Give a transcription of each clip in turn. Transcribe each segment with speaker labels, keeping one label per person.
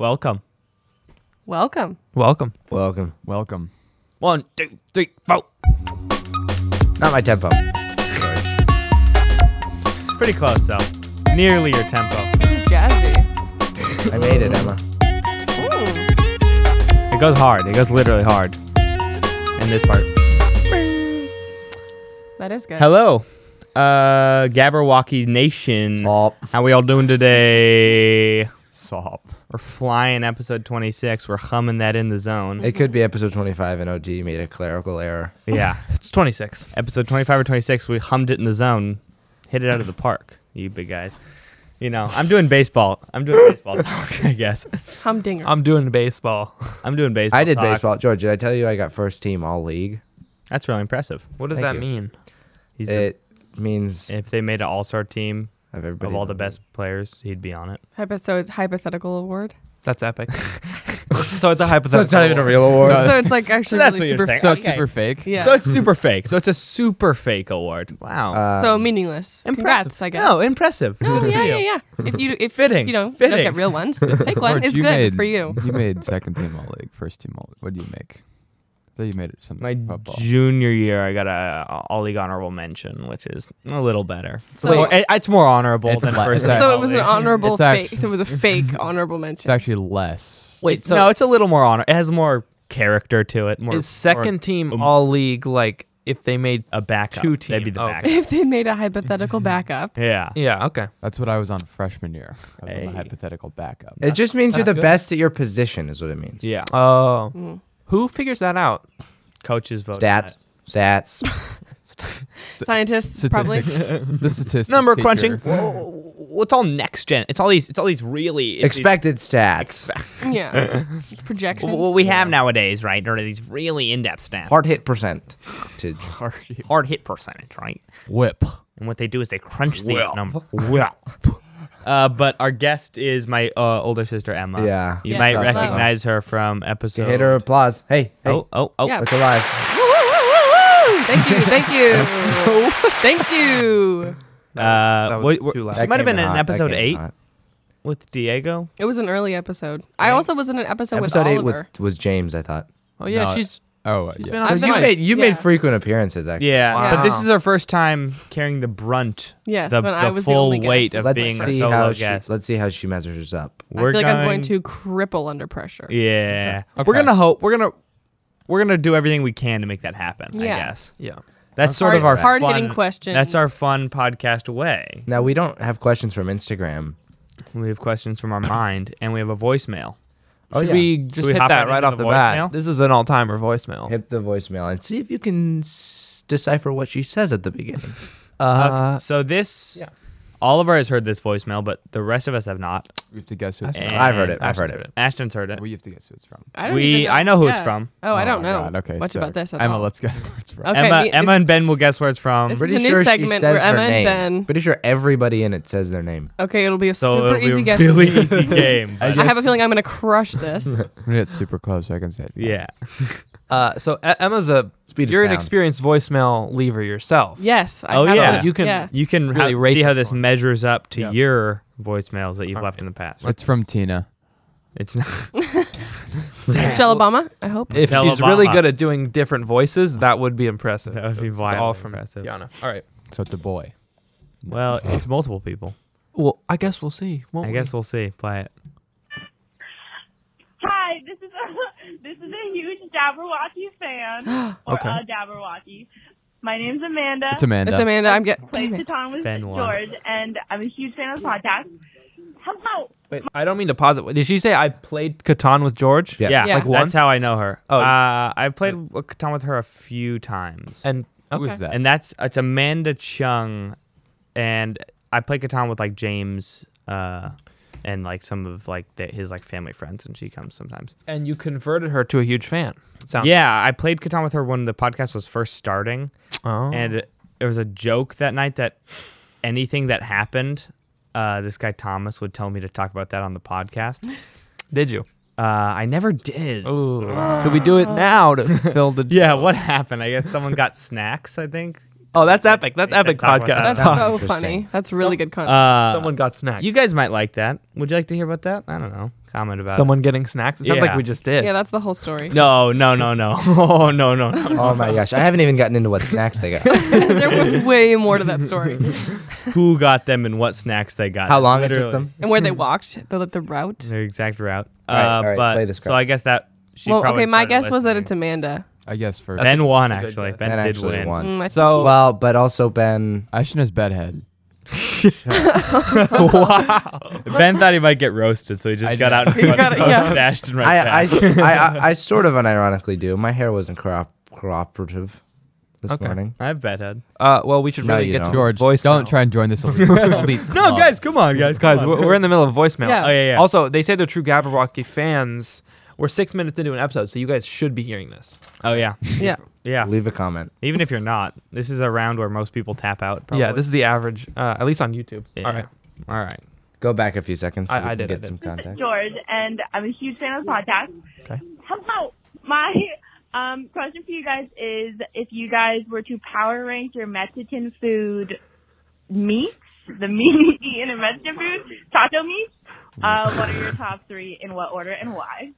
Speaker 1: Welcome.
Speaker 2: Welcome.
Speaker 1: Welcome.
Speaker 3: Welcome.
Speaker 4: Welcome.
Speaker 1: One, two, three, four.
Speaker 3: Not my tempo.
Speaker 1: Pretty close though. Nearly your tempo.
Speaker 2: This is jazzy.
Speaker 3: I made it, Emma.
Speaker 2: Ooh.
Speaker 1: It goes hard. It goes literally hard. And this part.
Speaker 2: That is good.
Speaker 1: Hello. Uh Gabberwocky Nation.
Speaker 3: Mop.
Speaker 1: How we all doing today?
Speaker 4: Sop.
Speaker 1: We're flying episode 26. We're humming that in the zone.
Speaker 3: It could be episode 25 and OD made a clerical error.
Speaker 1: Yeah.
Speaker 5: It's 26.
Speaker 1: episode 25 or 26, we hummed it in the zone. Hit it out of the park, you big guys. You know, I'm doing baseball. I'm doing baseball talk, I guess.
Speaker 2: Humdinger.
Speaker 1: Um,
Speaker 5: I'm doing baseball.
Speaker 1: I'm doing baseball
Speaker 3: I did
Speaker 1: talk.
Speaker 3: baseball. George, did I tell you I got first team all league?
Speaker 1: That's really impressive.
Speaker 5: What does
Speaker 3: Thank
Speaker 5: that
Speaker 3: you.
Speaker 5: mean?
Speaker 1: He's the-
Speaker 3: It means
Speaker 1: if they made an all-star team
Speaker 3: of everybody.
Speaker 1: of all the
Speaker 3: in
Speaker 1: best players, he'd be on it.
Speaker 2: Hypo- so it's hypothetical award.
Speaker 5: That's epic. so it's a hypothetical.
Speaker 3: So it's not even a real award.
Speaker 4: No. Uh,
Speaker 2: so it's like actually
Speaker 1: that's
Speaker 2: really
Speaker 1: what you're
Speaker 2: super.
Speaker 1: saying.
Speaker 4: So it's
Speaker 1: Okay.
Speaker 4: super fake.
Speaker 2: Yeah.
Speaker 1: So it's super fake. So it's a super fake award. Wow.
Speaker 3: Um,
Speaker 2: so meaningless. Congrats, I guess.
Speaker 1: No, impressive.
Speaker 2: Oh,
Speaker 1: Good for
Speaker 2: yeah, yeah,
Speaker 1: you.
Speaker 2: yeah. If you if
Speaker 1: Fitting,
Speaker 2: you know you
Speaker 1: fitting.
Speaker 2: don't get real ones, make one.
Speaker 4: George,
Speaker 2: It's good for you.
Speaker 4: You made second team all league, first team all league. What do you make? I thought you made it something.
Speaker 1: My
Speaker 4: football.
Speaker 1: junior year, I got a all league honorable mention, which is a little better.
Speaker 2: So-
Speaker 1: Or- it- it's more honorable
Speaker 4: It's
Speaker 1: than
Speaker 4: le-
Speaker 1: first.
Speaker 4: it's
Speaker 1: team
Speaker 4: a-
Speaker 2: So it was an
Speaker 1: all-league.
Speaker 2: honorable
Speaker 4: It's
Speaker 2: fake.
Speaker 4: act-
Speaker 2: So it was a fake honorable
Speaker 4: it's
Speaker 2: mention.
Speaker 4: actually less.
Speaker 5: Wait, so
Speaker 1: no, it's a little more honor. It has more character to it. More
Speaker 5: is second team all league like if they made
Speaker 1: or a backup.
Speaker 5: two team.
Speaker 1: That'd be the
Speaker 5: Oh,
Speaker 1: backup.
Speaker 2: if they made a hypothetical backup,
Speaker 1: Yeah.
Speaker 5: yeah, okay.
Speaker 4: That's what I was on freshman year. I was on
Speaker 1: Hey.
Speaker 4: the hypothetical backup.
Speaker 3: it just means you're the best at your position, is what it means.
Speaker 1: Yeah.
Speaker 5: Oh. Who figures that out?
Speaker 1: Coaches vote.
Speaker 3: Stats. Stats.
Speaker 2: scientists probably.
Speaker 4: Statistics. the statistics.
Speaker 1: Number
Speaker 4: teacher.
Speaker 1: crunching. Well, it's all next gen. It's all these. It's all these really it's these-
Speaker 3: Expected stats.
Speaker 2: yeah. It's projections.
Speaker 1: what we have nowadays, right, are these really in depth stats.
Speaker 3: Hard hit percent. To,
Speaker 1: hard hit percentage, right?
Speaker 4: Whip.
Speaker 1: And what they do is they crunch these numbers. Well. Uh, but our guest is my uh, older sister Emma.
Speaker 3: Yeah.
Speaker 1: you
Speaker 2: Yeah,
Speaker 1: might
Speaker 2: hello.
Speaker 1: recognize her from episode.
Speaker 3: hit her applause. Hey, hey.
Speaker 1: Oh, oh, oh!
Speaker 2: Yeah.
Speaker 3: It's alive.
Speaker 2: Woo, woo, woo, woo, woo. Thank you. Thank you. thank you.
Speaker 1: Uh,
Speaker 5: That was
Speaker 1: wh- wh-
Speaker 5: too loud.
Speaker 1: she
Speaker 3: That
Speaker 1: might have
Speaker 3: came
Speaker 1: been in
Speaker 3: hot. That
Speaker 1: episode
Speaker 3: came
Speaker 1: eight
Speaker 3: hot.
Speaker 1: with Diego.
Speaker 2: It was an early episode. I also was in an episode,
Speaker 3: Episode
Speaker 2: with
Speaker 3: eight
Speaker 2: Oliver.
Speaker 3: with, was James, I thought.
Speaker 5: Oh yeah,
Speaker 4: No,
Speaker 5: she's
Speaker 4: Oh, uh,
Speaker 5: she's
Speaker 4: yeah.
Speaker 5: been on
Speaker 3: So you
Speaker 5: twice.
Speaker 3: made you made
Speaker 2: Yeah.
Speaker 3: frequent appearances, actually.
Speaker 1: Yeah, but this
Speaker 5: Wow.
Speaker 1: is her first time carrying the brunt,
Speaker 2: Yes,
Speaker 1: the,
Speaker 2: when I
Speaker 1: the
Speaker 2: was the
Speaker 1: full
Speaker 2: only guest.
Speaker 1: weight of
Speaker 3: Let's
Speaker 1: being
Speaker 3: see
Speaker 1: a solo
Speaker 3: how she,
Speaker 1: guest.
Speaker 3: let's see how she measures up.
Speaker 2: I feel like I'm going to cripple under pressure.
Speaker 1: Yeah,
Speaker 4: Okay.
Speaker 1: we're
Speaker 4: Okay.
Speaker 1: gonna hope we're gonna we're gonna do everything we can to make that happen. I
Speaker 2: Yeah.
Speaker 1: guess
Speaker 5: yeah.
Speaker 1: that's sort of our
Speaker 2: Hard- hard-hitting
Speaker 1: fun-
Speaker 2: questions.
Speaker 1: That's our fun podcast way.
Speaker 3: Now we don't have questions from Instagram.
Speaker 1: We have questions from our mind, and we have a voicemail.
Speaker 3: Oh,
Speaker 5: Should
Speaker 3: yeah.
Speaker 5: we just
Speaker 1: we
Speaker 5: hit
Speaker 1: hop
Speaker 5: that
Speaker 1: right
Speaker 5: right
Speaker 1: into
Speaker 5: off
Speaker 1: the
Speaker 5: the, bat?
Speaker 1: voicemail?
Speaker 5: This is an all-timer voicemail.
Speaker 3: Hit the voicemail and see if you can s- decipher what she says at the beginning.
Speaker 5: Uh,
Speaker 1: so this,
Speaker 5: yeah.
Speaker 1: Oliver has heard this voicemail, but the rest of us have not.
Speaker 4: We have to guess who it's
Speaker 1: And
Speaker 4: from.
Speaker 3: I've heard it. I've heard
Speaker 5: Ashton's
Speaker 3: it.
Speaker 1: Ashton's heard it.
Speaker 4: We have to guess who it's from.
Speaker 2: I don't
Speaker 1: We-
Speaker 2: even know.
Speaker 1: I know who it's from.
Speaker 2: Oh, I don't
Speaker 4: my
Speaker 2: know.
Speaker 4: God, Okay.
Speaker 2: much
Speaker 4: so
Speaker 2: about this at
Speaker 4: Emma,
Speaker 2: all.
Speaker 4: let's guess who it's from.
Speaker 2: Okay.
Speaker 1: Emma,
Speaker 2: we-
Speaker 1: Emma, and Ben will guess where it's from.
Speaker 2: This is a new segment where Emma and Ben-
Speaker 3: Pretty sure everybody in it says their name.
Speaker 2: Okay, it'll be a
Speaker 1: so
Speaker 2: super
Speaker 1: it'll
Speaker 2: easy
Speaker 1: be a
Speaker 2: guess.
Speaker 1: really easy game.
Speaker 4: I
Speaker 2: I have a
Speaker 4: guess-
Speaker 2: feeling I'm gonna crush this.
Speaker 4: I'm gonna get super close so I can say it. fast.
Speaker 1: yeah.
Speaker 5: uh, so E- Emma's a
Speaker 3: Speed of
Speaker 5: you're an
Speaker 3: sound.
Speaker 5: experienced voicemail leaver yourself.
Speaker 2: yes. I
Speaker 1: Oh,
Speaker 2: have
Speaker 1: yeah.
Speaker 2: it.
Speaker 5: You can-
Speaker 2: Yeah.
Speaker 1: You can
Speaker 5: Really
Speaker 1: ha-
Speaker 5: rate
Speaker 1: see how
Speaker 5: this
Speaker 1: this
Speaker 5: one.
Speaker 1: measures up to
Speaker 5: Yeah.
Speaker 1: your voicemails that you've left in the past.
Speaker 4: It's from Tina.
Speaker 1: It's not.
Speaker 2: Michelle Obama. I hope.
Speaker 5: If
Speaker 1: Michelle
Speaker 5: she's really
Speaker 1: Obama.
Speaker 5: good at doing different voices, that would be impressive.
Speaker 1: That would be
Speaker 5: This is
Speaker 1: wildly
Speaker 5: all from
Speaker 1: impressive.
Speaker 5: Tiana. All right.
Speaker 4: So it's a boy.
Speaker 1: Well, it's multiple people.
Speaker 5: Well, I guess we'll see. won't
Speaker 1: I
Speaker 5: we?
Speaker 1: guess we'll see. Play it.
Speaker 6: Hi, this is a this is a huge Jabberwocky fan. or
Speaker 5: Okay.
Speaker 6: a Jabberwocky. My name's Amanda.
Speaker 4: It's Amanda.
Speaker 2: it's Amanda. I'm getting.
Speaker 6: Plays Catan with
Speaker 1: Ben won.
Speaker 6: George, and I'm a huge fan of the podcast. Hello.
Speaker 5: Wait, I don't mean to pause it. Wait, Did she say I played Catan with George?
Speaker 3: Yeah.
Speaker 1: Yeah,
Speaker 2: Yeah.
Speaker 1: that's
Speaker 5: once?
Speaker 1: how I know her.
Speaker 5: Oh.
Speaker 1: uh, I've played w- Catan with her a few times, and,
Speaker 5: And
Speaker 4: Who
Speaker 5: okay.
Speaker 4: is that?
Speaker 1: that's it's Amanda Chung, and I play Catan with like James, uh, and like some of like the, his like family friends, and she comes sometimes.
Speaker 5: And you converted her to a huge fan. Sounds
Speaker 1: Yeah, I played Catan with her when the podcast was first starting,
Speaker 5: Oh.
Speaker 1: and it, there was a joke that night that anything that happened, uh, this guy Thomas would tell me to talk about that on the podcast.
Speaker 5: did you?
Speaker 1: Uh, I never did.
Speaker 5: Ooh. Should we do it now to fill the
Speaker 1: Yeah, what happened? I guess someone got snacks. I think
Speaker 5: Oh, that's epic. That's
Speaker 1: They said
Speaker 5: epic
Speaker 1: talk about
Speaker 5: podcast.
Speaker 1: that.
Speaker 2: That's
Speaker 1: Sounds
Speaker 2: so
Speaker 1: interesting.
Speaker 2: funny. That's really good content.
Speaker 1: Uh,
Speaker 5: Someone got snacks.
Speaker 1: you guys might like that. Would you like to hear about that? I don't know. Comment about
Speaker 5: Someone getting snacks. It sounds like
Speaker 1: Yeah.
Speaker 5: we just did.
Speaker 2: yeah, that's the whole story.
Speaker 1: It. No, no, no, no. Oh no, no, no.
Speaker 3: Oh my gosh, I haven't even gotten into what snacks they got.
Speaker 2: there was way more to that story.
Speaker 1: Who got them and what snacks they got?
Speaker 3: How long it
Speaker 1: Literally.
Speaker 3: took them?
Speaker 2: And where they walked, the, the route.
Speaker 1: Their exact route. Uh,
Speaker 3: All right, all right,
Speaker 1: but
Speaker 3: play this
Speaker 1: so
Speaker 3: crap.
Speaker 1: I guess that. She
Speaker 2: well,
Speaker 1: probably
Speaker 2: okay, my
Speaker 1: started
Speaker 2: guess was that it's
Speaker 1: listening.
Speaker 2: Amanda.
Speaker 4: I guess first.
Speaker 1: Ben won
Speaker 5: a good
Speaker 1: actually.
Speaker 5: guess.
Speaker 1: Ben,
Speaker 3: Ben
Speaker 1: did
Speaker 3: actually
Speaker 1: win.
Speaker 3: won.
Speaker 2: Mm, I
Speaker 5: So-
Speaker 3: Well, but also Ben.
Speaker 4: Ashton is bedhead.
Speaker 5: wow.
Speaker 1: Ben thought he might get roasted, so he just
Speaker 4: I
Speaker 1: got
Speaker 4: did.
Speaker 1: out in
Speaker 2: He
Speaker 1: front
Speaker 2: got
Speaker 1: of
Speaker 2: it, yeah.
Speaker 1: roasted Ashton right
Speaker 3: I, I,
Speaker 1: back.
Speaker 3: I, I, I sort of unironically do. My hair wasn't coop- cooperative this
Speaker 5: Okay.
Speaker 3: morning.
Speaker 1: I have bad head.
Speaker 5: Uh, well, we should
Speaker 3: No,
Speaker 5: really
Speaker 3: you
Speaker 5: get
Speaker 3: don't.
Speaker 5: to
Speaker 4: George,
Speaker 5: voice.
Speaker 4: don't try and join this elite, elite
Speaker 1: No,
Speaker 4: club.
Speaker 1: guys, come on, guys,
Speaker 5: guys. We're, we're in the middle of voicemail.
Speaker 2: Yeah.
Speaker 1: Oh yeah, yeah.
Speaker 5: Also, they say they're true Gabberwocky fans. We're six minutes into an episode, so you guys should be hearing this.
Speaker 1: oh yeah,
Speaker 2: Yeah.
Speaker 1: yeah.
Speaker 3: Leave a comment.
Speaker 1: Even if you're not, this is a round where most people tap out. Probably.
Speaker 5: Yeah, this is the average, uh, at least on YouTube.
Speaker 1: Yeah.
Speaker 5: All right.
Speaker 1: all right.
Speaker 3: Go back a few seconds. So
Speaker 5: I-
Speaker 3: we
Speaker 5: I
Speaker 3: can
Speaker 5: did, I
Speaker 3: Get
Speaker 5: did.
Speaker 3: some
Speaker 6: This is
Speaker 3: contact.
Speaker 6: George, and I'm a huge fan of the podcast.
Speaker 5: Okay.
Speaker 6: Hello. My um, question for you guys is if you guys were to power rank your Mexican food meats, the meat you eat in a Mexican food, taco meats, uh, what are your top three, in what order, and why?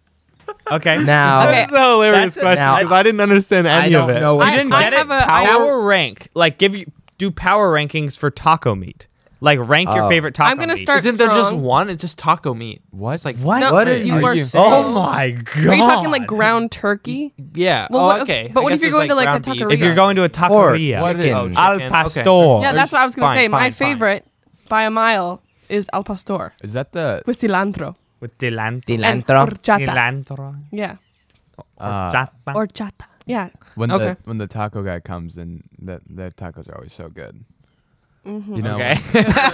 Speaker 1: Okay.
Speaker 3: Now,
Speaker 2: Okay.
Speaker 5: That's a hilarious
Speaker 1: That's a-
Speaker 5: question
Speaker 3: Now-
Speaker 5: because I didn't understand any
Speaker 3: I don't
Speaker 5: of it.
Speaker 3: know what
Speaker 1: you didn't
Speaker 2: I
Speaker 1: get
Speaker 2: have
Speaker 1: it.
Speaker 2: a- I
Speaker 1: power
Speaker 2: have-
Speaker 1: rank, like give you do power rankings for taco meat. Like rank your
Speaker 3: Oh.
Speaker 1: favorite taco.
Speaker 2: I'm gonna
Speaker 1: meat.
Speaker 2: start-
Speaker 5: Isn't there just
Speaker 2: Strong.
Speaker 5: one? It's just taco meat.
Speaker 4: What?
Speaker 5: It's like
Speaker 1: What?
Speaker 2: No,
Speaker 4: What
Speaker 2: you,
Speaker 4: are you-
Speaker 2: are
Speaker 4: you-
Speaker 2: so-
Speaker 1: Oh my god.
Speaker 2: Are you talking like ground turkey?
Speaker 5: Yeah.
Speaker 2: Well,
Speaker 5: oh,
Speaker 2: what-
Speaker 5: okay.
Speaker 2: but
Speaker 5: I
Speaker 2: what if
Speaker 5: guess
Speaker 2: you're
Speaker 5: it's
Speaker 2: going to, like, a
Speaker 5: ground beef.
Speaker 1: If you're going to a taqueria,
Speaker 3: Pork.
Speaker 5: What is- oh,
Speaker 3: Chicken.
Speaker 1: al
Speaker 5: chicken. Okay.
Speaker 1: pastor.
Speaker 2: Yeah, that's what I was gonna
Speaker 5: Fine,
Speaker 2: say. My
Speaker 5: fine, fine.
Speaker 2: favorite by a mile is al pastor
Speaker 4: Is that the
Speaker 2: with cilantro
Speaker 1: with dilantro.
Speaker 2: and
Speaker 3: Cilantro.
Speaker 2: horchata.
Speaker 1: Dilantro.
Speaker 2: Yeah,
Speaker 4: uh,
Speaker 2: horchata. Yeah,
Speaker 4: when
Speaker 5: Okay.
Speaker 4: the when the taco guy comes and the the tacos are always so good. You know
Speaker 1: Okay.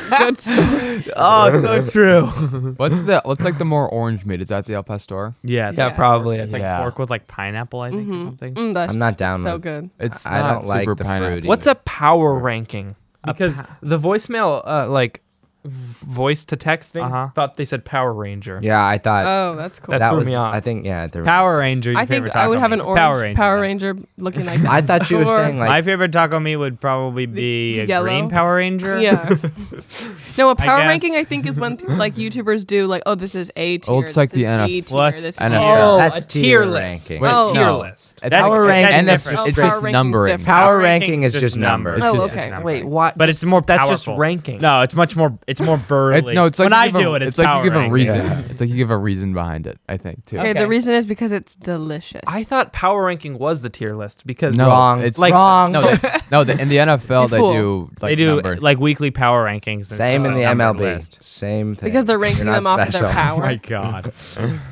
Speaker 2: good. stuff.
Speaker 1: oh, so true.
Speaker 4: what's the what's like the more orange meat? Is that the al pastor?
Speaker 1: Yeah, it's
Speaker 5: Yeah,
Speaker 1: like
Speaker 5: probably.
Speaker 1: It's like
Speaker 3: Yeah.
Speaker 1: pork with like pineapple, I think, or something.
Speaker 2: Mm, that's
Speaker 3: I'm not down
Speaker 2: so
Speaker 3: with-
Speaker 2: good.
Speaker 4: It's
Speaker 3: I
Speaker 4: not
Speaker 3: don't like
Speaker 4: super
Speaker 3: the
Speaker 4: pineapple.
Speaker 3: fruity.
Speaker 5: What's a power ranking? Because the voicemail, uh, like v- voice to text thing,
Speaker 1: Uh-huh.
Speaker 5: thought they said Power Ranger.
Speaker 3: yeah, I thought
Speaker 2: Oh, that's cool.
Speaker 5: That
Speaker 3: that
Speaker 5: threw
Speaker 3: was.
Speaker 5: me off.
Speaker 3: I think yeah. threw me-
Speaker 1: Power Ranger. your
Speaker 2: I think
Speaker 1: favorite
Speaker 2: I would
Speaker 1: taco
Speaker 2: have an
Speaker 1: meat.
Speaker 2: orange Power Ranger,
Speaker 1: then.
Speaker 2: looking like that.
Speaker 3: I thought she was
Speaker 2: Or-
Speaker 3: saying like
Speaker 1: My favorite taco meat would probably be a
Speaker 2: yellow.
Speaker 1: green Power Ranger.
Speaker 2: yeah. No, a power
Speaker 1: guess.
Speaker 2: ranking I think is when like YouTubers do like, oh, this is A tier.
Speaker 4: Oh, it's like
Speaker 2: this
Speaker 4: the
Speaker 2: is
Speaker 4: NF
Speaker 2: D tier,
Speaker 1: What's
Speaker 2: this
Speaker 4: NF
Speaker 2: tier.
Speaker 3: Oh,
Speaker 5: a
Speaker 3: that's
Speaker 5: tier
Speaker 3: tier
Speaker 5: list.
Speaker 3: ranking.
Speaker 5: Wait,
Speaker 2: Oh.
Speaker 5: tier
Speaker 4: no.
Speaker 5: list.
Speaker 4: It's
Speaker 1: That's- that's
Speaker 4: power
Speaker 1: different.
Speaker 4: ranking.
Speaker 2: Oh,
Speaker 4: NF, it's
Speaker 2: power
Speaker 4: just
Speaker 2: ranking's
Speaker 4: numbering.
Speaker 2: different.
Speaker 3: power ranking is just numbers.
Speaker 2: Oh,
Speaker 4: just-
Speaker 2: okay.
Speaker 1: numbers.
Speaker 5: Wait, what?
Speaker 1: But it's more
Speaker 5: That's
Speaker 1: powerful.
Speaker 5: just ranking.
Speaker 1: No, it's much more. It's more burly.
Speaker 4: It- no, it's like
Speaker 1: when
Speaker 4: you
Speaker 1: I
Speaker 4: give a-
Speaker 1: do it, it's,
Speaker 4: like
Speaker 1: power
Speaker 4: you give a
Speaker 1: ranking.
Speaker 4: reason. It's like you give a reason behind it. I think too.
Speaker 2: Okay,
Speaker 5: Okay.
Speaker 2: the reason is because it's delicious.
Speaker 5: I thought Power Ranking was the tier list because
Speaker 4: No,
Speaker 3: wrong.
Speaker 4: it's
Speaker 5: like-
Speaker 3: wrong.
Speaker 4: No, they, no. The, in the NFL, they
Speaker 2: fool.
Speaker 4: do like
Speaker 1: they do
Speaker 4: number.
Speaker 1: like weekly power rankings. and
Speaker 3: Same
Speaker 1: it's
Speaker 3: in
Speaker 1: a
Speaker 3: the
Speaker 1: numbered
Speaker 3: MLB.
Speaker 1: list.
Speaker 3: Same thing.
Speaker 2: because they're ranking
Speaker 3: You're not
Speaker 2: them off of their
Speaker 3: special.
Speaker 1: Oh my
Speaker 2: power.
Speaker 1: god.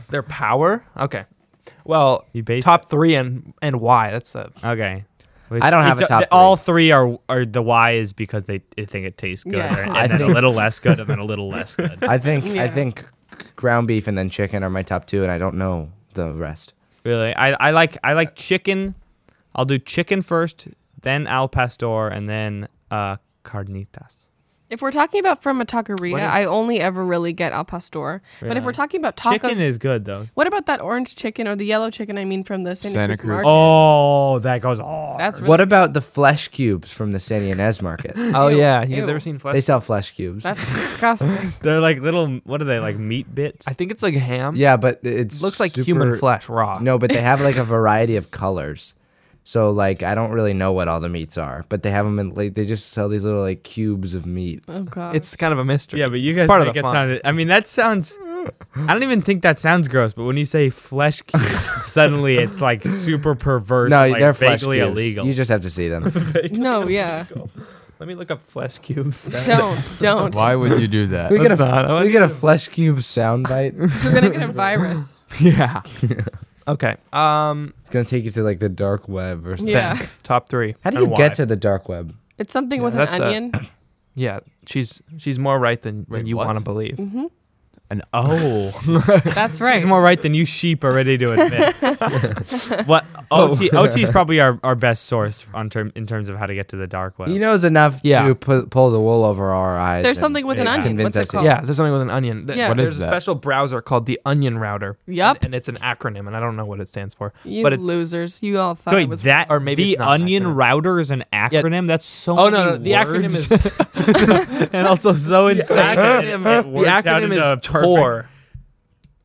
Speaker 5: their power. Okay. Well,
Speaker 1: You based
Speaker 5: top three and and why? That's a
Speaker 1: Okay.
Speaker 3: I don't have
Speaker 1: It's-
Speaker 3: a top
Speaker 1: All three are are the why is because they they think it tastes good,
Speaker 2: Yeah.
Speaker 1: or- and
Speaker 3: I
Speaker 1: then a
Speaker 3: think-
Speaker 1: little less good, and then a little less good.
Speaker 3: I think I
Speaker 2: Yeah.
Speaker 3: think ground beef and then chicken are my top two, and I don't know the rest.
Speaker 1: Really, I, I like I like chicken. I'll do chicken first, then al pastor, and then uh, carnitas.
Speaker 2: If we're talking about from a
Speaker 5: What
Speaker 2: taqueria,
Speaker 5: is-
Speaker 2: I only ever really get al pastor. But if we're talking about tacos,
Speaker 1: Chicken is good though.
Speaker 2: what about that orange chicken or the yellow chicken? I mean, from the Santa,
Speaker 4: Santa
Speaker 2: Cruz,
Speaker 4: Cruz.
Speaker 2: market?
Speaker 1: Oh, that goes. Oh,
Speaker 2: that's really,
Speaker 3: What about the flesh cubes from the San Ynez market?
Speaker 5: oh
Speaker 2: Ew.
Speaker 5: yeah. You guys
Speaker 2: Ew.
Speaker 5: ever seen Flesh?
Speaker 3: they sell flesh cubes.
Speaker 2: that's disgusting.
Speaker 1: they're like little. What are they like meat bits?
Speaker 5: I think it's like ham.
Speaker 3: Yeah, but it's
Speaker 5: Looks like human
Speaker 3: super-
Speaker 5: flesh raw.
Speaker 3: No, but they have like a variety of colors. So like I don't really know what all the meats are, but they have them in like they just sell these little like cubes of meat.
Speaker 2: Oh god,
Speaker 5: It's kind of a mystery.
Speaker 1: yeah, but you guys
Speaker 5: Part of
Speaker 1: make
Speaker 5: the
Speaker 1: it
Speaker 5: fun.
Speaker 1: sound. I mean, that sounds. I don't even think that sounds gross, but when you say flesh cubes, suddenly it's like super perverse.
Speaker 3: No,
Speaker 1: like
Speaker 3: they're flesh
Speaker 1: vaguely
Speaker 3: cubes.
Speaker 1: illegal.
Speaker 3: You just have to see them.
Speaker 2: no, yeah,
Speaker 5: Let me look up flesh cubes.
Speaker 2: don't, don't.
Speaker 4: Why would you do that?
Speaker 3: we get a
Speaker 5: not- I
Speaker 3: we get a flesh cube soundbite.
Speaker 2: You're gonna get a virus.
Speaker 1: yeah.
Speaker 5: okay. Um.
Speaker 3: it's gonna take you to like the dark web or something.
Speaker 2: Yeah,
Speaker 5: Ben, top three.
Speaker 3: How do
Speaker 1: And
Speaker 3: you
Speaker 1: why?
Speaker 3: get to the dark web?
Speaker 2: it's something
Speaker 5: Yeah,
Speaker 2: with an
Speaker 5: that's a-
Speaker 2: onion.
Speaker 5: Yeah, she's she's more right than,
Speaker 4: Wait,
Speaker 5: than you
Speaker 4: what?
Speaker 5: want to believe.
Speaker 4: an
Speaker 1: Oh,
Speaker 2: Mm-hmm. That's
Speaker 1: she's
Speaker 2: right.
Speaker 1: more right than you sheep are ready to admit. what OT,
Speaker 5: Oh.
Speaker 1: OT is probably our, our best source on term in terms of how to get to the dark web.
Speaker 3: He knows enough
Speaker 5: Yeah.
Speaker 3: to pu- pull the wool over our eyes.
Speaker 2: There's
Speaker 3: and
Speaker 2: something with an
Speaker 1: Yeah.
Speaker 2: onion. What's
Speaker 3: Convince
Speaker 2: it
Speaker 3: us it-
Speaker 2: called?
Speaker 5: Yeah, there's something with an onion. Th-
Speaker 2: Oh. Yeah. What
Speaker 5: there's
Speaker 4: is
Speaker 5: a
Speaker 4: that?
Speaker 5: special browser called the Onion Router.
Speaker 2: Yup.
Speaker 5: And, and it's an acronym, and I don't know what it stands for.
Speaker 2: You
Speaker 5: but it's
Speaker 2: losers. You all thought it
Speaker 1: Wait,
Speaker 2: was
Speaker 1: that
Speaker 5: or maybe
Speaker 1: the
Speaker 5: it's not an
Speaker 1: onion
Speaker 5: acronym.
Speaker 1: router is an acronym. That's so.
Speaker 5: Oh no, no,
Speaker 1: many
Speaker 5: the acronym
Speaker 1: words.
Speaker 5: is the
Speaker 1: and also so insane. that it- it
Speaker 5: acronym, the
Speaker 1: worked out
Speaker 5: acronym
Speaker 1: into a
Speaker 5: is
Speaker 1: perfect-
Speaker 5: TOR,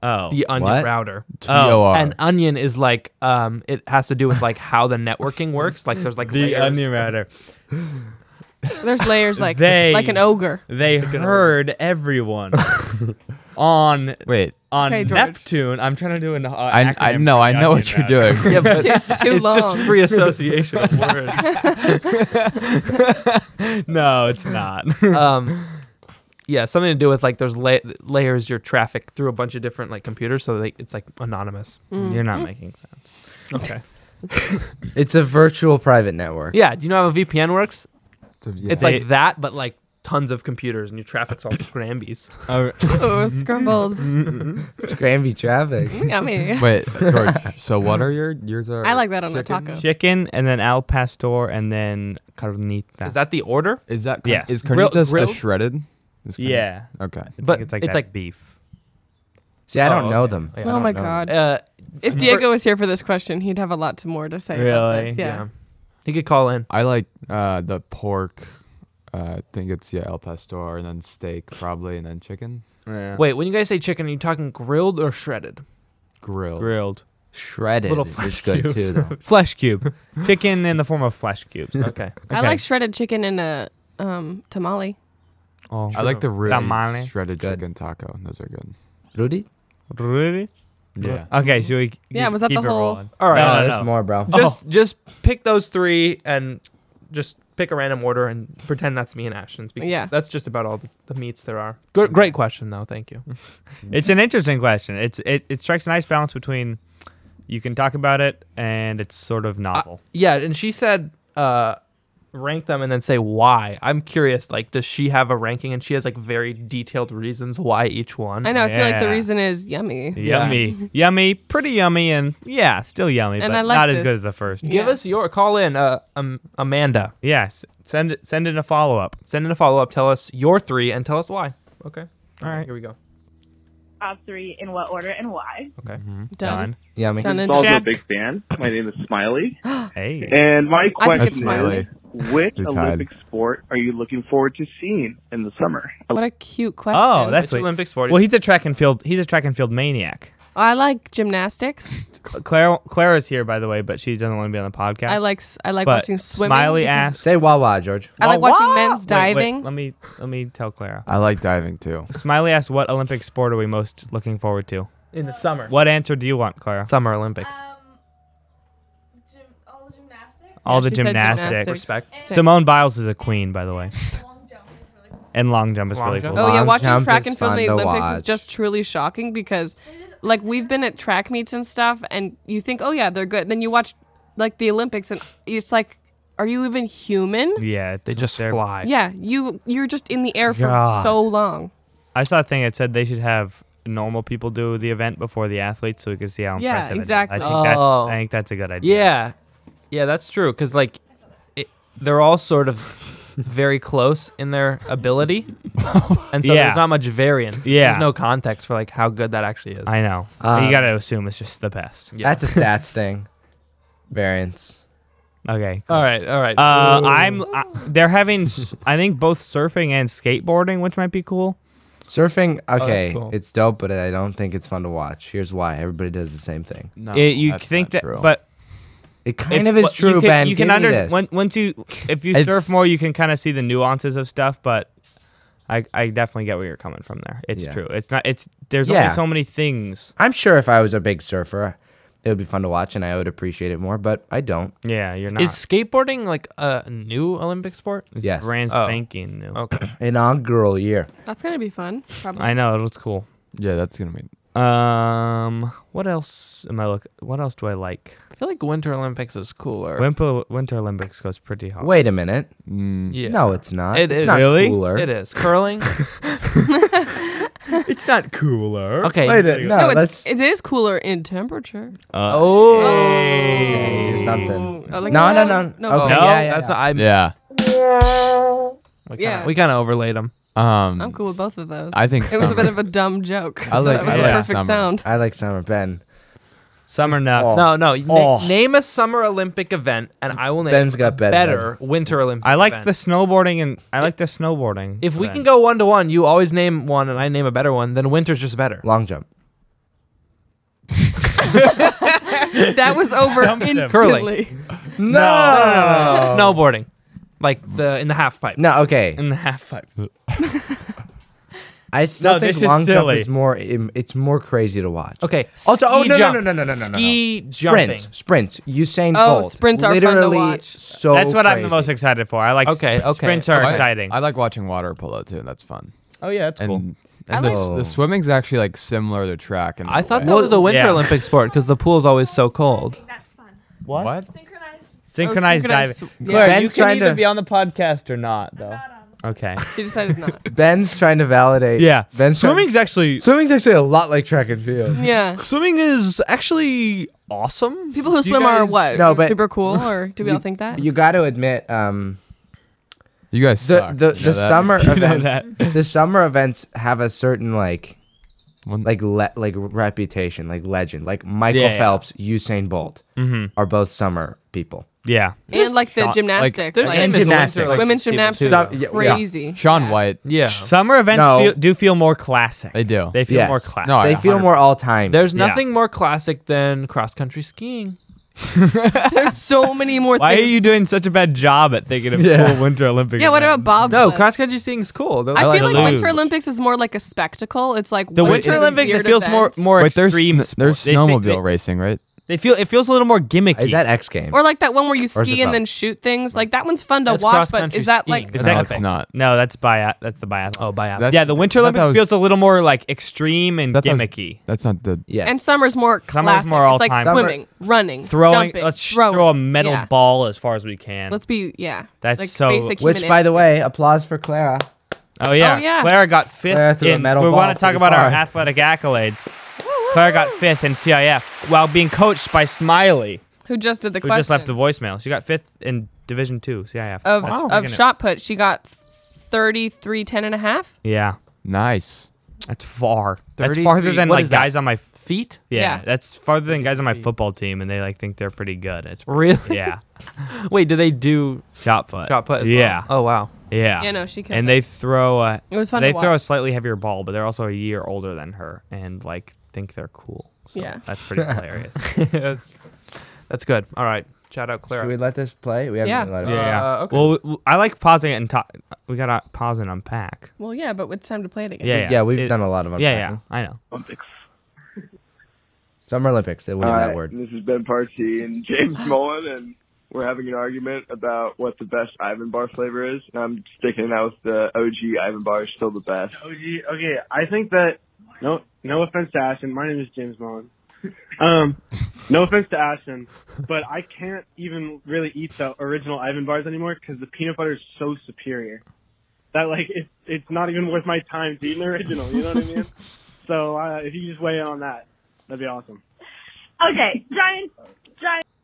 Speaker 1: Oh,
Speaker 5: the Onion
Speaker 3: What?
Speaker 5: Router.
Speaker 4: T-O-R.
Speaker 5: And onion is like um, it has to do with like how the networking works. Like there's like
Speaker 1: the
Speaker 5: layers.
Speaker 1: onion router.
Speaker 2: There's layers like
Speaker 1: They-
Speaker 2: like an ogre.
Speaker 1: They heard everyone on
Speaker 4: Wait,
Speaker 1: on
Speaker 2: Okay, George.
Speaker 1: Neptune. I'm trying to do an. Uh,
Speaker 4: I, I
Speaker 1: acronym
Speaker 4: know,
Speaker 1: for
Speaker 4: I
Speaker 1: the onion
Speaker 4: know what you're
Speaker 1: router.
Speaker 4: doing.
Speaker 5: Yeah, but
Speaker 2: It's too
Speaker 5: it's
Speaker 2: long.
Speaker 5: just free association of words.
Speaker 1: No, it's not.
Speaker 5: um, yeah, something to do with like there's la- layers your traffic through a bunch of different like computers, so they, it's like anonymous.
Speaker 2: Mm.
Speaker 1: you're not making sense.
Speaker 5: Okay.
Speaker 3: It's a virtual private network.
Speaker 5: yeah. Do you know how a VPN works? It's
Speaker 1: Yeah.
Speaker 5: like that, but like tons of computers and your traffic's all scrambies.
Speaker 2: oh, scrambled.
Speaker 3: It's Granby traffic.
Speaker 2: Yummy.
Speaker 4: wait, George. So what are your yours are?
Speaker 2: I like that on a
Speaker 4: chicken?
Speaker 2: taco.
Speaker 1: Chicken and then al pastor and then carnita.
Speaker 5: Is that the order?
Speaker 4: Is that
Speaker 1: Yes.
Speaker 4: is
Speaker 5: Grill-
Speaker 4: carnitas the
Speaker 5: grilled?
Speaker 4: shredded? Is carni-
Speaker 1: yeah?
Speaker 4: Okay.
Speaker 1: It's
Speaker 5: But
Speaker 1: like, it's like
Speaker 5: it's
Speaker 1: that
Speaker 5: like-
Speaker 1: beef.
Speaker 3: See, I don't
Speaker 5: Oh,
Speaker 3: know
Speaker 5: okay.
Speaker 3: them.
Speaker 5: Yeah, I
Speaker 2: oh
Speaker 5: don't
Speaker 2: my
Speaker 5: know.
Speaker 2: god.
Speaker 1: Eh,
Speaker 5: Uh,
Speaker 2: if
Speaker 5: for-
Speaker 2: Diego was here for this question, he'd have a lot to more to say about
Speaker 1: Really?
Speaker 2: this.
Speaker 5: yeah.
Speaker 2: Yeah.
Speaker 5: He could call in.
Speaker 4: I like uh, the pork. Uh, I think it's yeah, El Pastor, and then steak probably, and then chicken
Speaker 5: Wait, when you guys say chicken, are you talking grilled or shredded?
Speaker 4: grilled.
Speaker 1: grilled
Speaker 3: Shredded
Speaker 5: Little
Speaker 3: is
Speaker 5: flesh
Speaker 3: good
Speaker 5: cubes.
Speaker 3: too, though.
Speaker 1: flesh cube, chicken in the form of flesh cubes.
Speaker 5: Okay.
Speaker 2: I
Speaker 1: Okay.
Speaker 2: like shredded chicken in a um, tamale.
Speaker 1: Oh,
Speaker 4: I like the really
Speaker 1: Tamale.
Speaker 4: shredded
Speaker 3: Good.
Speaker 4: chicken taco. Those are good.
Speaker 3: Rudy?
Speaker 1: Oh, really?
Speaker 4: Yeah.
Speaker 1: Okay, so we
Speaker 2: Mm. Yeah,
Speaker 1: keep-
Speaker 2: was that
Speaker 1: keep
Speaker 2: the
Speaker 1: it
Speaker 2: whole-
Speaker 1: rolling.
Speaker 5: All right.
Speaker 1: No,
Speaker 3: oh,
Speaker 1: no,
Speaker 3: there's
Speaker 1: no.
Speaker 3: more, bro.
Speaker 5: Just just pick those three and just pick a random order and pretend that's me and Ashton's. Because
Speaker 2: Yeah.
Speaker 5: That's just about all the, the meats there are. Good, great question though. Thank you.
Speaker 1: It's an interesting question. It's it, it strikes a nice balance between you can talk about it and it's sort of novel.
Speaker 5: Yeah, and she said uh rank them and then say why. I'm curious like does she have a ranking and she has like very detailed reasons why each one?
Speaker 2: I know. I feel like the
Speaker 1: Yeah.
Speaker 2: reason is yummy.
Speaker 5: Uh, yeah.
Speaker 1: Yummy, yummy, pretty yummy, and yeah, still yummy,
Speaker 2: And
Speaker 1: but
Speaker 2: I like
Speaker 1: not as
Speaker 2: this.
Speaker 1: good as the first.
Speaker 5: Give
Speaker 2: Yeah.
Speaker 5: us your call in uh um, Amanda.
Speaker 1: Yes, send it- send in a follow up.
Speaker 5: Send in a follow up, tell us your 3 and tell us why. Okay. All
Speaker 1: right.
Speaker 5: Here we go.
Speaker 6: Top three in what order and why?
Speaker 5: Okay.
Speaker 2: Done.
Speaker 3: Yummy.
Speaker 2: Done and
Speaker 7: also
Speaker 1: Jack.
Speaker 7: a big fan. My name is Smiley.
Speaker 2: Oh.
Speaker 1: Hey,
Speaker 7: And my
Speaker 2: I think
Speaker 7: question
Speaker 2: it's
Speaker 7: is,
Speaker 2: Smiley.
Speaker 4: Smiley.
Speaker 7: which
Speaker 4: It's
Speaker 7: Olympic sport are you looking forward to seeing in the summer?
Speaker 2: What a cute question.
Speaker 1: Oh, that's
Speaker 5: It's
Speaker 1: what-
Speaker 5: Olympic sport.
Speaker 1: well, he's a track and field. He's a track and field maniac.
Speaker 2: Oh, I like gymnastics.
Speaker 1: Claire Clara's here, by the way, but she doesn't want to be on the podcast.
Speaker 2: I like s- I like
Speaker 1: But
Speaker 2: watching swimming.
Speaker 1: Smiley
Speaker 2: because-
Speaker 1: asked.
Speaker 3: Say wah wah, George.
Speaker 2: I like
Speaker 1: Wah,
Speaker 2: watching
Speaker 1: wah!
Speaker 2: men's
Speaker 1: Wait, wait,
Speaker 2: diving.
Speaker 1: let me let me tell Clara.
Speaker 4: I like diving too.
Speaker 1: Smiley asked, "What Olympic sport are we most looking forward to?"
Speaker 5: in the summer.
Speaker 1: What answer do you want, Clara?
Speaker 5: Summer Olympics.
Speaker 2: Oh.
Speaker 8: gym, all the gymnastics.
Speaker 1: All the
Speaker 2: she said
Speaker 1: gymnastics.
Speaker 5: Respect.
Speaker 8: Same.
Speaker 1: Simone Biles is a queen, by the way, and long jump is
Speaker 5: Long
Speaker 1: really
Speaker 5: jump?
Speaker 1: cool.
Speaker 2: Oh yeah,
Speaker 3: Long
Speaker 2: watching
Speaker 3: jump
Speaker 2: track
Speaker 3: is
Speaker 2: and field in the
Speaker 3: fun to
Speaker 2: Olympics is
Speaker 3: watch.
Speaker 2: just truly shocking because, like, we've been at track meets and stuff, and you think, oh yeah, they're good. Then you watch like the Olympics, and it's like, are you even human?
Speaker 1: Yeah,
Speaker 5: They
Speaker 1: it's-
Speaker 5: just
Speaker 1: they're-
Speaker 5: fly.
Speaker 2: Yeah, you you're just in the air for
Speaker 1: God.
Speaker 2: so long.
Speaker 1: I saw a thing that said they should have normal people do the event before the athletes, so we can see how
Speaker 2: Yeah,
Speaker 1: impressive. it is.
Speaker 2: exactly.
Speaker 1: I think that's
Speaker 5: Oh.
Speaker 1: I think that's a good idea.
Speaker 5: Yeah, yeah, that's true. Because like, it, they're all sort of very close in their ability, and so
Speaker 1: Yeah.
Speaker 5: there's not much variance.
Speaker 1: Yeah.
Speaker 5: there's no context for like how good that actually is.
Speaker 1: I know. you
Speaker 3: Um,
Speaker 1: gotta assume it's just the best.
Speaker 3: That's a stats thing. Variance.
Speaker 1: Okay.
Speaker 5: all right, all right.
Speaker 1: Uh, I'm. I, they're having. s- I think both surfing and skateboarding, which might be cool.
Speaker 3: Surfing, okay,
Speaker 5: Oh, cool.
Speaker 3: it's dope, but I don't think it's fun to watch. Here's why: everybody does the same thing.
Speaker 4: No,
Speaker 1: It- you
Speaker 4: Oh, that's
Speaker 1: think
Speaker 4: not
Speaker 1: that,
Speaker 4: true.
Speaker 1: but
Speaker 3: It kind
Speaker 1: If-
Speaker 3: of is
Speaker 1: well,
Speaker 3: true,
Speaker 1: you can,
Speaker 3: Ben.
Speaker 1: You
Speaker 3: Give
Speaker 1: can
Speaker 3: me
Speaker 1: understand
Speaker 3: this.
Speaker 1: once, once you if you surf
Speaker 3: It's-
Speaker 1: more, you can kind of see the nuances of stuff. But I I definitely get where you're coming from there. It's
Speaker 3: Yeah.
Speaker 1: true. It's not. It's there's
Speaker 3: Yeah.
Speaker 1: only so many things.
Speaker 3: I'm sure if I was a big surfer, it would be fun to watch, and I would appreciate it more. But I don't.
Speaker 1: Yeah, you're not.
Speaker 5: is skateboarding like a new Olympic sport?
Speaker 1: It's
Speaker 3: Yes.
Speaker 1: brand
Speaker 5: Oh.
Speaker 1: spanking new.
Speaker 5: Okay,
Speaker 3: Inaugural year.
Speaker 2: That's gonna be fun. Probably.
Speaker 1: I know it looks cool.
Speaker 4: yeah, that's gonna be.
Speaker 1: Um, what else am I look? What else do I like?
Speaker 5: I feel like Winter Olympics is cooler.
Speaker 1: Winter Winter Olympics goes pretty hard.
Speaker 3: Wait a minute.
Speaker 4: Mm,
Speaker 5: yeah.
Speaker 3: No, it's not.
Speaker 5: It
Speaker 3: it's
Speaker 5: is.
Speaker 3: not
Speaker 1: Really?
Speaker 3: cooler.
Speaker 5: It is curling.
Speaker 1: it's not cooler.
Speaker 5: Okay.
Speaker 3: Wait, a- no,
Speaker 2: no, it's,
Speaker 3: let's
Speaker 2: it is cooler in temperature.
Speaker 5: Oh.
Speaker 3: okay, do something.
Speaker 2: Oh, like-
Speaker 3: No, no, no,
Speaker 2: no.
Speaker 3: Okay,
Speaker 5: No,
Speaker 3: yeah, yeah,
Speaker 5: that's
Speaker 3: yeah.
Speaker 5: not. I'm,
Speaker 4: Yeah.
Speaker 5: We
Speaker 2: Yeah.
Speaker 5: kinda, we kind of overlaid them.
Speaker 4: Um,
Speaker 2: I'm cool with both of those.
Speaker 4: I think
Speaker 2: it was a
Speaker 4: summer.
Speaker 2: bit of a dumb joke.
Speaker 4: I
Speaker 2: So
Speaker 4: like-
Speaker 2: that was
Speaker 4: I
Speaker 2: the
Speaker 4: like
Speaker 2: perfect
Speaker 4: summer.
Speaker 2: sound.
Speaker 3: I like summer. Ben.
Speaker 1: Summer nuts.
Speaker 3: Oh.
Speaker 5: No, no. na-
Speaker 3: Oh.
Speaker 5: name a summer Olympic event, and I will name
Speaker 3: Ben's got
Speaker 5: a
Speaker 3: bed
Speaker 5: better winter Olympic.
Speaker 1: I like
Speaker 5: event.
Speaker 1: the snowboarding and I like the snowboarding.
Speaker 5: If we
Speaker 1: event.
Speaker 5: can go one to one, you always name one, and I name a better one. Then winter's just better.
Speaker 3: Long jump.
Speaker 2: That was over
Speaker 1: jump.
Speaker 2: instantly.
Speaker 3: No.
Speaker 5: Snowboarding, like the in the half pipe.
Speaker 3: No, okay.
Speaker 1: in the half pipe.
Speaker 3: I still
Speaker 1: No,
Speaker 3: think
Speaker 1: this is
Speaker 3: long jump
Speaker 1: silly.
Speaker 3: is more. im- It's more crazy to watch.
Speaker 5: Okay.
Speaker 3: Also, oh,
Speaker 5: ski
Speaker 3: no, no,
Speaker 5: jump.
Speaker 3: no, no, no, no, no, no.
Speaker 5: Ski jumping.
Speaker 3: Sprints, sprints. Usain
Speaker 2: Oh,
Speaker 3: Bolt.
Speaker 2: sprints are fun to
Speaker 3: Literally
Speaker 2: watch.
Speaker 3: So
Speaker 1: That's what I'm the
Speaker 3: crazy.
Speaker 1: most excited for. I like
Speaker 5: Okay,
Speaker 1: s-
Speaker 5: okay,
Speaker 1: sprints are
Speaker 4: I-
Speaker 1: exciting.
Speaker 4: I like watching water polo too. That's fun.
Speaker 1: oh yeah, that's
Speaker 4: And,
Speaker 1: cool. Oh.
Speaker 4: and the, s-
Speaker 3: like-
Speaker 4: the swimming's actually like similar to track. And
Speaker 5: I thought that was a winter
Speaker 1: Yeah.
Speaker 5: Olympic sport because the pool's always so cold.
Speaker 8: That's fun.
Speaker 1: What?
Speaker 4: what?
Speaker 8: Synchronized.
Speaker 1: Synchronized,
Speaker 2: Oh, synchronized
Speaker 1: diving.
Speaker 2: sw- yeah.
Speaker 1: Claire,
Speaker 3: Ben's
Speaker 1: you can
Speaker 3: trying
Speaker 5: e
Speaker 1: either
Speaker 3: to-
Speaker 1: be on the podcast or not, though.
Speaker 8: Not on.
Speaker 1: Okay.
Speaker 2: He decided not.
Speaker 3: Ben's trying to validate.
Speaker 1: yeah.
Speaker 3: Ben's trying-
Speaker 1: Swimming's actually
Speaker 3: swimming's actually a lot like track and field.
Speaker 2: Yeah.
Speaker 1: swimming is actually awesome.
Speaker 2: People who
Speaker 1: Do you
Speaker 2: swim are
Speaker 1: guys-
Speaker 2: what?
Speaker 3: No, but-
Speaker 2: super cool, or do we all think that?
Speaker 3: You got to admit, um,
Speaker 4: You guys
Speaker 3: the
Speaker 4: suck.
Speaker 3: the,
Speaker 4: You know
Speaker 3: the
Speaker 4: that?
Speaker 3: summer events, the summer events have a certain like,
Speaker 4: One-
Speaker 3: like le- like reputation, like legend, like Michael
Speaker 1: Yeah, yeah.
Speaker 3: Phelps, Usain Bolt are both summer people.
Speaker 1: Yeah.
Speaker 2: and like the
Speaker 4: Shot- like,
Speaker 2: gymnastics,
Speaker 5: There's
Speaker 2: like,
Speaker 3: And
Speaker 5: famous
Speaker 3: gymnastics.
Speaker 5: winter Olympic
Speaker 2: women's
Speaker 5: people,
Speaker 2: gymnastics,
Speaker 5: too.
Speaker 3: Stuff- yeah, yeah.
Speaker 2: crazy.
Speaker 4: Sean White.
Speaker 5: Yeah.
Speaker 1: Summer events
Speaker 3: No. Uh,
Speaker 1: feel, do feel more classic.
Speaker 4: They do.
Speaker 1: They feel
Speaker 3: Yes.
Speaker 1: more classic.
Speaker 4: No, I-
Speaker 3: They feel
Speaker 4: 100
Speaker 3: more all time.
Speaker 5: There's
Speaker 1: Yeah.
Speaker 5: nothing more classic than cross country skiing.
Speaker 2: There's so many more
Speaker 1: Why are
Speaker 2: things.
Speaker 1: you doing such a bad job at thinking of cool Winter Olympic?
Speaker 2: yeah, what
Speaker 1: events?
Speaker 2: about Bob's?
Speaker 5: No, cross country skiing's cool. They're
Speaker 2: I
Speaker 5: like-
Speaker 2: feel
Speaker 1: like
Speaker 2: like
Speaker 1: to
Speaker 2: Winter
Speaker 1: lose.
Speaker 2: Olympics is more like a spectacle. It's like
Speaker 1: the
Speaker 2: what is
Speaker 1: Winter
Speaker 2: a
Speaker 1: Olympics? It
Speaker 2: weird
Speaker 1: feels more
Speaker 2: event?
Speaker 1: more
Speaker 4: But there's,
Speaker 1: extreme.
Speaker 4: sn-
Speaker 1: sport.
Speaker 4: there's
Speaker 1: They think-
Speaker 4: snowmobile racing, right?
Speaker 1: They, they feel it feels a little more gimmicky.
Speaker 3: is that X game?
Speaker 2: Or like that one where you
Speaker 3: Or is
Speaker 2: ski
Speaker 3: it
Speaker 2: and then
Speaker 3: both?
Speaker 2: shoot things. Like that one's fun to
Speaker 5: That's
Speaker 2: watch, but
Speaker 5: cross-country
Speaker 2: is that
Speaker 5: skiing.
Speaker 2: like
Speaker 5: Is
Speaker 1: that
Speaker 4: no,
Speaker 1: okay?
Speaker 4: it's not.
Speaker 1: no, that's bi. That's the biathlon.
Speaker 5: oh, by app.
Speaker 4: That's-
Speaker 1: yeah, the Winter
Speaker 4: I thought that
Speaker 1: Olympics
Speaker 4: was-
Speaker 1: feels a little more like extreme and
Speaker 4: That sounds-
Speaker 1: gimmicky.
Speaker 4: That's not the.
Speaker 3: yes.
Speaker 2: and summer's more
Speaker 1: Summer's
Speaker 2: classic.
Speaker 1: more
Speaker 2: it's like
Speaker 1: all-time.
Speaker 3: Summer-
Speaker 2: swimming, running,
Speaker 1: Throwing,
Speaker 2: jumping,
Speaker 1: let's sh-
Speaker 2: throwing.
Speaker 1: throw a metal
Speaker 2: Yeah.
Speaker 1: ball as far as we can.
Speaker 2: Let's be yeah.
Speaker 1: That's
Speaker 2: like
Speaker 1: so-
Speaker 2: Basic
Speaker 3: Which,
Speaker 2: human
Speaker 3: by the
Speaker 2: instinct.
Speaker 3: way, applause for Clara.
Speaker 1: oh yeah,
Speaker 2: Oh, yeah.
Speaker 1: Clara got fifth.
Speaker 3: Clara threw a
Speaker 1: in,
Speaker 3: metal
Speaker 1: we
Speaker 3: ball
Speaker 1: want to talk
Speaker 3: pretty
Speaker 1: about our
Speaker 3: far.
Speaker 1: athletic accolades. Clara got fifth in CIF while being coached by Smiley,
Speaker 2: who just did the
Speaker 1: who
Speaker 2: question
Speaker 1: just left a voicemail. She got fifth in Division Two CIF
Speaker 2: of
Speaker 1: That's
Speaker 2: of
Speaker 1: freaking-
Speaker 2: shot put, she got 33 10 and a half.
Speaker 1: Yeah,
Speaker 4: Nice.
Speaker 1: that's far. That's
Speaker 5: 33
Speaker 1: farther than
Speaker 5: what
Speaker 1: like
Speaker 5: is that?
Speaker 1: guys on my f-
Speaker 5: Feet?
Speaker 1: yeah,
Speaker 2: Yeah.
Speaker 1: That's farther than guys on my football team, and they like think they're pretty good. It's
Speaker 5: Really?
Speaker 1: yeah,
Speaker 5: Wait, do they do
Speaker 1: shot put.
Speaker 5: shot put? As
Speaker 1: Yeah,
Speaker 5: Well? Oh wow.
Speaker 1: yeah.
Speaker 2: Yeah, no, she killed
Speaker 1: And
Speaker 2: it.
Speaker 1: they throw a.
Speaker 2: It was fun
Speaker 1: They
Speaker 2: to
Speaker 1: throw a
Speaker 2: watch.
Speaker 1: slightly heavier ball, but they're also a year older than her, and like think they're cool. So
Speaker 2: Yeah.
Speaker 1: that's pretty hilarious.
Speaker 5: that's, that's good. All right. Shout out Clara.
Speaker 3: Should we let this play? We haven't
Speaker 2: Yeah.
Speaker 3: even let it.
Speaker 1: Yeah. yeah.
Speaker 5: Uh, okay.
Speaker 1: Well, w- w- I like pausing it and talk. We gotta pause and unpack.
Speaker 2: Well, yeah, but it's time to play it again.
Speaker 1: Yeah,
Speaker 3: Yeah, we've
Speaker 1: It-
Speaker 3: done a lot of them.
Speaker 1: Yeah, yeah. I know.
Speaker 7: Olympics.
Speaker 3: Summer Olympics. It was
Speaker 7: Hi,
Speaker 3: that word.
Speaker 7: This is Ben Parsi and James Mullen, and we're having an argument about what the best Ivan Bar flavor is. And I'm sticking out with the OG Ivan Bar is still the best.
Speaker 9: OG, okay, I think that no no offense to Ashton, my name is James Mullen. Um, no offense to Ashton, but I can't even really eat the original Ivan bars anymore because the peanut butter is so superior that like it's it's not even worth my time to eat an original. You know what I mean? So uh, if you just weigh in on that, that'd be awesome.
Speaker 6: Okay, Giants.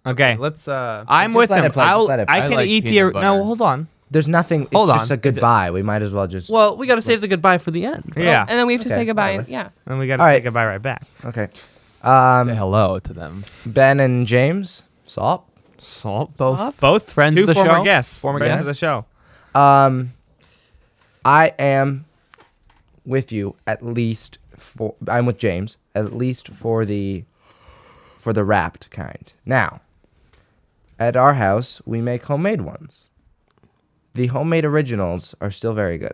Speaker 1: Okay.
Speaker 5: Let's uh
Speaker 1: I'm
Speaker 3: Just
Speaker 1: with
Speaker 3: let
Speaker 1: him.
Speaker 3: it play, just
Speaker 1: I'll,
Speaker 3: let it play.
Speaker 1: I
Speaker 4: I
Speaker 1: can
Speaker 4: like
Speaker 1: eat the.
Speaker 4: peanut
Speaker 1: or-
Speaker 4: butter.
Speaker 1: No, hold on.
Speaker 3: There's nothing. It's
Speaker 5: Hold
Speaker 3: just
Speaker 5: on.
Speaker 3: a goodbye. We might as well just.
Speaker 5: Well, we got to save the goodbye for the end.
Speaker 1: yeah.
Speaker 2: And then we have to
Speaker 3: Okay,
Speaker 2: say goodbye.
Speaker 3: whatever.
Speaker 2: Yeah.
Speaker 1: And we gotta
Speaker 3: All
Speaker 1: say
Speaker 3: right.
Speaker 1: goodbye right back.
Speaker 3: okay.
Speaker 4: Say
Speaker 3: Um,
Speaker 4: hello to them.
Speaker 3: ben and James. Salt.
Speaker 1: Salt.
Speaker 5: Both
Speaker 1: Both
Speaker 5: friends
Speaker 1: two
Speaker 5: of the
Speaker 1: former
Speaker 5: show?
Speaker 1: guests.
Speaker 5: Former
Speaker 1: friends
Speaker 5: guests?
Speaker 1: of the show.
Speaker 3: Um, I am with you at least for. I'm with James at least for the for the wrapped kind. Now, at our house, we make homemade ones. The homemade originals are still very good,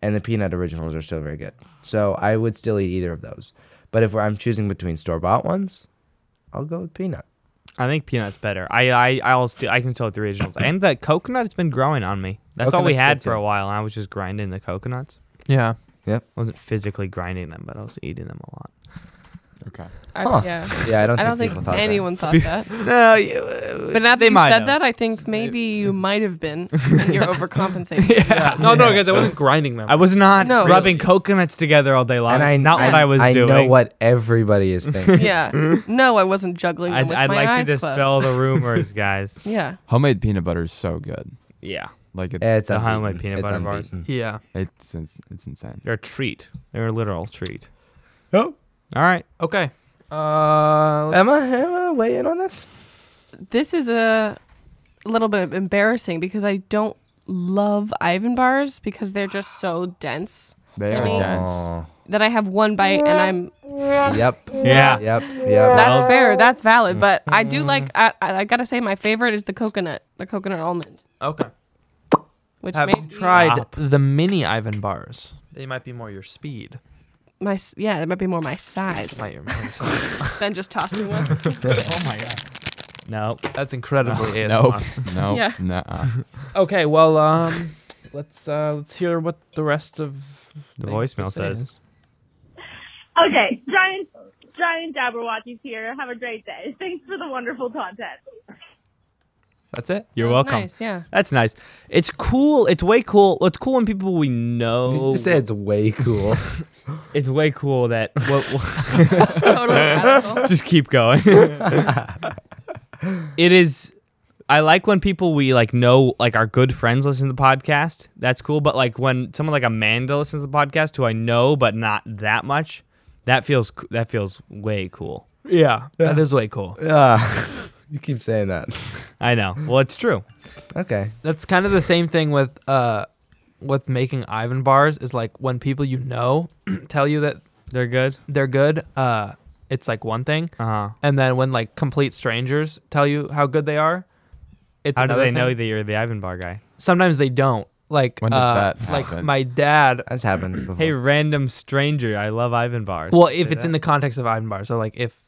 Speaker 3: and the peanut originals are still very good. So I would still eat either of those. But if I'm choosing between store bought ones, I'll go with peanut.
Speaker 1: I think peanuts better. I I I also do, I can still eat the originals. And the coconut has been growing on me. That's all we
Speaker 3: Coconut's
Speaker 1: had
Speaker 3: good,
Speaker 1: for a
Speaker 3: too.
Speaker 1: while. And I was just grinding the coconuts.
Speaker 5: Yeah.
Speaker 1: I wasn't physically grinding them, but I was eating them a lot.
Speaker 4: Okay.
Speaker 2: I,
Speaker 3: Huh.
Speaker 2: Yeah.
Speaker 3: Yeah, I don't.
Speaker 2: I don't think
Speaker 3: think, people thought that.
Speaker 2: anyone thought that.
Speaker 1: No, you, uh,
Speaker 2: But now that
Speaker 5: They
Speaker 2: you
Speaker 5: might
Speaker 2: said
Speaker 5: have.
Speaker 2: that, I think maybe you might have been. And you're overcompensating.
Speaker 5: Yeah. Uh, No, no, guys, I wasn't grinding them.
Speaker 1: I was not
Speaker 2: No.
Speaker 1: rubbing coconuts together all day long.
Speaker 3: And I
Speaker 1: It's not what I was
Speaker 3: I
Speaker 1: doing.
Speaker 3: know what everybody is thinking.
Speaker 2: yeah. No, I wasn't juggling them
Speaker 1: I'd,
Speaker 2: with
Speaker 1: I'd
Speaker 2: my
Speaker 1: like
Speaker 2: eyes
Speaker 1: to dispel
Speaker 2: closed.
Speaker 1: the rumors, guys.
Speaker 2: Yeah.
Speaker 4: Homemade peanut butter is so good.
Speaker 1: yeah,
Speaker 4: Like it's
Speaker 3: It's
Speaker 1: The
Speaker 3: unbeaten.
Speaker 1: homemade peanut
Speaker 3: It's
Speaker 1: butter bars.
Speaker 3: unbeaten.
Speaker 5: Yeah.
Speaker 3: Eh.
Speaker 4: it's it's, it's insane.
Speaker 1: they're a treat. They're a literal treat.
Speaker 3: Oh,
Speaker 1: All right,
Speaker 5: Okay. Uh,
Speaker 3: Emma, Emma, weigh in on this.
Speaker 2: This is a little bit embarrassing because I don't love Ivan bars because they're just so dense
Speaker 4: They are
Speaker 2: Jimmy.
Speaker 3: Oh.
Speaker 4: dense.
Speaker 2: that I have one bite and I'm
Speaker 3: Yep.
Speaker 1: Yeah.
Speaker 3: Yep. Yep.
Speaker 2: That's fair. That's valid. But I do like. I, I, I gotta say, my favorite is the coconut, the coconut almond,
Speaker 5: okay.
Speaker 2: which
Speaker 5: Have
Speaker 2: made
Speaker 5: you tried
Speaker 1: Up.
Speaker 5: the mini Ivan bars? They might be more your speed.
Speaker 2: my s- yeah, that might be more my size
Speaker 5: Might your- might your size.
Speaker 2: than just tossing one.
Speaker 1: no,
Speaker 5: That's incredibly
Speaker 4: Nope.
Speaker 5: ASMR.
Speaker 4: Nope.
Speaker 2: Yeah.
Speaker 4: Nuh-uh.
Speaker 5: Okay, well, um, let's uh, let's hear what the rest of
Speaker 1: the
Speaker 5: thing-
Speaker 1: voicemail
Speaker 5: thing
Speaker 1: says.
Speaker 5: is.
Speaker 6: Okay, giant, giant Jabberwockies here. Have a great day. Thanks for the wonderful content.
Speaker 5: That's it.
Speaker 1: You're
Speaker 2: That was
Speaker 1: welcome.
Speaker 2: Nice, yeah.
Speaker 1: That's nice. It's cool. It's way cool. It's cool when people we
Speaker 3: Did
Speaker 1: know.
Speaker 3: you say it's way cool?
Speaker 1: it's way cool that. What, what-
Speaker 2: Totally radical.
Speaker 1: just keep going. it is. I like when people we like know, like our good friends, listen to the podcast. That's cool. But like when someone like Amanda listens to the podcast, who I know but not that much, that feels co- that feels way cool.
Speaker 5: Yeah, that is way cool.
Speaker 3: Ah, you keep saying that.
Speaker 1: I know. Well, it's true.
Speaker 3: Okay.
Speaker 5: That's kind of the same thing with uh, with making Ivan bars is like when people you know tell you that
Speaker 1: They're good.
Speaker 5: they're good. Uh, it's like one thing,
Speaker 1: Uh huh.
Speaker 5: and then when like complete strangers tell you how good they are, it's
Speaker 1: How do
Speaker 5: another
Speaker 1: they
Speaker 5: thing.
Speaker 1: know that you're the Ivan Bar guy?
Speaker 5: Sometimes they don't. Like
Speaker 4: When does
Speaker 5: uh,
Speaker 4: that
Speaker 5: Like
Speaker 4: happen?
Speaker 5: my dad.
Speaker 3: That's happened before.
Speaker 1: Hey, random stranger, I love Ivan Bar.
Speaker 5: Well, if it's in the context of Ivan bar, so like if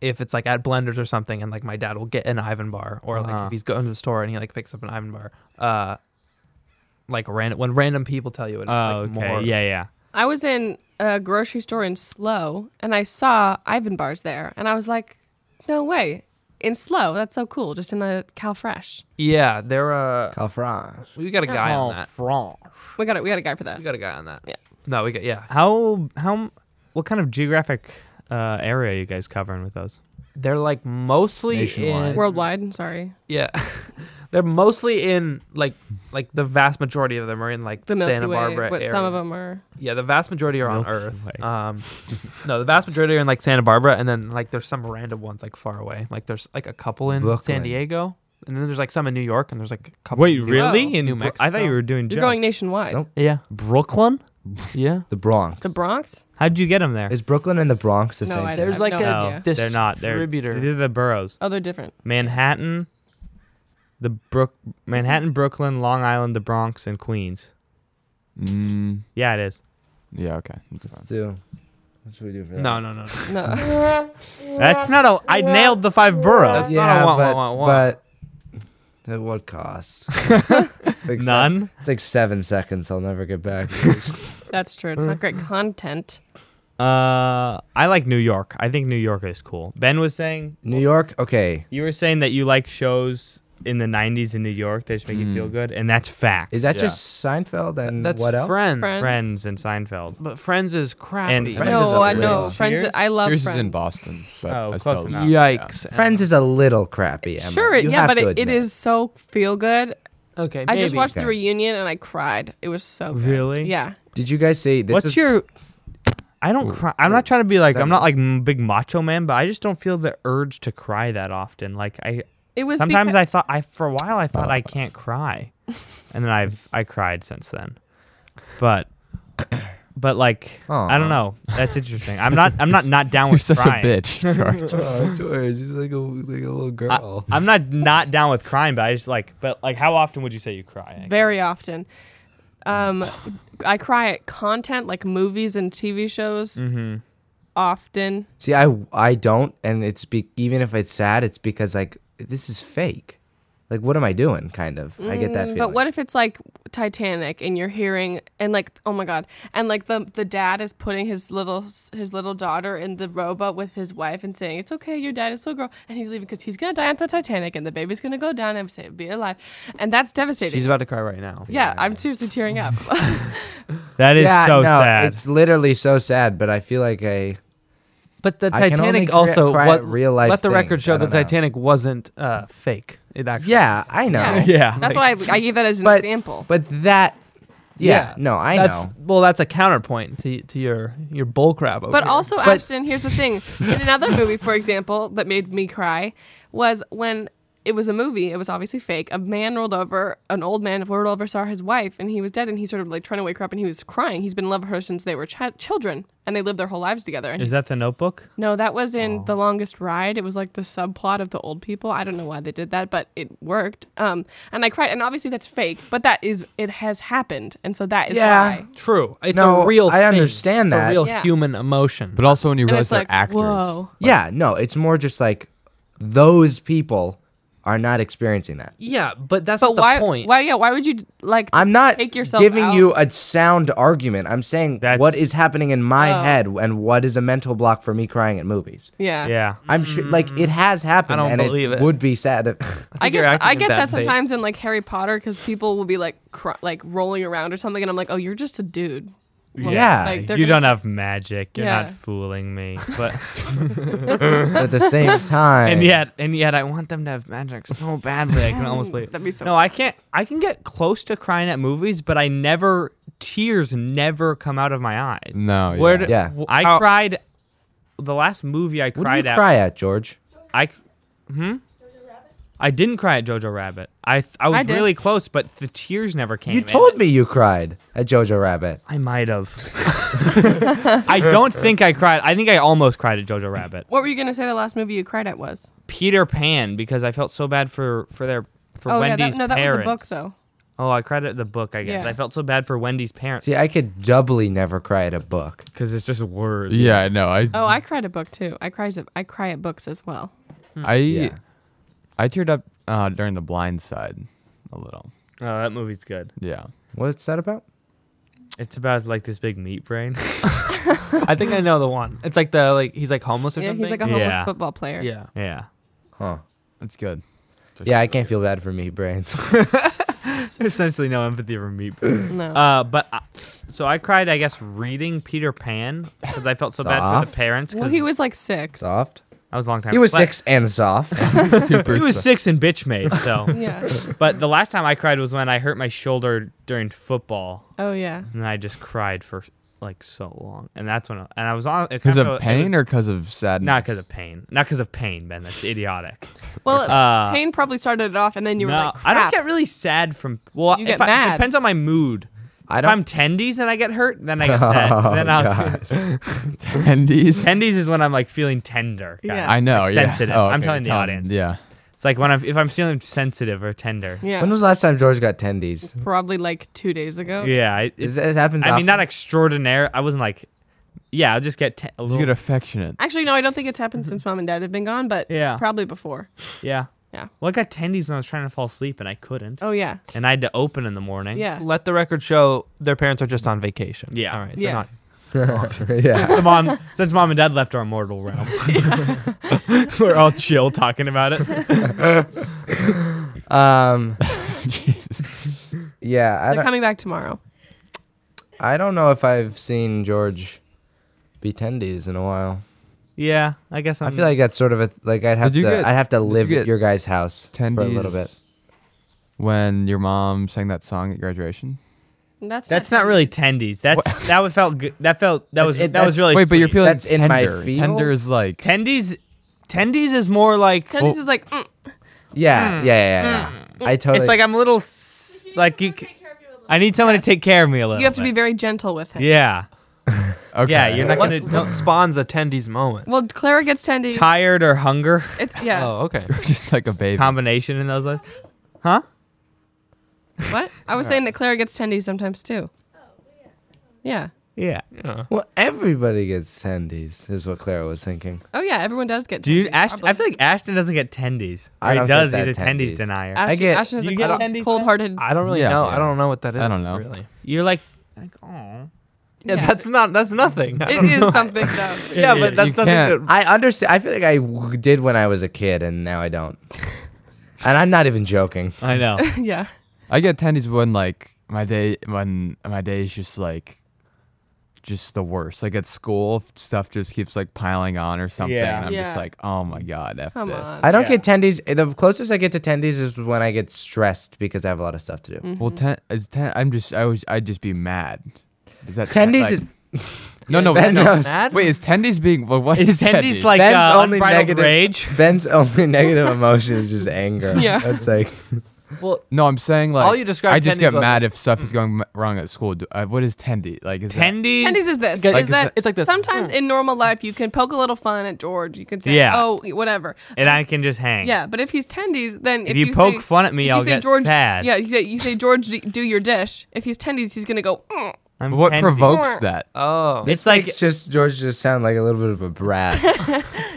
Speaker 5: if it's like at Blenders or something, and like my dad will get an Ivan bar, or like
Speaker 1: Uh-huh.
Speaker 5: if he's going to the store and he like picks up an Ivan bar, uh, like random when random people tell you it,
Speaker 1: Oh,
Speaker 5: like
Speaker 1: okay.
Speaker 5: more.
Speaker 1: Yeah, yeah.
Speaker 2: I was in a grocery store in Slow, and I saw Ivan bars there, and I was like, no way. In Slow, that's so cool. Just in a Cal Fresh.
Speaker 5: yeah, they're uh,
Speaker 3: Calfrage.
Speaker 5: we got a guy on that.
Speaker 2: We got it. We got a guy for that.
Speaker 5: We got a guy on that.
Speaker 2: Yeah.
Speaker 5: No, we got yeah.
Speaker 1: How how what kind of geographic uh, area are you guys covering with those?
Speaker 5: They're like mostly
Speaker 3: Nationwide.
Speaker 5: in
Speaker 2: Worldwide. I'm sorry.
Speaker 5: Yeah. They're mostly in like like the vast majority of them are in like
Speaker 2: The Milky
Speaker 5: Santa
Speaker 2: Way,
Speaker 5: Barbara
Speaker 2: but
Speaker 5: area.
Speaker 2: some of them are.
Speaker 5: Yeah, the vast majority are on
Speaker 1: Milky
Speaker 5: Earth.
Speaker 1: Way.
Speaker 5: Um, no, the vast majority are in like Santa Barbara, and then like there's some random ones like far away. Like there's like a couple in
Speaker 3: Brooklyn.
Speaker 5: San Diego, and then there's like some in New York, and there's like a couple.
Speaker 1: Wait,
Speaker 5: in New-
Speaker 1: really?
Speaker 2: Mexico.
Speaker 1: In
Speaker 5: New
Speaker 1: Bro- I thought you
Speaker 5: Mexico.
Speaker 1: were doing.
Speaker 2: You're
Speaker 1: Joe.
Speaker 2: going nationwide.
Speaker 3: Nope.
Speaker 5: Yeah,
Speaker 1: Brooklyn?
Speaker 5: yeah.
Speaker 3: The Bronx.
Speaker 2: The Bronx?
Speaker 1: How'd you get them there?
Speaker 3: Is Brooklyn and the Bronx the
Speaker 2: No,
Speaker 3: same?
Speaker 2: I
Speaker 3: thing?
Speaker 5: There's
Speaker 2: have
Speaker 5: like
Speaker 2: no
Speaker 5: a
Speaker 2: idea.
Speaker 5: dis-
Speaker 1: They're not. They're
Speaker 5: distributor.
Speaker 1: They're the boroughs.
Speaker 2: Oh, they're different.
Speaker 1: Manhattan, the Brook, Manhattan, Brooklyn, Long Island, the Bronx, and Queens.
Speaker 4: Mm,
Speaker 1: Yeah, it is.
Speaker 4: yeah. Okay. That's fine.
Speaker 3: Let's do. What should we do for that?
Speaker 5: No, no, no. no.
Speaker 2: No.
Speaker 1: That's not a. I nailed the five boroughs.
Speaker 5: That's not a
Speaker 3: Yeah,
Speaker 5: wah, wah,
Speaker 3: but,
Speaker 5: wah, wah.
Speaker 3: but at what cost? Like se-
Speaker 1: None.
Speaker 3: It's like seven seconds. I'll never get back.
Speaker 2: That's true. It's not great content.
Speaker 1: Uh, I like New York. I think New York is cool. Ben was saying
Speaker 3: New York. Okay.
Speaker 1: you were saying that you like shows in the '90s in New York that just make you feel good, and that's fact.
Speaker 3: Is that just Seinfeld and
Speaker 5: That's
Speaker 3: what else?
Speaker 5: Friends.
Speaker 2: Friends.
Speaker 1: Friends and Seinfeld?
Speaker 5: But Friends is crappy.
Speaker 1: And Friends is
Speaker 2: no,
Speaker 1: a
Speaker 2: I
Speaker 1: real-
Speaker 2: know. Friends.
Speaker 1: Cheers?
Speaker 2: I love
Speaker 4: Yours
Speaker 2: friends.
Speaker 4: is in Boston, but
Speaker 1: Oh,
Speaker 4: I
Speaker 1: close
Speaker 4: still
Speaker 1: enough.
Speaker 5: Yikes. Emma.
Speaker 3: Friends is a little crappy. Emma.
Speaker 2: Sure,
Speaker 3: You
Speaker 2: yeah,
Speaker 3: have
Speaker 2: but
Speaker 3: to
Speaker 2: it, it
Speaker 3: admit.
Speaker 2: is so feel good.
Speaker 5: Okay.
Speaker 2: I just
Speaker 5: maybe.
Speaker 2: watched the
Speaker 3: Okay.
Speaker 2: reunion and I cried. It was so good.
Speaker 1: Really?
Speaker 2: Yeah.
Speaker 3: Did you guys see this?
Speaker 1: What's
Speaker 3: is,
Speaker 1: your? I don't cry. I'm not trying to be like
Speaker 3: that
Speaker 1: I'm not like m- big macho man, but I just don't feel the urge to cry that often. Like I
Speaker 2: It was
Speaker 1: sometimes
Speaker 2: because,
Speaker 1: I thought I for a while I
Speaker 3: Oh.
Speaker 1: thought I can't cry, and then I've I cried since then, but but like I don't
Speaker 3: Aw.
Speaker 1: know. That's interesting. I'm not I'm not not down with
Speaker 4: You're such
Speaker 1: crying.
Speaker 4: a bitch. George.
Speaker 3: Oh, George, she's like a like a little girl.
Speaker 1: I'm not not down with crying, but I just like but like how often would you say you cry?
Speaker 2: very often. Um, I cry at content like movies and TV shows
Speaker 1: Mm-hmm.
Speaker 2: often.
Speaker 3: See, I I don't, and it's be, even if it's sad, it's because like this is fake. like what am I doing? Kind of. I get that
Speaker 2: Mm,
Speaker 3: feeling.
Speaker 2: But what if it's like Titanic and you're hearing and like oh my god and like the the dad is putting his little his little daughter in the rowboat with his wife and saying it's okay your dad is still a girl and he's leaving because he's gonna die on the Titanic and the baby's gonna go down and sa- be alive and that's devastating.
Speaker 5: She's about to cry right now.
Speaker 2: yeah, I'm seriously tearing up.
Speaker 1: That is
Speaker 3: yeah,
Speaker 1: so
Speaker 3: no,
Speaker 1: sad.
Speaker 3: It's literally so sad, but I feel like a
Speaker 5: But the
Speaker 3: I can only
Speaker 5: Titanic
Speaker 3: crea-
Speaker 5: also
Speaker 3: cry
Speaker 5: what
Speaker 3: at real-life
Speaker 5: Let the record
Speaker 3: things. I
Speaker 5: show the
Speaker 3: don't know.
Speaker 5: Titanic wasn't uh, fake. It actually.
Speaker 3: Yeah, I know.
Speaker 2: Yeah.
Speaker 1: yeah.
Speaker 2: that's why I, I gave that as an
Speaker 3: But
Speaker 2: example.
Speaker 3: but that yeah, no, I
Speaker 5: that's,
Speaker 3: know.
Speaker 5: Well, that's a counterpoint to, to your your bullcrap. over
Speaker 2: But
Speaker 5: here.
Speaker 2: also,
Speaker 3: But-
Speaker 2: Ashton, here's the thing. In another movie, for example, that made me cry was when it was a movie, it was obviously fake. A man rolled over, an old man rolled over, saw his wife, and he was dead. And he sort of like trying to wake her up, and he was crying. He's been in love with her since they were chi- children, and they lived their whole lives together. And
Speaker 1: Is that the notebook?
Speaker 2: no, that was
Speaker 3: Oh.
Speaker 2: in The Longest Ride. It was like the subplot of the old people. I don't know why they did that, but it worked. Um, and I cried, and obviously that's fake, but that is it has happened, and so that is
Speaker 3: Yeah.
Speaker 2: why.
Speaker 5: true. It's
Speaker 3: No,
Speaker 5: a real.
Speaker 3: I
Speaker 5: thing.
Speaker 3: understand
Speaker 5: it's
Speaker 3: that.
Speaker 5: A real
Speaker 2: Yeah.
Speaker 5: human emotion.
Speaker 4: But also when you
Speaker 2: And
Speaker 4: realize
Speaker 2: it's
Speaker 4: they're
Speaker 2: like,
Speaker 4: actors.
Speaker 2: whoa.
Speaker 3: yeah, no, it's more just like those people are not experiencing that.
Speaker 5: yeah, but that's
Speaker 2: But
Speaker 5: not
Speaker 2: why?
Speaker 5: the point.
Speaker 2: Why? Yeah. Why would you like?
Speaker 3: I'm not
Speaker 2: take yourself
Speaker 3: giving
Speaker 2: out?
Speaker 3: you a sound argument. I'm saying
Speaker 1: That's-
Speaker 3: what is happening in my
Speaker 2: Oh.
Speaker 3: head and what is a mental block for me crying at movies.
Speaker 2: Yeah.
Speaker 1: Yeah.
Speaker 3: I'm sure, like it has happened,
Speaker 5: I don't
Speaker 3: and
Speaker 5: believe it.
Speaker 3: would be sad. If,
Speaker 2: I
Speaker 5: think you're
Speaker 2: get
Speaker 5: acting
Speaker 2: I
Speaker 5: in
Speaker 2: get
Speaker 5: bad
Speaker 2: that
Speaker 5: faith.
Speaker 2: sometimes in like Harry Potter because people will be like cr- like rolling around or something, and I'm like, oh, you're just a dude. Well,
Speaker 3: Yeah.
Speaker 2: they're
Speaker 1: you
Speaker 2: gonna
Speaker 1: don't have magic. You're
Speaker 2: Yeah.
Speaker 1: not fooling me. But
Speaker 3: but at the same time,
Speaker 1: and yet and yet I want them to have magic so badly I can almost believe. it.
Speaker 2: That'd be so
Speaker 1: no, I can't I can get close to crying at movies, but I never tears never come out of my eyes.
Speaker 4: No.
Speaker 5: Where?
Speaker 4: yeah.
Speaker 5: do-
Speaker 3: Yeah.
Speaker 5: w-
Speaker 1: I
Speaker 5: how-
Speaker 1: cried the last movie I
Speaker 3: what do you
Speaker 1: cried at
Speaker 3: cry at, George?
Speaker 1: I hmm? I didn't cry at Jojo Rabbit. I th- I was
Speaker 2: I did.
Speaker 1: really close, but the tears never came.
Speaker 3: You
Speaker 1: in.
Speaker 3: told me you cried at Jojo Rabbit.
Speaker 1: I might have. I don't think I cried. I think I almost cried at Jojo Rabbit.
Speaker 2: What were you gonna say? The last movie you cried at was?
Speaker 1: Peter Pan because I felt so bad for for their for
Speaker 2: oh
Speaker 1: Wendy's
Speaker 2: yeah, that, no, that was
Speaker 1: parents.
Speaker 2: the book though.
Speaker 1: Oh, I cried at the book. I guess
Speaker 2: Yeah.
Speaker 1: I felt so bad for Wendy's parents
Speaker 3: See, I could doubly never cry at a book.
Speaker 1: because it's just words.
Speaker 4: Yeah, I know. I
Speaker 2: Oh, I cried at book too. I cries at, I cry at books as well.
Speaker 4: I
Speaker 3: Yeah.
Speaker 4: I teared up uh, during The Blind Side a little.
Speaker 1: Oh, that movie's good.
Speaker 4: Yeah.
Speaker 3: What's that about?
Speaker 1: It's about like this big meat brain.
Speaker 5: I think I know the one. It's like the like he's like homeless or
Speaker 2: Yeah,
Speaker 5: something.
Speaker 2: he's like a homeless
Speaker 1: Yeah.
Speaker 2: football player.
Speaker 5: yeah.
Speaker 1: yeah.
Speaker 3: Huh?
Speaker 4: That's good.
Speaker 3: Yeah, I can't feel bad for me brains.
Speaker 1: Essentially, no empathy for meat. Brain.
Speaker 2: No.
Speaker 1: Uh, but I, so I cried, I guess, reading Peter Pan because I felt so bad for
Speaker 3: Soft.
Speaker 1: the parents. 'cause
Speaker 2: well, he was like six.
Speaker 3: soft.
Speaker 1: that was a long time.
Speaker 3: He was
Speaker 1: but-
Speaker 3: six and soft.
Speaker 4: Super.
Speaker 1: He was six and bitch made. So,
Speaker 2: Yeah.
Speaker 1: but the last time I cried was when I hurt my shoulder during football,
Speaker 2: Oh yeah.
Speaker 1: and I just cried for like so long, and that's when I, and I was on
Speaker 4: because of pain or because of sadness.
Speaker 1: not because of pain, not because of pain, Ben. That's idiotic.
Speaker 2: Well,
Speaker 1: Uh,
Speaker 2: Payne probably started it off, and then you were
Speaker 1: no,
Speaker 2: like,
Speaker 1: I don't
Speaker 2: crap.
Speaker 1: get really sad from. Well,
Speaker 2: You
Speaker 1: if
Speaker 2: get
Speaker 1: I-
Speaker 2: mad.
Speaker 1: depends on my mood.
Speaker 3: I
Speaker 1: if
Speaker 3: don't.
Speaker 1: I'm tendies and I get hurt, then I get sad.
Speaker 3: Oh,
Speaker 1: then I'll
Speaker 3: gosh.
Speaker 4: tendies.
Speaker 1: tendies is when I'm like feeling tender. kinda.
Speaker 2: Yeah.
Speaker 4: I know.
Speaker 1: Like,
Speaker 4: yeah.
Speaker 1: sensitive.
Speaker 4: Oh,
Speaker 1: I'm
Speaker 4: okay.
Speaker 1: telling the
Speaker 4: Tell-
Speaker 1: audience.
Speaker 4: Yeah.
Speaker 1: It's like when I'm if I'm feeling sensitive or tender.
Speaker 2: Yeah.
Speaker 3: When was the last time George got tendies?
Speaker 2: probably like two days ago.
Speaker 1: Yeah, it,
Speaker 3: Is
Speaker 1: it's,
Speaker 3: it happens?
Speaker 1: I mean, not
Speaker 3: often?
Speaker 1: extraordinary. I wasn't like, yeah, I'll just get te- a
Speaker 4: You
Speaker 1: little.
Speaker 4: get affectionate.
Speaker 2: Actually, no, I don't think it's happened since mom and dad have been gone, but
Speaker 1: Yeah.
Speaker 2: probably before.
Speaker 1: yeah,
Speaker 2: Yeah.
Speaker 1: Well, I got tendies when I was trying to fall asleep and I couldn't,
Speaker 2: Oh yeah.
Speaker 1: and I had to open in the morning.
Speaker 2: Yeah.
Speaker 5: Let the record show their parents are just on vacation.
Speaker 1: Yeah.
Speaker 5: All right.
Speaker 2: Yes.
Speaker 5: They're not.
Speaker 3: yeah.
Speaker 1: The mom, since mom and dad left our mortal realm, we're all chill talking about it.
Speaker 3: Um.
Speaker 4: Jesus.
Speaker 3: Yeah. I
Speaker 2: They're
Speaker 3: don't.
Speaker 2: coming back tomorrow.
Speaker 3: I don't know if I've seen George be tendies in a while.
Speaker 1: Yeah, I guess I'm,
Speaker 3: I feel like that's sort of a like I'd have to
Speaker 4: Hmm. Did you get-
Speaker 3: I'd have to live
Speaker 4: you
Speaker 3: at
Speaker 4: get
Speaker 3: your guys' house
Speaker 4: Tendies.
Speaker 3: for a little bit.
Speaker 4: When your mom sang that song at graduation.
Speaker 2: And That's
Speaker 1: that's not really tendies. That's that was felt good. That felt that
Speaker 3: That's-
Speaker 1: was
Speaker 3: it-
Speaker 1: that was
Speaker 3: that's-
Speaker 1: really.
Speaker 4: Wait, but you're
Speaker 1: sweet.
Speaker 4: feeling
Speaker 3: That's in my
Speaker 4: tender.
Speaker 3: field?
Speaker 4: Tender is like
Speaker 1: tendies. Tendies is more like
Speaker 2: Tennis is like, mm,
Speaker 3: Yeah, yeah, yeah, yeah. I totally.
Speaker 1: Hmm. it's like I'm a little s- like you.
Speaker 8: Someone
Speaker 1: c-
Speaker 8: take care of you a little.
Speaker 1: I need someone to take care of me a little.
Speaker 2: you have to be
Speaker 1: bit.
Speaker 2: very gentle with him.
Speaker 1: Oh, Yeah.
Speaker 4: okay.
Speaker 1: Yeah, you're not
Speaker 5: What,
Speaker 1: gonna
Speaker 5: what
Speaker 1: don't
Speaker 5: spawns a tendies moment?
Speaker 2: Well, Clara gets tendies.
Speaker 1: tired or hunger
Speaker 2: It's yeah.
Speaker 5: Oh, okay.
Speaker 4: just like a baby.
Speaker 1: combination in those lines. Huh?
Speaker 2: What? I was saying that Clara gets tendies sometimes too. Yeah.
Speaker 1: Yeah.
Speaker 5: Yeah.
Speaker 3: Well, everybody gets tendies, is what Clara was thinking.
Speaker 2: Oh yeah, everyone does get.
Speaker 1: Dude,
Speaker 2: tendies,
Speaker 1: Ashton,
Speaker 2: probably.
Speaker 1: I feel like Ashton doesn't get tendies.
Speaker 3: I
Speaker 1: Or he
Speaker 3: don't get
Speaker 1: does. He's a
Speaker 3: that
Speaker 1: tendies
Speaker 3: tendies.
Speaker 1: denier.
Speaker 2: Ashton,
Speaker 3: I get-
Speaker 2: Ashton has
Speaker 1: Do
Speaker 2: a
Speaker 1: you get
Speaker 2: cold-
Speaker 1: tendies,
Speaker 2: cold-hearted.
Speaker 5: I don't really
Speaker 4: Yeah,
Speaker 5: know.
Speaker 4: yeah.
Speaker 5: I don't know what that is.
Speaker 4: I don't know.
Speaker 5: Really.
Speaker 1: You're like, like, oh.
Speaker 5: Yeah,
Speaker 2: Yeah.
Speaker 5: that's not. That's nothing. I
Speaker 2: It
Speaker 5: don't know.
Speaker 2: is something though.
Speaker 5: Yeah,
Speaker 4: You
Speaker 5: but that's nothing.
Speaker 1: Um,
Speaker 4: can't.
Speaker 5: That,
Speaker 3: I understand. I feel like I w- did when I was a kid, and now I don't. and I'm not even joking.
Speaker 1: I know.
Speaker 2: yeah.
Speaker 4: I get tendies when like my day when my day is just like just the worst. Like at school, stuff just keeps like piling on or something.
Speaker 1: Yeah.
Speaker 4: and I'm just
Speaker 2: Yeah.
Speaker 4: like, oh my god, f
Speaker 2: Come
Speaker 4: this.
Speaker 2: on.
Speaker 3: I don't get tendies. The closest I get to tendies is when I get stressed because I have a lot of stuff to do.
Speaker 1: Hmm.
Speaker 4: Well, ten is ten. I'm just I was I'd just be mad. Is that
Speaker 3: Tendies
Speaker 4: like-
Speaker 3: is
Speaker 4: no no
Speaker 3: Ben
Speaker 4: no.
Speaker 3: knows.
Speaker 4: Wait, is tendies being well, what
Speaker 1: Is tendies like
Speaker 3: Ben's
Speaker 1: uh,
Speaker 3: only
Speaker 1: unbridled
Speaker 3: negative-
Speaker 1: rage?
Speaker 3: Ben's only negative emotion is just anger.
Speaker 2: Yeah.
Speaker 3: that's like
Speaker 5: well,
Speaker 4: No, I'm saying like
Speaker 5: All you described
Speaker 4: I just
Speaker 5: tendies
Speaker 4: get
Speaker 5: was-
Speaker 4: mad if stuff is going m- wrong at school. Do- uh, what is tendy like? Is that-
Speaker 1: Tendies.
Speaker 2: Tendies is this.
Speaker 5: Like,
Speaker 2: is
Speaker 4: it's
Speaker 2: that
Speaker 4: like-
Speaker 5: it's like this.
Speaker 2: Sometimes in normal life, you can poke a little fun at George. You can say,
Speaker 1: Yeah.
Speaker 2: "Oh, whatever."
Speaker 1: and I can just hang.
Speaker 2: Yeah, but if he's tendies, then if,
Speaker 1: you poke
Speaker 2: say-
Speaker 1: fun at me,
Speaker 2: if you
Speaker 1: I'll
Speaker 2: say,
Speaker 1: get
Speaker 2: George,
Speaker 1: sad.
Speaker 2: Yeah, you say, you say George, d- do your dish. If he's tendies, he's gonna go. Mm.
Speaker 1: I'm
Speaker 4: what
Speaker 1: tendies.
Speaker 4: provokes that?
Speaker 5: oh,
Speaker 1: It's like
Speaker 3: it's just George just sound like a little bit of a brat.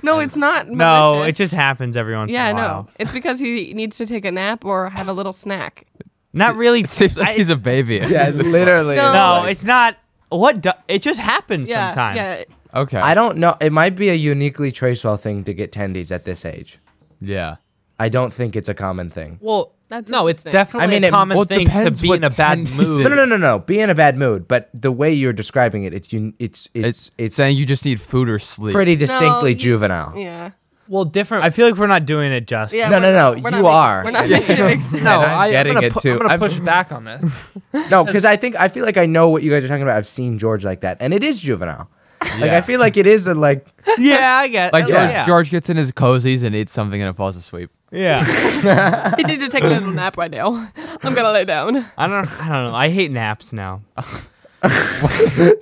Speaker 2: No, it's not.
Speaker 1: Uh, no.
Speaker 2: malicious.
Speaker 1: It just happens every once
Speaker 2: Yeah,
Speaker 1: in a while.
Speaker 2: no. It's because he needs to take a nap or have a little snack.
Speaker 1: Not really.
Speaker 4: It seems like
Speaker 1: I-
Speaker 4: he's a baby.
Speaker 3: yeah,
Speaker 4: This is-
Speaker 3: literally.
Speaker 2: No.
Speaker 1: no, it's not. What do, it just happens
Speaker 2: Yeah,
Speaker 1: sometimes.
Speaker 2: yeah.
Speaker 4: Okay.
Speaker 3: I don't know. It might be a uniquely Tracewell thing to get tendies at this age.
Speaker 4: yeah.
Speaker 3: I don't think it's a common thing.
Speaker 5: well,
Speaker 2: That's
Speaker 5: no. It's
Speaker 2: interesting.
Speaker 5: definitely
Speaker 3: I mean,
Speaker 5: a
Speaker 3: it-
Speaker 5: common
Speaker 4: well, it
Speaker 5: thing to
Speaker 4: depends
Speaker 5: be
Speaker 4: what
Speaker 5: in a bad
Speaker 4: tendies
Speaker 5: mood.
Speaker 3: No, no, no, no, no. Be in a bad mood, but the way you're describing it, it's un- it's it's
Speaker 4: It's it's saying you just need food or sleep.
Speaker 3: pretty distinctly
Speaker 2: you-
Speaker 3: juvenile.
Speaker 2: Yeah.
Speaker 5: Well, different.
Speaker 1: I feel like we're not doing it justice.
Speaker 2: Yeah.
Speaker 3: No,
Speaker 2: we're
Speaker 3: no, no,
Speaker 2: not- we're
Speaker 3: you
Speaker 2: not making-
Speaker 3: are.
Speaker 2: we're not making it make sense.
Speaker 5: no,
Speaker 3: I'm
Speaker 5: I,
Speaker 3: getting
Speaker 5: am gonna
Speaker 3: it
Speaker 5: pu-
Speaker 3: too.
Speaker 5: I'm gonna
Speaker 3: I'm-
Speaker 5: push back on this.
Speaker 3: No, because I think I feel like I know what you guys are talking about. I've seen George like that, and it is juvenile. Like
Speaker 4: Yeah.
Speaker 3: I feel like it is a like.
Speaker 1: Yeah, I get.
Speaker 4: Like George,
Speaker 1: yeah.
Speaker 4: George gets in his cozies and eats something and it falls asleep.
Speaker 1: Yeah.
Speaker 2: I need to take a little nap right now. I'm gonna lay down.
Speaker 1: I don't. I don't know. I hate naps now.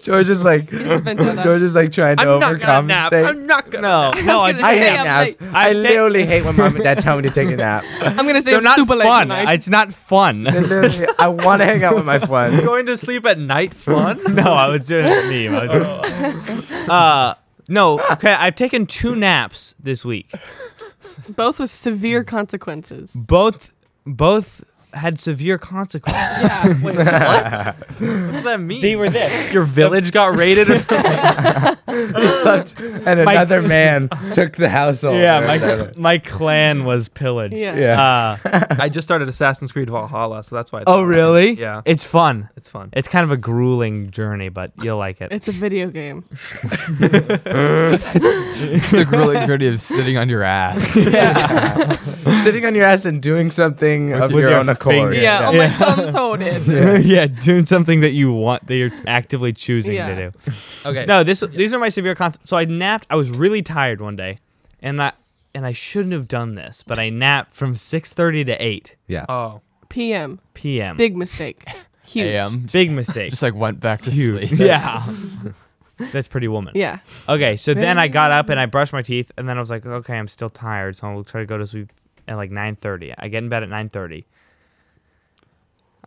Speaker 3: George is like.
Speaker 2: been doing that.
Speaker 3: George is like trying to overcompensate.
Speaker 1: not gonna. No, no. I,
Speaker 2: I'm gonna
Speaker 3: I
Speaker 2: stay
Speaker 3: hate
Speaker 2: up
Speaker 3: naps.
Speaker 2: late.
Speaker 1: I
Speaker 3: I
Speaker 1: take-
Speaker 3: literally hate when mom and dad tell me to take a nap.
Speaker 2: I'm gonna say
Speaker 1: they're not
Speaker 2: super late
Speaker 1: fun.
Speaker 2: tonight.
Speaker 1: It's not fun.
Speaker 3: I literally- I want to hang out with my friends.
Speaker 5: Going to sleep at night, fun.
Speaker 1: no, I was doing a meme. I was uh, no, okay. I've taken two naps this week.
Speaker 2: Both with severe consequences.
Speaker 1: Both, both had severe consequences.
Speaker 2: Yeah.
Speaker 5: What does that mean?
Speaker 1: were this.
Speaker 5: Your village got raided or something.
Speaker 3: Slept, and another man took the house over.
Speaker 1: Yeah, my my clan was pillaged.
Speaker 2: Yeah.
Speaker 3: Yeah.
Speaker 1: Uh,
Speaker 5: I just started Assassin's Creed Valhalla, so that's why. It's
Speaker 1: oh, really?
Speaker 5: Yeah.
Speaker 1: It's fun.
Speaker 5: It's fun.
Speaker 1: It's kind of a grueling journey, but you'll like it.
Speaker 2: It's a video game.
Speaker 4: the grueling journey of sitting on your ass.
Speaker 3: sitting on your ass and doing something of
Speaker 1: your
Speaker 3: your, own accord.
Speaker 1: finger.
Speaker 2: Yeah. Oh,
Speaker 1: Yeah.
Speaker 2: my thumb's holding.
Speaker 1: Yeah. doing something that you want that you're actively choosing
Speaker 2: Yeah.
Speaker 1: to do.
Speaker 5: Okay.
Speaker 1: No, this these are my severe con. So I napped. I was really tired one day, and I and I shouldn't have done this, but I napped from six thirty to eight
Speaker 5: Oh.
Speaker 2: PM.
Speaker 1: p.m.
Speaker 2: Big mistake. Huge.
Speaker 4: AM. Just,
Speaker 1: Big mistake.
Speaker 4: just like went back to sleep.
Speaker 1: yeah, that's pretty woman.
Speaker 2: Yeah.
Speaker 1: Okay, so then I got up and I brushed my teeth, and then I was like, okay, I'm still tired, so I'll try to go to sleep at like nine thirty. I get in bed at nine thirty.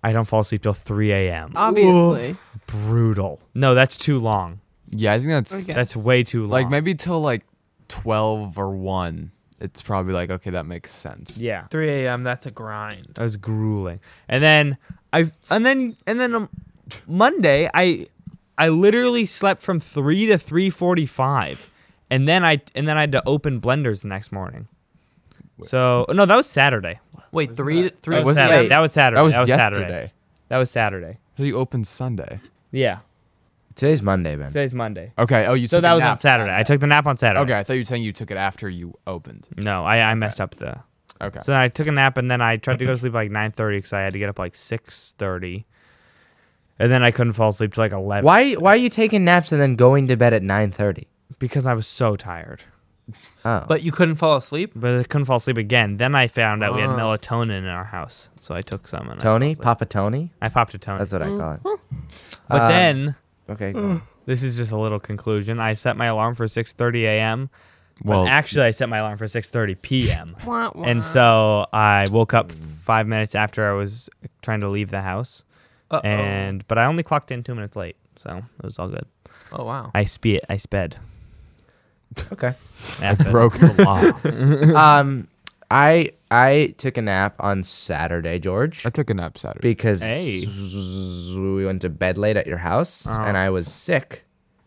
Speaker 1: I don't fall asleep till three a.m.
Speaker 2: Um, Obviously.
Speaker 1: Brutal. No, that's too long.
Speaker 4: Yeah, I think that's
Speaker 2: Okay.
Speaker 1: That's
Speaker 2: Yes.
Speaker 1: way too long.
Speaker 4: like maybe till like twelve or one. It's probably like okay, that makes sense.
Speaker 1: yeah.
Speaker 5: 3 a.m. That's a grind.
Speaker 1: That was grueling. And then I and then and then um, Monday I I literally slept from 3 to 3:45. And then I and then I had to open blenders the next morning. So no, that was Saturday.
Speaker 5: Wait, three three.
Speaker 1: Oh, That was
Speaker 4: wasn't
Speaker 1: Saturday.
Speaker 4: that-
Speaker 1: That was Saturday.
Speaker 4: That was,
Speaker 1: Saturday.
Speaker 4: yesterday.
Speaker 1: That was Saturday.
Speaker 4: So you opened Sunday.
Speaker 1: Yeah.
Speaker 3: Today's Monday, man.
Speaker 1: Today's Monday.
Speaker 4: Okay. Oh, you
Speaker 1: So
Speaker 4: took
Speaker 1: that
Speaker 4: a
Speaker 1: was on
Speaker 4: nap
Speaker 1: Saturday. I took the nap on Saturday.
Speaker 4: Okay, I thought you were saying you took it after you opened.
Speaker 1: No, I, I messed up the
Speaker 4: Okay.
Speaker 1: So then I took a nap and then I tried to go to sleep at like 9:30 cuz I had to get up like 6:30. And then I couldn't fall asleep till like 11
Speaker 3: Why why are you taking naps and then going to bed at 9:30?
Speaker 1: because I was so tired.
Speaker 3: Oh.
Speaker 5: But you couldn't fall asleep.
Speaker 1: But I couldn't fall asleep again. Then I found out we had
Speaker 5: Oh.
Speaker 1: melatonin in our house, so I took some and I-
Speaker 3: Tony, Papa Tony?
Speaker 1: I, popped a Tony.
Speaker 3: That's what I call it.
Speaker 1: but
Speaker 3: um,
Speaker 1: then
Speaker 3: Okay. Cool.
Speaker 1: this is just a little conclusion. I set my alarm for 6:30 a.m. Well,
Speaker 4: Well-
Speaker 1: actually, I set my alarm for 6:30 p.m.
Speaker 2: Wah, wah.
Speaker 1: and so I woke up five minutes after I was trying to leave the house,
Speaker 5: Uh-oh.
Speaker 1: and but I only clocked in two minutes late. So it was all good.
Speaker 5: Oh wow.
Speaker 1: I sped. I sped.
Speaker 3: Okay.
Speaker 1: I sped.
Speaker 4: Broke the law.
Speaker 3: um, I I took a nap on Saturday, George,
Speaker 4: I took a nap Saturday.
Speaker 3: because
Speaker 1: Hey.
Speaker 3: we went to bed late at your house, and I was sick,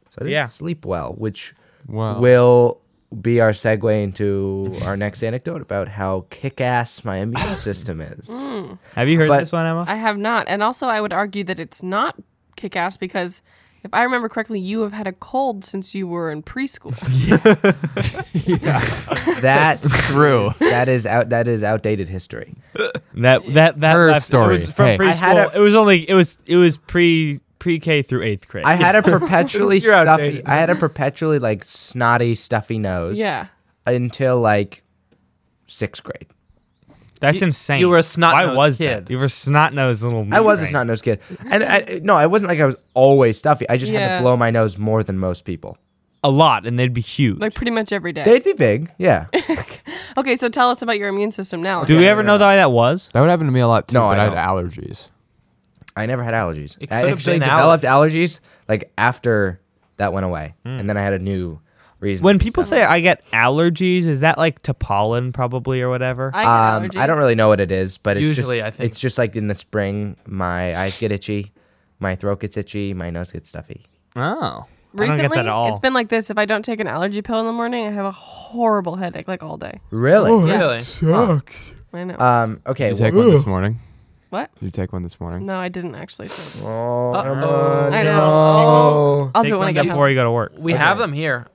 Speaker 3: so I didn't
Speaker 1: Yeah.
Speaker 3: sleep well, which
Speaker 4: Wow.
Speaker 3: will be our segue into our next anecdote about how kick-ass my immune system is.
Speaker 1: Have you heard
Speaker 3: But-
Speaker 1: this one, Emma?
Speaker 2: I have not. And also, I would argue that it's not kick ass because if I remember correctly, you have had a cold since you were in preschool.
Speaker 3: That
Speaker 4: True.
Speaker 3: that is out that is outdated history.
Speaker 1: That that that
Speaker 4: Her
Speaker 1: left,
Speaker 4: story.
Speaker 1: It was from
Speaker 4: Hey.
Speaker 1: preschool.
Speaker 3: I had a-
Speaker 1: it was only it was it was pre pre K through eighth grade.
Speaker 3: I had a perpetually
Speaker 5: You're
Speaker 3: stuffy.
Speaker 5: outdated.
Speaker 3: I had a perpetually like snotty, stuffy nose.
Speaker 2: yeah.
Speaker 3: Until like sixth grade,
Speaker 1: That's
Speaker 5: You-
Speaker 1: insane.
Speaker 5: you were a snot-nosed
Speaker 1: Why was
Speaker 5: kid.
Speaker 1: that? You were a snot nosed little.
Speaker 3: I was a
Speaker 1: right.
Speaker 3: snot nosed kid, and I, no, I wasn't like I was always stuffy. I just had
Speaker 2: Yeah.
Speaker 3: to blow my nose more than most people.
Speaker 1: a lot, and they'd be huge.
Speaker 2: Like pretty much every day.
Speaker 3: They'd be big, yeah.
Speaker 2: okay, so tell us about your immune system now.
Speaker 1: Do we ever know why that was?
Speaker 4: That would happen to me a lot too,
Speaker 3: No,
Speaker 4: but
Speaker 3: I
Speaker 4: I, had allergies.
Speaker 3: I never had allergies.
Speaker 5: It
Speaker 3: I
Speaker 5: could've
Speaker 3: actually
Speaker 5: been
Speaker 3: developed allergies like after that went away,
Speaker 5: Hmm.
Speaker 3: and then I had a new reason.
Speaker 1: When
Speaker 3: to
Speaker 1: people
Speaker 3: suffer.
Speaker 1: say I get allergies, is that like to pollen probably or whatever?
Speaker 2: I, have
Speaker 3: Um,
Speaker 2: allergies.
Speaker 3: I don't really know what it is, but it's
Speaker 5: Usually,
Speaker 3: just,
Speaker 5: I think-
Speaker 3: it's just like in the spring, my eyes get itchy, my throat gets itchy, my nose gets stuffy.
Speaker 1: oh, I
Speaker 2: Recently,
Speaker 1: don't get that at all.
Speaker 2: it's been like this. If I don't take an allergy pill in the morning, I have a horrible headache like all day.
Speaker 3: Really?
Speaker 5: Really?
Speaker 4: Sucks.
Speaker 2: I know.
Speaker 3: um. Okay.
Speaker 4: Did you
Speaker 3: well-
Speaker 4: take one this morning?
Speaker 2: what?
Speaker 4: Did you take one this morning?
Speaker 2: No, I didn't actually. So
Speaker 3: Oh,
Speaker 5: Uh-oh.
Speaker 2: I know. I'll
Speaker 1: Take
Speaker 2: do it when I
Speaker 1: one
Speaker 2: get
Speaker 1: before
Speaker 2: home.
Speaker 1: you go to work.
Speaker 5: We have them here.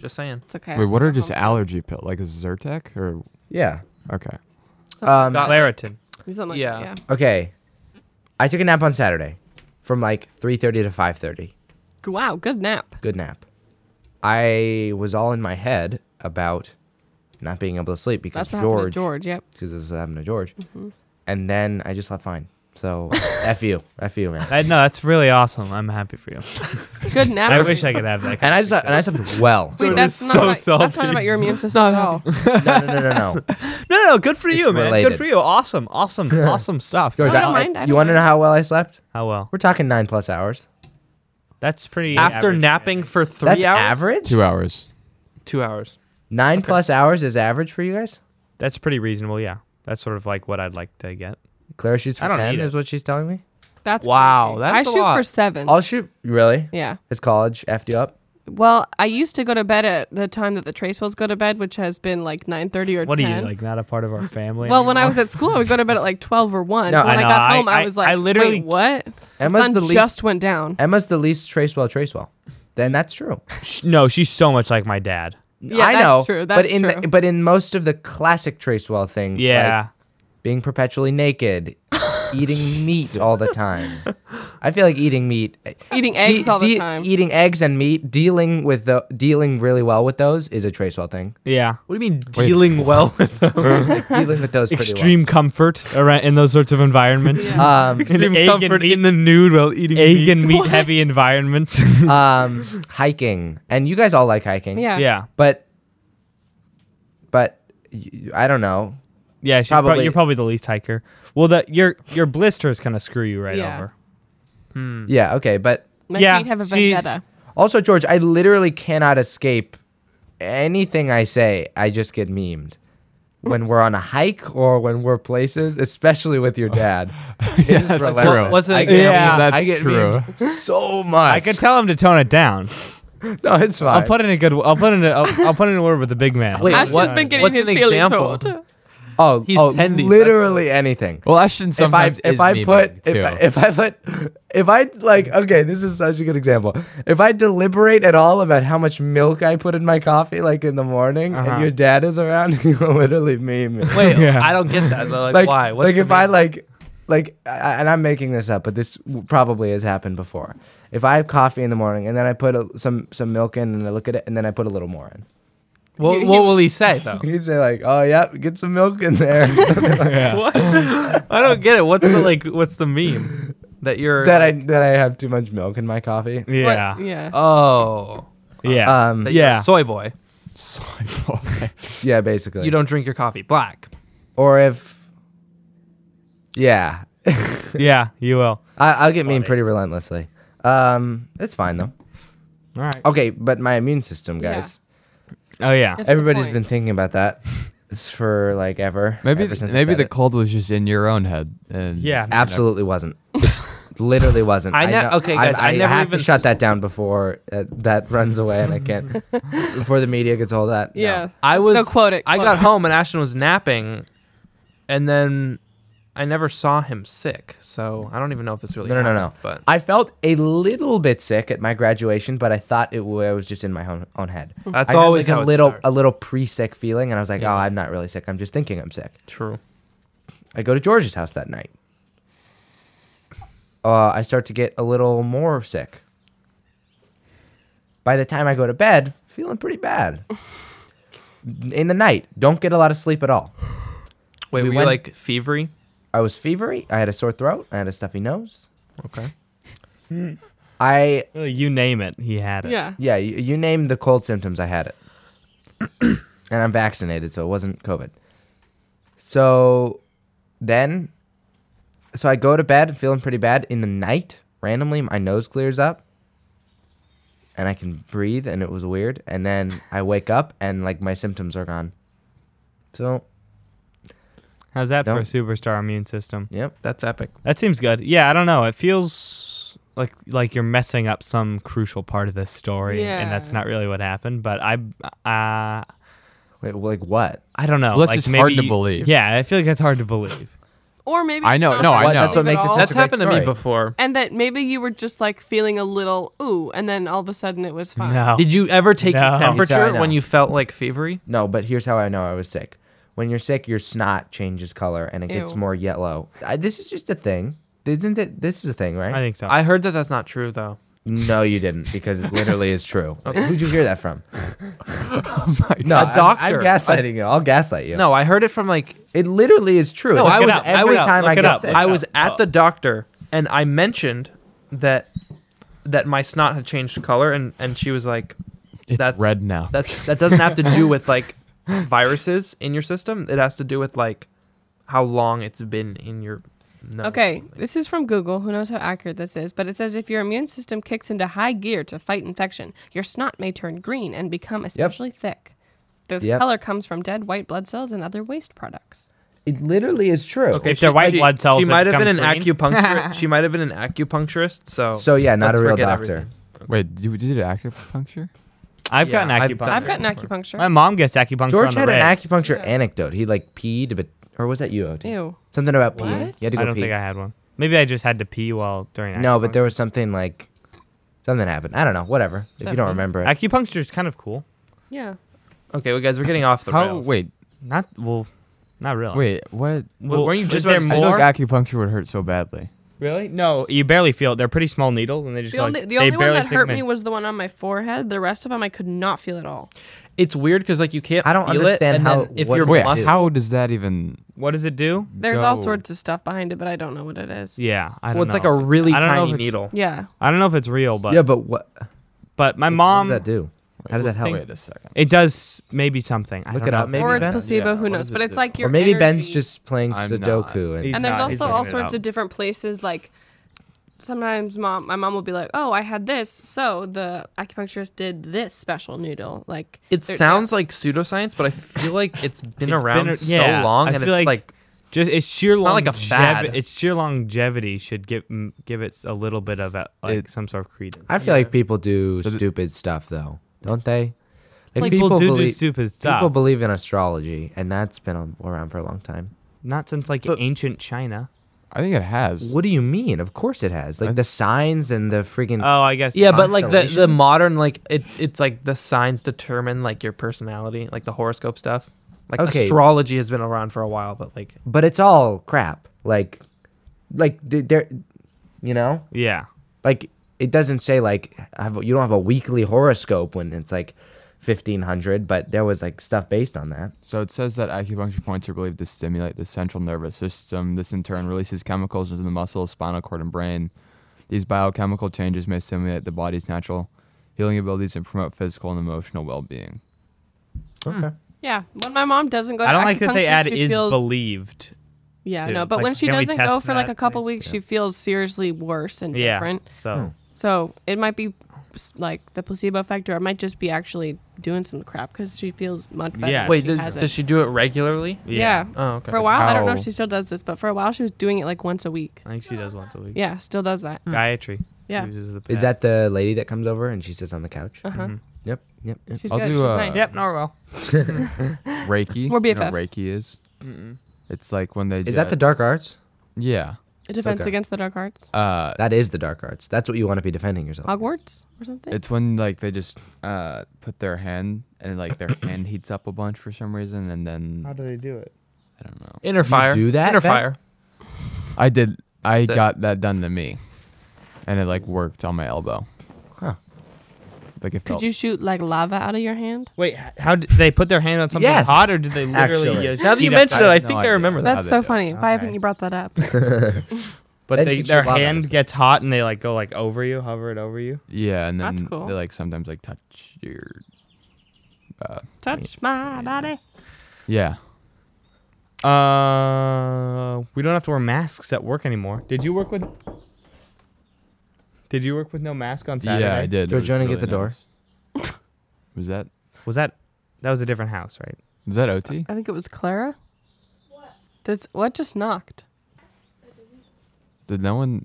Speaker 5: Just saying.
Speaker 2: It's okay.
Speaker 4: Wait, what are just
Speaker 2: Home
Speaker 4: allergy pill? Like a Zyrtec or
Speaker 3: Yeah.
Speaker 4: okay?
Speaker 3: Um,
Speaker 5: Scott-
Speaker 1: Claritin.
Speaker 2: soon. Something like-
Speaker 5: Yeah.
Speaker 2: yeah.
Speaker 3: okay. I took a nap on Saturday, from like three thirty to five thirty.
Speaker 2: Wow, good nap.
Speaker 3: Good nap. I was all in my head about not being able to sleep because
Speaker 2: That's what happened to
Speaker 3: George.
Speaker 2: George. Yep.
Speaker 3: Because this is happened to George. And then I just slept fine. So f you, f you, man.
Speaker 1: I, no, that's really awesome. I'm happy for you.
Speaker 2: Good nap.
Speaker 1: I wish I could have that.
Speaker 3: And I just and I slept well.
Speaker 2: Wait, that's
Speaker 5: is
Speaker 2: not,
Speaker 5: so
Speaker 2: about, that's
Speaker 5: salty.
Speaker 2: not about your immune system at all.
Speaker 3: No, no, no, no, no.
Speaker 1: No, no, no, good for you, man.
Speaker 3: related.
Speaker 1: Good for you. Awesome, awesome, awesome stuff.
Speaker 3: George,
Speaker 2: I don't mind, I
Speaker 3: you
Speaker 2: don't
Speaker 3: want to
Speaker 2: mind.
Speaker 3: know how well I slept?
Speaker 1: How well?
Speaker 3: We're talking nine plus hours.
Speaker 1: That's pretty.
Speaker 5: After
Speaker 1: average.
Speaker 5: napping for three
Speaker 3: That's
Speaker 5: hours.
Speaker 3: average.
Speaker 4: Two hours.
Speaker 5: Two hours.
Speaker 3: Nine plus hours is average for you guys.
Speaker 1: that's pretty reasonable. Yeah, that's sort of like what I'd like to get.
Speaker 3: Clara shoots
Speaker 1: I
Speaker 3: for
Speaker 1: don't
Speaker 3: ten
Speaker 1: need it.
Speaker 3: is what she's telling me.
Speaker 2: That's
Speaker 5: Wow,
Speaker 2: crazy.
Speaker 5: that's
Speaker 2: I
Speaker 5: a
Speaker 2: shoot for
Speaker 5: lot.
Speaker 2: seven.
Speaker 3: I'll shoot. Really?
Speaker 2: yeah.
Speaker 3: It's college. F'd you up.
Speaker 2: Well, I used to go to bed at the time that the Tracewells go to bed, which has been like nine thirty or
Speaker 1: What are
Speaker 2: 10.
Speaker 1: you like? Not a part of our family?
Speaker 2: Well, when I was at school, I would go to bed at like twelve or one.
Speaker 3: No,
Speaker 2: so when
Speaker 1: I
Speaker 2: I,
Speaker 1: know,
Speaker 2: got
Speaker 1: I-
Speaker 2: home, I,
Speaker 1: I-
Speaker 2: was like,
Speaker 1: I literally-
Speaker 2: Wait, what?
Speaker 3: Emma's
Speaker 2: Sun
Speaker 3: the least-
Speaker 2: just went down.
Speaker 3: Emma's the least trace well, trace well. Then that's true.
Speaker 1: Sh- no, she's so much like my dad.
Speaker 2: Yeah,
Speaker 3: I
Speaker 2: that's
Speaker 3: know.
Speaker 2: true,
Speaker 3: but
Speaker 2: that's
Speaker 3: in The,
Speaker 2: true.
Speaker 3: but in most of the classic trace well things,
Speaker 1: Yeah,
Speaker 3: like being perpetually naked, eating meat all the time. I feel like eating meat, eh,
Speaker 2: Eating eggs
Speaker 3: de-
Speaker 2: all the
Speaker 3: de-
Speaker 2: time.
Speaker 5: e-,
Speaker 3: Eating eggs and meat, dealing with the dealing really well with those is a trace well thing.
Speaker 1: yeah.
Speaker 5: What do you mean dealing well with them?
Speaker 3: dealing with those pretty well.
Speaker 1: Extreme comfort around in those sorts of environments.
Speaker 3: Um,
Speaker 1: In egg and meat,
Speaker 5: in the nude while eating
Speaker 1: egg and meat heavy environments.
Speaker 3: um, hiking, and you guys all like hiking.
Speaker 2: Yeah.
Speaker 1: yeah,
Speaker 3: But, but y- I don't know.
Speaker 1: yeah. She's prob-
Speaker 3: Probably.
Speaker 1: you're probably the least hiker. Well, the your your blisters kind of screw you right
Speaker 2: Yeah.
Speaker 1: over. Hmm.
Speaker 3: Yeah. Okay. But
Speaker 2: My
Speaker 1: Yeah,
Speaker 2: feet have a
Speaker 1: she's-
Speaker 2: vendetta.
Speaker 3: also, George, I literally cannot escape anything I say. I just get memed when we're on a hike or when we're places, especially with your dad.
Speaker 4: yeah, that's
Speaker 3: relentless.
Speaker 4: true.
Speaker 5: What's
Speaker 3: I
Speaker 5: an
Speaker 3: can't
Speaker 1: Yeah.
Speaker 3: believe-
Speaker 4: That's
Speaker 3: I get
Speaker 4: true.
Speaker 3: memed so much.
Speaker 1: I could tell him to tone it down.
Speaker 3: No, it's fine.
Speaker 1: I'll put in a good. I'll put in a. I'll, I'll put in a word with the big man.
Speaker 5: Wait,
Speaker 2: Ashton's
Speaker 5: what-
Speaker 2: been getting
Speaker 5: what's
Speaker 2: his
Speaker 5: an
Speaker 2: feeling
Speaker 5: example?
Speaker 2: told.
Speaker 3: oh,
Speaker 5: He's
Speaker 3: oh,
Speaker 5: tendy, that's-
Speaker 3: literally anything.
Speaker 4: Well, Ashton
Speaker 3: if I
Speaker 4: sometimes
Speaker 3: if
Speaker 4: is
Speaker 3: I
Speaker 4: memeing,
Speaker 3: put
Speaker 4: too.
Speaker 3: if I, if I put if I like okay, this is such a good example. If I deliberate at all about how much milk I put in my coffee, like in the morning,
Speaker 1: Uh-huh.
Speaker 3: and your dad is around, you will literally meme me.
Speaker 5: Wait,
Speaker 1: Yeah.
Speaker 5: I don't get that. Like,
Speaker 3: like
Speaker 5: why?
Speaker 3: like
Speaker 5: the
Speaker 3: if I
Speaker 5: main-
Speaker 3: like like I, and I'm making this up, but this w- probably has happened before. If I have coffee in the morning and then I put a, some some milk in and I look at it and then I put a little more in,
Speaker 5: what, what will he say though?
Speaker 3: he'd say like, "Oh yeah, get some milk in there."
Speaker 5: What? I don't get it. What's the like? What's the meme that you're
Speaker 3: that I that I have too much milk in my coffee.
Speaker 1: yeah,
Speaker 2: What- Yeah.
Speaker 5: Oh,
Speaker 1: yeah.
Speaker 3: Um,
Speaker 5: that you're
Speaker 1: Yeah.
Speaker 5: soy boy.
Speaker 4: Soy boy.
Speaker 3: yeah, basically.
Speaker 5: You don't drink your coffee black.
Speaker 3: or if yeah
Speaker 1: yeah, you will.
Speaker 3: I, i'll get mean pretty relentlessly Um, it's fine though.
Speaker 1: All right.
Speaker 3: Okay, but my immune system,
Speaker 2: Yeah.
Speaker 3: guys.
Speaker 1: Oh yeah.
Speaker 2: That's a good
Speaker 3: Everybody's
Speaker 2: point.
Speaker 3: been thinking about that It's for like ever.
Speaker 4: Maybe
Speaker 3: ever since I
Speaker 4: maybe
Speaker 3: said
Speaker 4: the
Speaker 3: it.
Speaker 4: cold was just in your own head. And
Speaker 1: Yeah.
Speaker 3: absolutely wasn't. Literally wasn't.
Speaker 5: I ne-
Speaker 3: know-
Speaker 5: okay, guys, I never
Speaker 3: have
Speaker 5: even
Speaker 3: to shut
Speaker 5: s-
Speaker 3: that down before uh, that runs away, and I can't before the media gets all that. no.
Speaker 2: Yeah.
Speaker 5: I was.
Speaker 2: No, quote it,
Speaker 5: I
Speaker 2: quote
Speaker 5: got
Speaker 2: it.
Speaker 5: home and Ashton was napping, and then I never saw him sick. So I don't even know if this really.
Speaker 3: No, no, no, no.
Speaker 5: happened, But
Speaker 3: I felt a little bit sick at my graduation, but I thought it wa- I was just in my own, own head.
Speaker 5: That's
Speaker 3: I had,
Speaker 5: always
Speaker 3: like
Speaker 5: how
Speaker 3: a
Speaker 5: it
Speaker 3: little
Speaker 5: starts.
Speaker 3: a little pre-sick feeling, and I was like, "Oh, I'm not really sick. I'm just thinking I'm sick."
Speaker 5: true.
Speaker 3: I go to George's house that night. Uh, I start to get a little more sick. By the time I go to bed, feeling pretty bad. In the night, don't get a lot of sleep at all.
Speaker 5: Wait,
Speaker 3: We
Speaker 5: were you
Speaker 3: went-
Speaker 5: like fevery?
Speaker 3: I was fevery. I had a sore throat. I had a stuffy nose.
Speaker 5: Okay.
Speaker 3: I
Speaker 1: Really, you name it, he had it.
Speaker 2: Yeah.
Speaker 3: Yeah, you, you named the cold symptoms. I had it, and I'm vaccinated, so it wasn't COVID. So then, so I go to bed feeling pretty bad. In the night, randomly, my nose clears up, and I can breathe, and it was weird. And then I wake up, and like my symptoms are gone. So
Speaker 1: How's that for a
Speaker 3: Nope.
Speaker 1: superstar immune system?
Speaker 3: yep,
Speaker 5: That's epic.
Speaker 1: That seems good. Yeah, I don't know. It feels like like you're messing up some crucial part of this story, and that's
Speaker 2: Yeah.
Speaker 1: not really what happened. But I, uh,
Speaker 3: Wait, well, like what?
Speaker 1: I don't know.
Speaker 4: Well, that's
Speaker 1: like
Speaker 4: just
Speaker 1: maybe
Speaker 4: hard to
Speaker 1: you-
Speaker 4: believe.
Speaker 1: Yeah, I feel like that's hard to believe.
Speaker 2: Or maybe
Speaker 4: I
Speaker 2: it's
Speaker 4: know-
Speaker 2: not
Speaker 4: no,
Speaker 2: that
Speaker 4: I
Speaker 2: you
Speaker 4: know. That's
Speaker 3: what
Speaker 2: believe at
Speaker 3: makes it
Speaker 2: all.
Speaker 3: such
Speaker 5: That's
Speaker 3: a great
Speaker 5: happened to me
Speaker 3: story.
Speaker 5: before.
Speaker 2: and that maybe you were just like feeling a little ooh, and then all of a sudden it was fine.
Speaker 1: No.
Speaker 5: Did you ever take
Speaker 1: No.
Speaker 5: your temperature
Speaker 3: Yes, I
Speaker 5: when
Speaker 3: know.
Speaker 5: you felt like fevery?
Speaker 3: No, but here's how I know I was sick. When you're sick, your snot changes color and it gets
Speaker 2: Ew.
Speaker 3: more yellow. I, this is just a thing. Isn't it? This is a thing, right?
Speaker 1: I think so.
Speaker 5: I heard that that's not true though.
Speaker 3: No, you didn't, because it literally is true. Who'd you hear that from? no,
Speaker 5: A
Speaker 3: I'm- I'm,
Speaker 5: doctor.
Speaker 3: gaslighting you. I'll gaslight you.
Speaker 5: No, I heard it from like
Speaker 3: it literally is true.
Speaker 5: No,
Speaker 3: Look
Speaker 5: I
Speaker 3: it
Speaker 5: was-
Speaker 3: up.
Speaker 5: I
Speaker 3: every
Speaker 1: was-
Speaker 3: time
Speaker 1: look
Speaker 3: I
Speaker 1: it
Speaker 3: get
Speaker 1: up,
Speaker 3: sick.
Speaker 1: look
Speaker 5: I was
Speaker 1: Oh.
Speaker 5: at the doctor and I mentioned that that my snot had changed color and and she was like
Speaker 4: It's
Speaker 5: that's
Speaker 4: red now.
Speaker 5: That's that doesn't have to do with like viruses in your system. It has to do with like how long it's been in your nose.
Speaker 2: Okay, this is from Google. Who knows how accurate this is? But it says if your immune system kicks into high gear to fight infection, your snot may turn green and become especially thick. The
Speaker 3: Yep.
Speaker 2: color comes from dead white blood cells and other waste products.
Speaker 3: It literally is true.
Speaker 1: If they're white blood cells,
Speaker 5: She
Speaker 1: it
Speaker 5: might have been an
Speaker 1: becomes green?
Speaker 5: acupuncturist. she might have been an acupuncturist. So
Speaker 3: So, yeah, not
Speaker 5: let's
Speaker 3: a real
Speaker 5: forget
Speaker 3: doctor.
Speaker 5: everything.
Speaker 4: Wait, did, did you do acupuncture?
Speaker 1: I've
Speaker 5: Yeah,
Speaker 1: gotten
Speaker 5: I've
Speaker 1: acupuncture.
Speaker 5: done
Speaker 2: I've
Speaker 5: that
Speaker 2: gotten
Speaker 5: before.
Speaker 2: acupuncture.
Speaker 1: My mom gets acupuncture.
Speaker 3: George
Speaker 1: on the
Speaker 3: had an
Speaker 1: reg.
Speaker 3: acupuncture anecdote. He like peed, but or was that you? OD?
Speaker 2: Ew.
Speaker 3: Something about peeing. You had to go
Speaker 1: I don't
Speaker 3: pee.
Speaker 1: think I had one. Maybe I just had to pee while during.
Speaker 3: no, but
Speaker 1: acupuncture.
Speaker 3: there was something like something happened. I don't know. Whatever. If you don't remember it,
Speaker 1: acupuncture is kind of cool.
Speaker 2: Yeah.
Speaker 5: Okay, well, guys, we're getting off the
Speaker 4: How?
Speaker 5: rails.
Speaker 4: Wait,
Speaker 1: Not well, not really.
Speaker 4: wait, what?
Speaker 1: well,
Speaker 5: weren't you
Speaker 1: was
Speaker 5: just
Speaker 1: there
Speaker 5: about to
Speaker 4: I
Speaker 5: say-
Speaker 4: feel
Speaker 1: more?
Speaker 4: like acupuncture would hurt so badly.
Speaker 1: Really? No, you barely feel it. They're pretty small needles, and they just
Speaker 2: The
Speaker 1: go
Speaker 2: only,
Speaker 1: like,
Speaker 2: the
Speaker 1: they
Speaker 2: only one
Speaker 1: barely
Speaker 2: that
Speaker 1: stick 'em
Speaker 2: hurt
Speaker 1: in.
Speaker 2: me was the one on my forehead. The rest of them I could not feel at all.
Speaker 5: It's weird because like you can't.
Speaker 3: I don't
Speaker 5: feel it,
Speaker 3: understand
Speaker 5: and
Speaker 3: how-
Speaker 5: then if
Speaker 3: what-
Speaker 5: your
Speaker 4: Wait,
Speaker 5: muscle,
Speaker 4: how does that even?
Speaker 1: What does it do?
Speaker 2: There's all
Speaker 4: Go.
Speaker 2: sorts of stuff behind it, but I don't know what it is.
Speaker 1: Yeah, I don't
Speaker 5: well, it's
Speaker 1: know.
Speaker 5: like a really
Speaker 1: I don't know if
Speaker 5: tiny
Speaker 1: it's-
Speaker 5: needle.
Speaker 2: Yeah.
Speaker 1: I don't know if it's real, but
Speaker 3: yeah, but what?
Speaker 1: but my
Speaker 3: What
Speaker 1: mom
Speaker 2: Um,
Speaker 3: does that do? How does that help?
Speaker 4: Wait a second.
Speaker 1: it does maybe something. I
Speaker 3: Look
Speaker 1: don't
Speaker 3: it
Speaker 1: know
Speaker 3: up,
Speaker 1: if
Speaker 3: maybe.
Speaker 2: or it's
Speaker 3: Ben-
Speaker 2: placebo,
Speaker 4: yeah,
Speaker 2: who
Speaker 4: what
Speaker 2: knows?
Speaker 4: does it
Speaker 2: But it's
Speaker 4: do?
Speaker 2: like your
Speaker 3: Or maybe Ben's
Speaker 2: energy-
Speaker 3: just playing
Speaker 4: I'm
Speaker 3: Sudoku.
Speaker 1: He's
Speaker 3: And,
Speaker 2: and there's
Speaker 1: not- he's
Speaker 2: also
Speaker 1: making
Speaker 2: all
Speaker 1: it
Speaker 2: sorts
Speaker 1: up.
Speaker 2: of different places like sometimes mom my mom will be like oh i had this so the acupuncturist did this special noodle like
Speaker 5: It
Speaker 2: they're-
Speaker 5: sounds like pseudoscience, but I feel like it's been
Speaker 1: It's
Speaker 5: around
Speaker 1: been a-
Speaker 5: so
Speaker 1: yeah,
Speaker 5: long,
Speaker 1: I
Speaker 5: and it's
Speaker 1: feel
Speaker 5: like,
Speaker 1: like- Just it's sheer
Speaker 5: not like a
Speaker 1: longevi-
Speaker 5: fad.
Speaker 1: It's sheer longevity should give mm, give it a little bit of a, like
Speaker 4: It-
Speaker 1: some sort of credence.
Speaker 3: I feel like people do
Speaker 4: it-
Speaker 3: stupid stuff though, don't they?
Speaker 1: Like, people, do do
Speaker 3: believe,
Speaker 1: stupid stuff.
Speaker 3: people believe in astrology, and that's been on- around for a long time.
Speaker 1: Not since like ancient China.
Speaker 4: I think it has.
Speaker 3: What do you mean? Of course it has. Like the signs and the
Speaker 2: Mm.
Speaker 3: freaking.
Speaker 1: Oh, I guess.
Speaker 5: yeah, but like the the
Speaker 3: constellations?
Speaker 5: modern like it it's like the signs determine like your personality, like the horoscope stuff. Like
Speaker 3: Okay.
Speaker 5: astrology has been around for a while, but like
Speaker 3: But it's all crap. Like, like th- there, you know,
Speaker 1: yeah.
Speaker 3: like it doesn't say like have, you don't have a weekly horoscope when it's like fifteen hundred, but there was like stuff based on that.
Speaker 4: So it says that acupuncture points are believed to stimulate the central nervous system. This in turn releases chemicals into the muscles, spinal cord, and brain. These biochemical changes may stimulate the body's natural healing abilities and promote physical and emotional well-being.
Speaker 3: Okay.
Speaker 2: yeah when my mom doesn't go to
Speaker 1: I don't like that they
Speaker 2: acupuncture,
Speaker 1: add
Speaker 2: she
Speaker 1: is
Speaker 2: feels-
Speaker 1: believed.
Speaker 2: yeah
Speaker 1: too.
Speaker 2: no but
Speaker 1: Like,
Speaker 2: when she
Speaker 1: can we
Speaker 2: doesn't
Speaker 1: test
Speaker 2: go for like
Speaker 1: that,
Speaker 2: a couple
Speaker 1: please?
Speaker 2: weeks she feels seriously worse and
Speaker 1: Yeah.
Speaker 2: different
Speaker 1: So
Speaker 2: So it might be s- like the placebo effect, or it might just be actually doing some crap because she feels much better.
Speaker 1: Yeah.
Speaker 2: if
Speaker 5: Wait,
Speaker 2: she
Speaker 5: does,
Speaker 2: has it.
Speaker 5: does she do it regularly?
Speaker 2: Yeah.
Speaker 5: Oh, okay.
Speaker 2: For a while, I don't know if
Speaker 4: How-
Speaker 2: she still does this, but for a while she was doing it like once a week.
Speaker 1: I think she does once a week.
Speaker 2: Yeah, still does that.
Speaker 1: Gayatri.
Speaker 2: Yeah.
Speaker 1: Uses the
Speaker 3: Is that the lady that comes over and she sits on the couch?
Speaker 2: Uh huh.
Speaker 3: Yep, yep. yep.
Speaker 2: She's
Speaker 4: I'll
Speaker 2: good.
Speaker 4: do,
Speaker 2: She's
Speaker 4: uh,
Speaker 2: nice.
Speaker 1: Yep, Norwell.
Speaker 4: Reiki.
Speaker 2: We're
Speaker 4: You know
Speaker 2: BFFs.
Speaker 4: what Reiki is. It's like when they.
Speaker 3: Is that the dark arts?
Speaker 4: Yeah.
Speaker 2: A defense
Speaker 3: Okay.
Speaker 2: against the dark arts.
Speaker 4: Uh,
Speaker 3: That is the dark arts. That's what you want to be defending yourself.
Speaker 2: Hogwarts or something.
Speaker 4: it's when like they just uh put their hand and like their hand heats up a bunch for some reason and then
Speaker 1: do they do it?
Speaker 4: I don't know.
Speaker 5: Inner fire.
Speaker 3: do that,
Speaker 5: Inner
Speaker 3: Ben?
Speaker 5: fire.
Speaker 4: I did. I
Speaker 5: That-
Speaker 4: got that done to me, and it like worked on my elbow.
Speaker 3: Huh.
Speaker 4: Like it
Speaker 2: Could
Speaker 4: felt.
Speaker 2: you shoot like lava out of your hand?
Speaker 1: Wait, h- how did they put their hand on something
Speaker 3: Yes.
Speaker 1: hot, or did they literally?
Speaker 3: Actually.
Speaker 1: just
Speaker 5: Now that you
Speaker 1: heat up
Speaker 5: mention it, I
Speaker 1: the-
Speaker 4: no
Speaker 5: think I
Speaker 4: idea.
Speaker 5: remember that.
Speaker 2: That's so
Speaker 4: they do it.
Speaker 2: funny. If I haven't
Speaker 1: Okay.
Speaker 2: you brought that up.
Speaker 1: But
Speaker 3: That
Speaker 1: they,
Speaker 3: keeps
Speaker 1: their
Speaker 3: you alive,
Speaker 1: hand
Speaker 3: honestly.
Speaker 1: gets hot and they like go like over you, hover it over you.
Speaker 4: Yeah, and then
Speaker 2: That's cool.
Speaker 4: they like sometimes like touch your. Uh,
Speaker 2: Touch my body.
Speaker 4: yeah.
Speaker 1: Uh, we don't have to wear masks at work anymore. Did you work with? Did you work with no mask on Saturday?
Speaker 4: Yeah, I did. It was
Speaker 3: Georgiana, get the door.
Speaker 4: nice. was that
Speaker 1: Was that? That was a different house, right?
Speaker 4: was that OT?
Speaker 2: I think it was Clara.
Speaker 8: What?
Speaker 2: That's what just knocked.
Speaker 4: Did no one?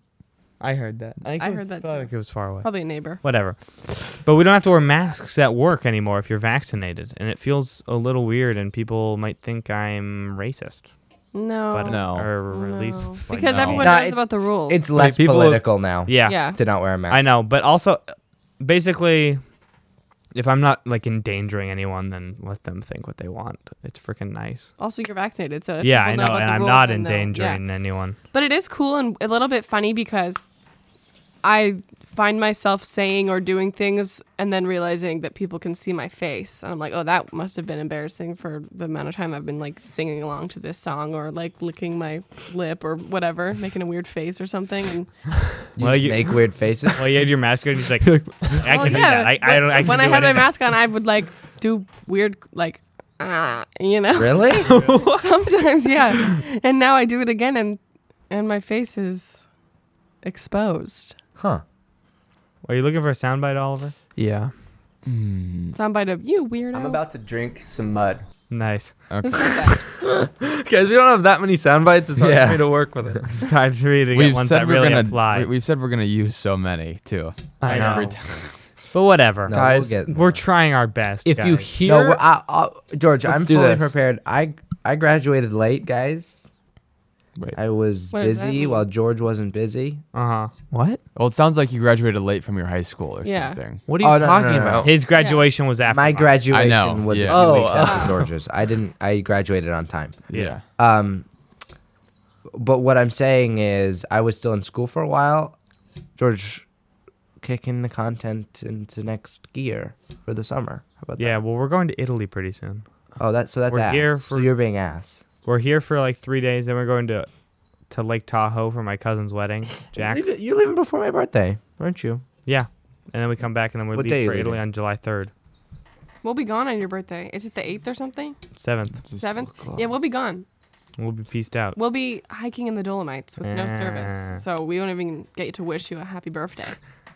Speaker 1: I heard that. I, think
Speaker 2: I
Speaker 1: it was,
Speaker 2: heard that
Speaker 1: felt
Speaker 2: too.
Speaker 1: like it was far away.
Speaker 2: Probably a neighbor.
Speaker 1: Whatever. But we don't have to wear masks at work anymore if you're vaccinated, and it feels a little weird, and people might think I'm racist.
Speaker 2: No.
Speaker 1: But
Speaker 4: No.
Speaker 1: or at
Speaker 2: No.
Speaker 1: least like,
Speaker 2: because
Speaker 1: no.
Speaker 2: everyone
Speaker 3: Nah,
Speaker 2: knows
Speaker 3: it's-
Speaker 2: about the rules.
Speaker 3: It's less
Speaker 5: people-
Speaker 3: political now
Speaker 1: Yeah.
Speaker 2: yeah.
Speaker 3: to not wear a mask.
Speaker 1: I know, but also, basically, if I'm not like endangering anyone, then let them think what they want. It's freaking nice.
Speaker 2: Also, you're vaccinated, so if
Speaker 1: yeah,
Speaker 2: people
Speaker 1: I know,
Speaker 2: about
Speaker 1: and
Speaker 2: the
Speaker 1: I'm
Speaker 2: rules,
Speaker 1: not
Speaker 2: then they'll- yeah.
Speaker 1: endangering anyone.
Speaker 2: But it is cool and a little bit funny because I find myself saying or doing things and then realizing that people can see my face. And I'm like, oh, that must have been embarrassing for the amount of time I've been like singing along to this song or like licking my lip or whatever, making a weird face or something. And
Speaker 3: You
Speaker 1: Well,
Speaker 3: just
Speaker 1: you-
Speaker 3: make weird faces.
Speaker 1: Well, you had your mask on, you're just like, I can do that. I, I
Speaker 2: but
Speaker 1: don't actually
Speaker 2: When I
Speaker 1: do
Speaker 2: had my
Speaker 1: anything."
Speaker 2: mask on, I would like do weird, like, ah, you know?
Speaker 3: really?
Speaker 2: Sometimes, yeah. And now I do it again, and and my face is exposed.
Speaker 3: Huh.
Speaker 1: Are you looking for a soundbite, Oliver?
Speaker 5: Yeah.
Speaker 2: Soundbite of you weirdo.
Speaker 10: I'm about to drink some mud.
Speaker 1: Nice.
Speaker 4: Okay.
Speaker 5: Guys, we don't have that many sound bites. It's hard
Speaker 3: Yeah.
Speaker 5: for me to work with it.
Speaker 1: Tried to read again
Speaker 4: We've
Speaker 1: ones
Speaker 4: said
Speaker 1: that
Speaker 4: we're
Speaker 1: really
Speaker 4: gonna.
Speaker 1: apply.
Speaker 4: We, we've said we're gonna use so many too.
Speaker 1: I
Speaker 4: Every
Speaker 1: know.
Speaker 4: time.
Speaker 1: But whatever.
Speaker 3: No,
Speaker 5: Guys,
Speaker 3: we'll get
Speaker 1: We're trying our best.
Speaker 5: If you
Speaker 1: guys.
Speaker 5: hear,
Speaker 3: no, we're, I, I, George.
Speaker 5: Let's
Speaker 3: I'm
Speaker 5: do
Speaker 3: fully
Speaker 5: this.
Speaker 3: prepared. I I graduated late, guys.
Speaker 4: Wait.
Speaker 3: I was
Speaker 2: What does that
Speaker 3: busy
Speaker 2: mean?
Speaker 3: while George wasn't busy.
Speaker 1: uh huh.
Speaker 5: what?
Speaker 4: Well, it sounds like you graduated late from your high school or
Speaker 2: Yeah.
Speaker 4: something.
Speaker 5: What are you
Speaker 3: Oh, no, no,
Speaker 5: talking
Speaker 3: no, no.
Speaker 5: about?
Speaker 1: His graduation was after
Speaker 3: My
Speaker 1: mine.
Speaker 3: graduation
Speaker 4: I know,
Speaker 3: was
Speaker 4: yeah.
Speaker 3: a few
Speaker 4: Oh,
Speaker 3: weeks after George's. I didn't. I graduated on time.
Speaker 4: Yeah.
Speaker 3: Um, but what I'm saying is, I was still in school for a while. George, kicking the content into next gear for the summer. How about
Speaker 1: Yeah, well, we're going to Italy pretty soon.
Speaker 3: that? Oh, that so that's
Speaker 1: We're
Speaker 3: ass.
Speaker 1: here
Speaker 3: so
Speaker 1: for-
Speaker 3: you're being ass.
Speaker 1: We're here for like three days, then we're going to to Lake Tahoe for my cousin's wedding, Jack.
Speaker 3: Leave it- You're leaving before my birthday, aren't you?
Speaker 1: Yeah, and then we come back and then we
Speaker 3: What
Speaker 1: leave
Speaker 3: day
Speaker 1: for
Speaker 3: are you
Speaker 1: Italy
Speaker 3: leaving?
Speaker 1: on July third,
Speaker 2: We'll be gone on your birthday. Is it the eighth or something?
Speaker 1: seventh.
Speaker 2: Seventh? Yeah, we'll be gone.
Speaker 1: We'll be pieced out.
Speaker 2: We'll be hiking in the Dolomites with no
Speaker 1: Ah.
Speaker 2: service, so we won't even get to wish you a happy birthday.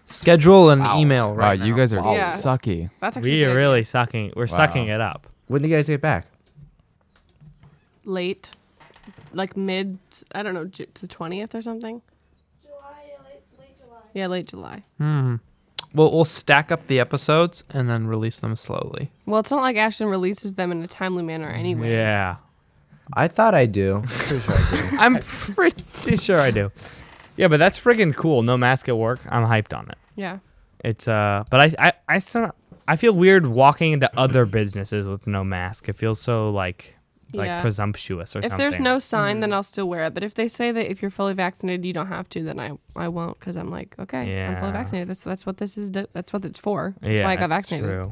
Speaker 5: Schedule an
Speaker 4: Wow.
Speaker 5: email
Speaker 4: Wow,
Speaker 5: right
Speaker 4: you guys are
Speaker 2: Wow. Yeah.
Speaker 4: sucky.
Speaker 2: That's actually
Speaker 1: We
Speaker 2: a good
Speaker 1: are
Speaker 2: idea.
Speaker 1: really sucking. We're sucking it up.
Speaker 3: When do you guys get back?
Speaker 2: late, like mid. I don't know, Ju- the twentieth or something.
Speaker 8: July, late, late July.
Speaker 2: Yeah, late July.
Speaker 5: We'll, we'll stack up the episodes and then release them slowly.
Speaker 2: Well, it's not like Ashton releases them in a timely manner anyway.
Speaker 1: Yeah,
Speaker 3: I thought I do. Pretty sure I do.
Speaker 1: I'm pretty sure I do. Yeah, but that's friggin' cool. No mask at work. I'm hyped on it.
Speaker 2: Yeah.
Speaker 1: It's uh, but I I I still I feel weird walking into other businesses with no mask. It feels so like like
Speaker 2: Yeah.
Speaker 1: presumptuous or
Speaker 2: If
Speaker 1: something.
Speaker 2: there's no sign, then I'll still wear it. But if they say that if you're fully vaccinated, you don't have to, then I, I won't because I'm like, okay, I'm
Speaker 1: Yeah.
Speaker 2: fully vaccinated. That's that's what this is. d that's what it's for. That's
Speaker 1: yeah,
Speaker 2: why I got
Speaker 1: that's
Speaker 2: vaccinated.
Speaker 1: True.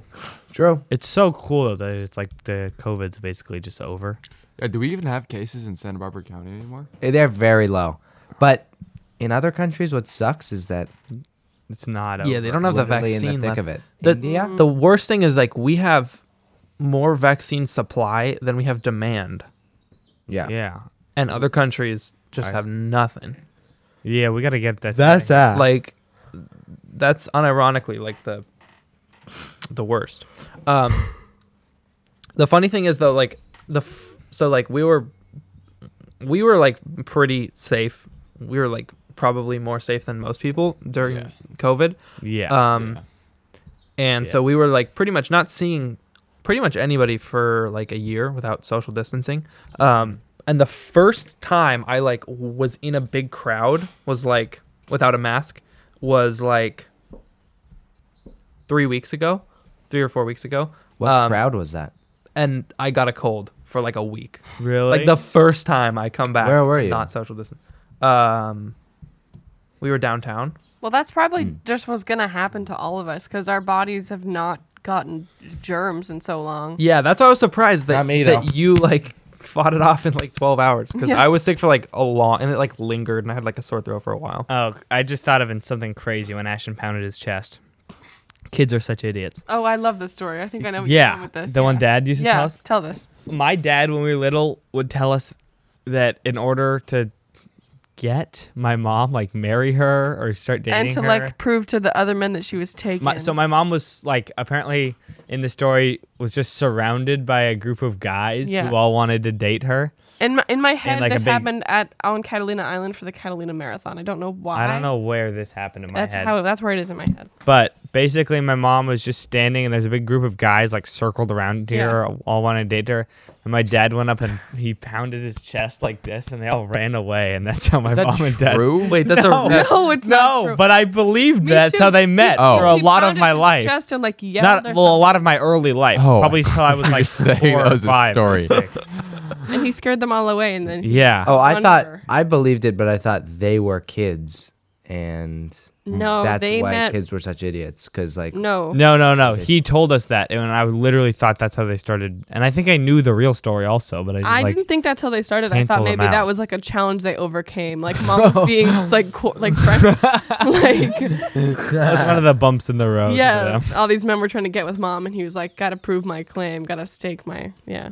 Speaker 3: True.
Speaker 1: It's so cool that it's like the COVID's basically just over.
Speaker 4: Uh, do we even have cases in Santa Barbara County anymore?
Speaker 3: They're very low, but in other countries, what sucks is that
Speaker 1: It's not.
Speaker 5: Yeah, they
Speaker 1: over.
Speaker 5: don't have the
Speaker 3: literally
Speaker 5: vaccine.
Speaker 3: in the thick
Speaker 5: left.
Speaker 3: of it.
Speaker 5: The, Mm.
Speaker 3: India.
Speaker 5: the worst thing is like we have more vaccine supply than we have demand,
Speaker 3: Yeah.
Speaker 1: Yeah,
Speaker 5: and other countries just have nothing.
Speaker 1: yeah. We got to get that.
Speaker 3: ass.
Speaker 5: Like that's unironically like the the worst. Um, the funny thing is though, like the f- so like we were we were like pretty safe. We were like probably more safe than most people during
Speaker 4: Yeah.
Speaker 5: COVID.
Speaker 1: Yeah.
Speaker 5: Um, and so we were like pretty much not seeing pretty much anybody for like a year without social distancing. Um, and the first time I like was in a big crowd was like without a mask was like three weeks ago, three or four weeks ago.
Speaker 3: What
Speaker 5: Um,
Speaker 3: crowd was that?
Speaker 5: And I got a cold for like a week.
Speaker 1: really?
Speaker 5: Like the first time I come back.
Speaker 3: Where were you?
Speaker 5: Not social distance. Um, we were downtown.
Speaker 2: Well, that's probably
Speaker 1: Mm.
Speaker 2: just what's gonna happen to all of us because our bodies have not gotten germs in so long.
Speaker 5: Yeah, that's why I was surprised that,
Speaker 3: Not me, though.
Speaker 5: that you like fought it off in like 12 hours because
Speaker 2: Yeah.
Speaker 5: I was sick for like a long and it like lingered and I had like a sore throat for a while.
Speaker 1: oh, I just thought of in something crazy when Ashton pounded his chest. Kids are such idiots.
Speaker 2: Oh, I love this story. I think I know what you're
Speaker 1: yeah.
Speaker 2: doing with this.
Speaker 1: the one
Speaker 2: Yeah.
Speaker 1: dad used to
Speaker 2: Yeah,
Speaker 1: tell us.
Speaker 2: tell this.
Speaker 1: my dad when we were little would tell us that in order to get my mom like marry her or start dating
Speaker 2: and to
Speaker 1: her,
Speaker 2: like prove to the other men that she was taken.
Speaker 1: my, so my mom was like apparently in the story was just surrounded by a group of guys
Speaker 2: Yeah.
Speaker 1: who all wanted to date her
Speaker 2: in my, in my head,
Speaker 1: like, a
Speaker 2: this
Speaker 1: big-
Speaker 2: happened at on Catalina Island for the Catalina Marathon. I don't know why.
Speaker 1: i don't know where this happened in my
Speaker 2: That's
Speaker 1: head
Speaker 2: how. That's where it is in my head.
Speaker 1: but basically my mom was just standing and there's a big group of guys like circled around here all wanted to date her and my dad went up and he pounded his chest like this and they all ran away and that's how my
Speaker 4: Is that
Speaker 1: mom and dad
Speaker 4: true?
Speaker 5: Wait, that's
Speaker 1: No.
Speaker 5: a that's,
Speaker 2: No, Oh, it's not
Speaker 1: No,
Speaker 2: true.
Speaker 1: Oh, but I believe
Speaker 2: Me
Speaker 1: that's
Speaker 2: too.
Speaker 1: how they met
Speaker 4: Oh.
Speaker 1: for a
Speaker 2: He
Speaker 1: lot of
Speaker 2: pounded
Speaker 1: my
Speaker 2: his
Speaker 1: life.
Speaker 2: Chest and like yelled
Speaker 1: Not
Speaker 2: or
Speaker 1: well, a lot of my early life.
Speaker 4: Oh,
Speaker 1: probably till I was like
Speaker 4: saying
Speaker 1: four
Speaker 4: that
Speaker 1: or
Speaker 4: was a
Speaker 1: five. or
Speaker 4: story.
Speaker 1: six.
Speaker 2: something. and he scared them all away. And then
Speaker 1: Yeah.
Speaker 3: Oh, I thought
Speaker 2: Wonder.
Speaker 3: I believed it, but I thought they were kids, and
Speaker 2: no,
Speaker 3: that's
Speaker 2: they
Speaker 3: why
Speaker 2: met
Speaker 3: kids were such idiots. Because like,
Speaker 2: no.
Speaker 1: No, no, no. He told us that, and I literally thought that's how they started. And I think I knew the real story also, but I,
Speaker 2: I
Speaker 1: like,
Speaker 2: didn't think that's how they started. I thought
Speaker 1: cancel them
Speaker 2: maybe that
Speaker 1: out.
Speaker 2: was like a challenge they overcame. Like mom was being just, like co- like friend- like
Speaker 1: That's one of the bumps in the road. for
Speaker 2: yeah.
Speaker 1: them.
Speaker 2: All these men were trying to get with mom, and he was like, "Gotta prove my claim. Gotta stake my yeah."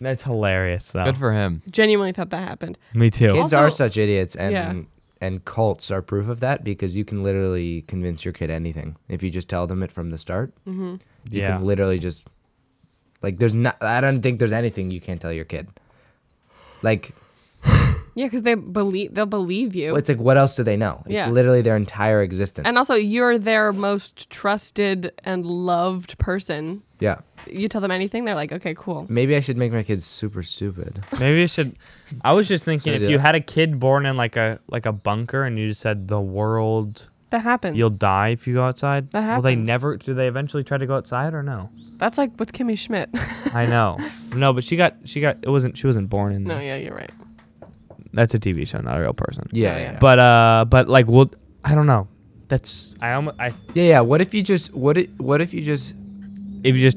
Speaker 1: That's hilarious, though.
Speaker 4: Good for him.
Speaker 2: Genuinely thought that happened.
Speaker 1: Me too.
Speaker 3: kids
Speaker 2: Also-
Speaker 3: are such idiots, and
Speaker 2: Yeah.
Speaker 3: and cults are proof of that because you can literally convince your kid anything if you just tell them it from the start. You
Speaker 1: yeah.
Speaker 3: can literally just like there's not. I don't think there's anything you can't tell your kid. Like
Speaker 2: Yeah, because they believe they'll believe you,
Speaker 3: it's like what else do they know? It's
Speaker 2: Yeah.
Speaker 3: literally their entire existence.
Speaker 2: and also you're their most trusted and loved person.
Speaker 3: yeah.
Speaker 2: You tell them anything, they're like, "Okay, cool."
Speaker 3: Maybe I should make my kids super stupid.
Speaker 2: Oh,
Speaker 1: Maybe you should. I was just thinking,
Speaker 3: Should I
Speaker 1: if
Speaker 3: do
Speaker 1: you
Speaker 3: that?
Speaker 1: had a kid born in like a like a bunker, and you just said the world,
Speaker 2: That happens.
Speaker 1: you'll die if you go outside.
Speaker 2: That
Speaker 1: Will they
Speaker 2: happens.
Speaker 1: never? Do they eventually try to go outside or no?
Speaker 2: That's like with Kimmy Schmidt.
Speaker 1: I know. No, but she got she got it wasn't she wasn't born in
Speaker 2: no,
Speaker 1: there.
Speaker 2: yeah, you're right.
Speaker 1: That's a TV show, not a real person.
Speaker 3: Yeah,
Speaker 2: yeah.
Speaker 3: yeah.
Speaker 1: But uh but like well I don't know. That's I almost I
Speaker 3: Yeah, yeah. What if you just what if, what if you just
Speaker 1: if you just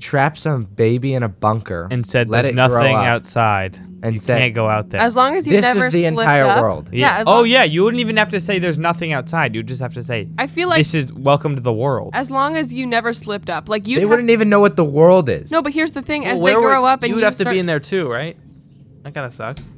Speaker 3: trap some baby in a bunker
Speaker 1: and said
Speaker 3: let
Speaker 1: there's
Speaker 3: it grow
Speaker 1: nothing
Speaker 3: up,
Speaker 1: outside
Speaker 3: and
Speaker 1: you
Speaker 3: said
Speaker 1: can't go out there.
Speaker 2: As long as you
Speaker 3: this
Speaker 2: never
Speaker 3: is the
Speaker 2: slipped
Speaker 3: entire
Speaker 2: up-
Speaker 3: world.
Speaker 2: Yeah. as
Speaker 1: oh
Speaker 2: long-
Speaker 1: yeah, you wouldn't even have to say there's nothing outside. You'd just have to say
Speaker 2: I feel like
Speaker 1: this is welcome to the world.
Speaker 2: as long as you never slipped up, like you
Speaker 3: They wouldn't e- even know what the world is.
Speaker 2: No, but here's the thing: as
Speaker 5: Well, where
Speaker 2: they
Speaker 5: were-
Speaker 2: grow up, and
Speaker 5: you
Speaker 2: you
Speaker 5: would have to
Speaker 2: start-
Speaker 5: be in there too, right? That kind of sucks.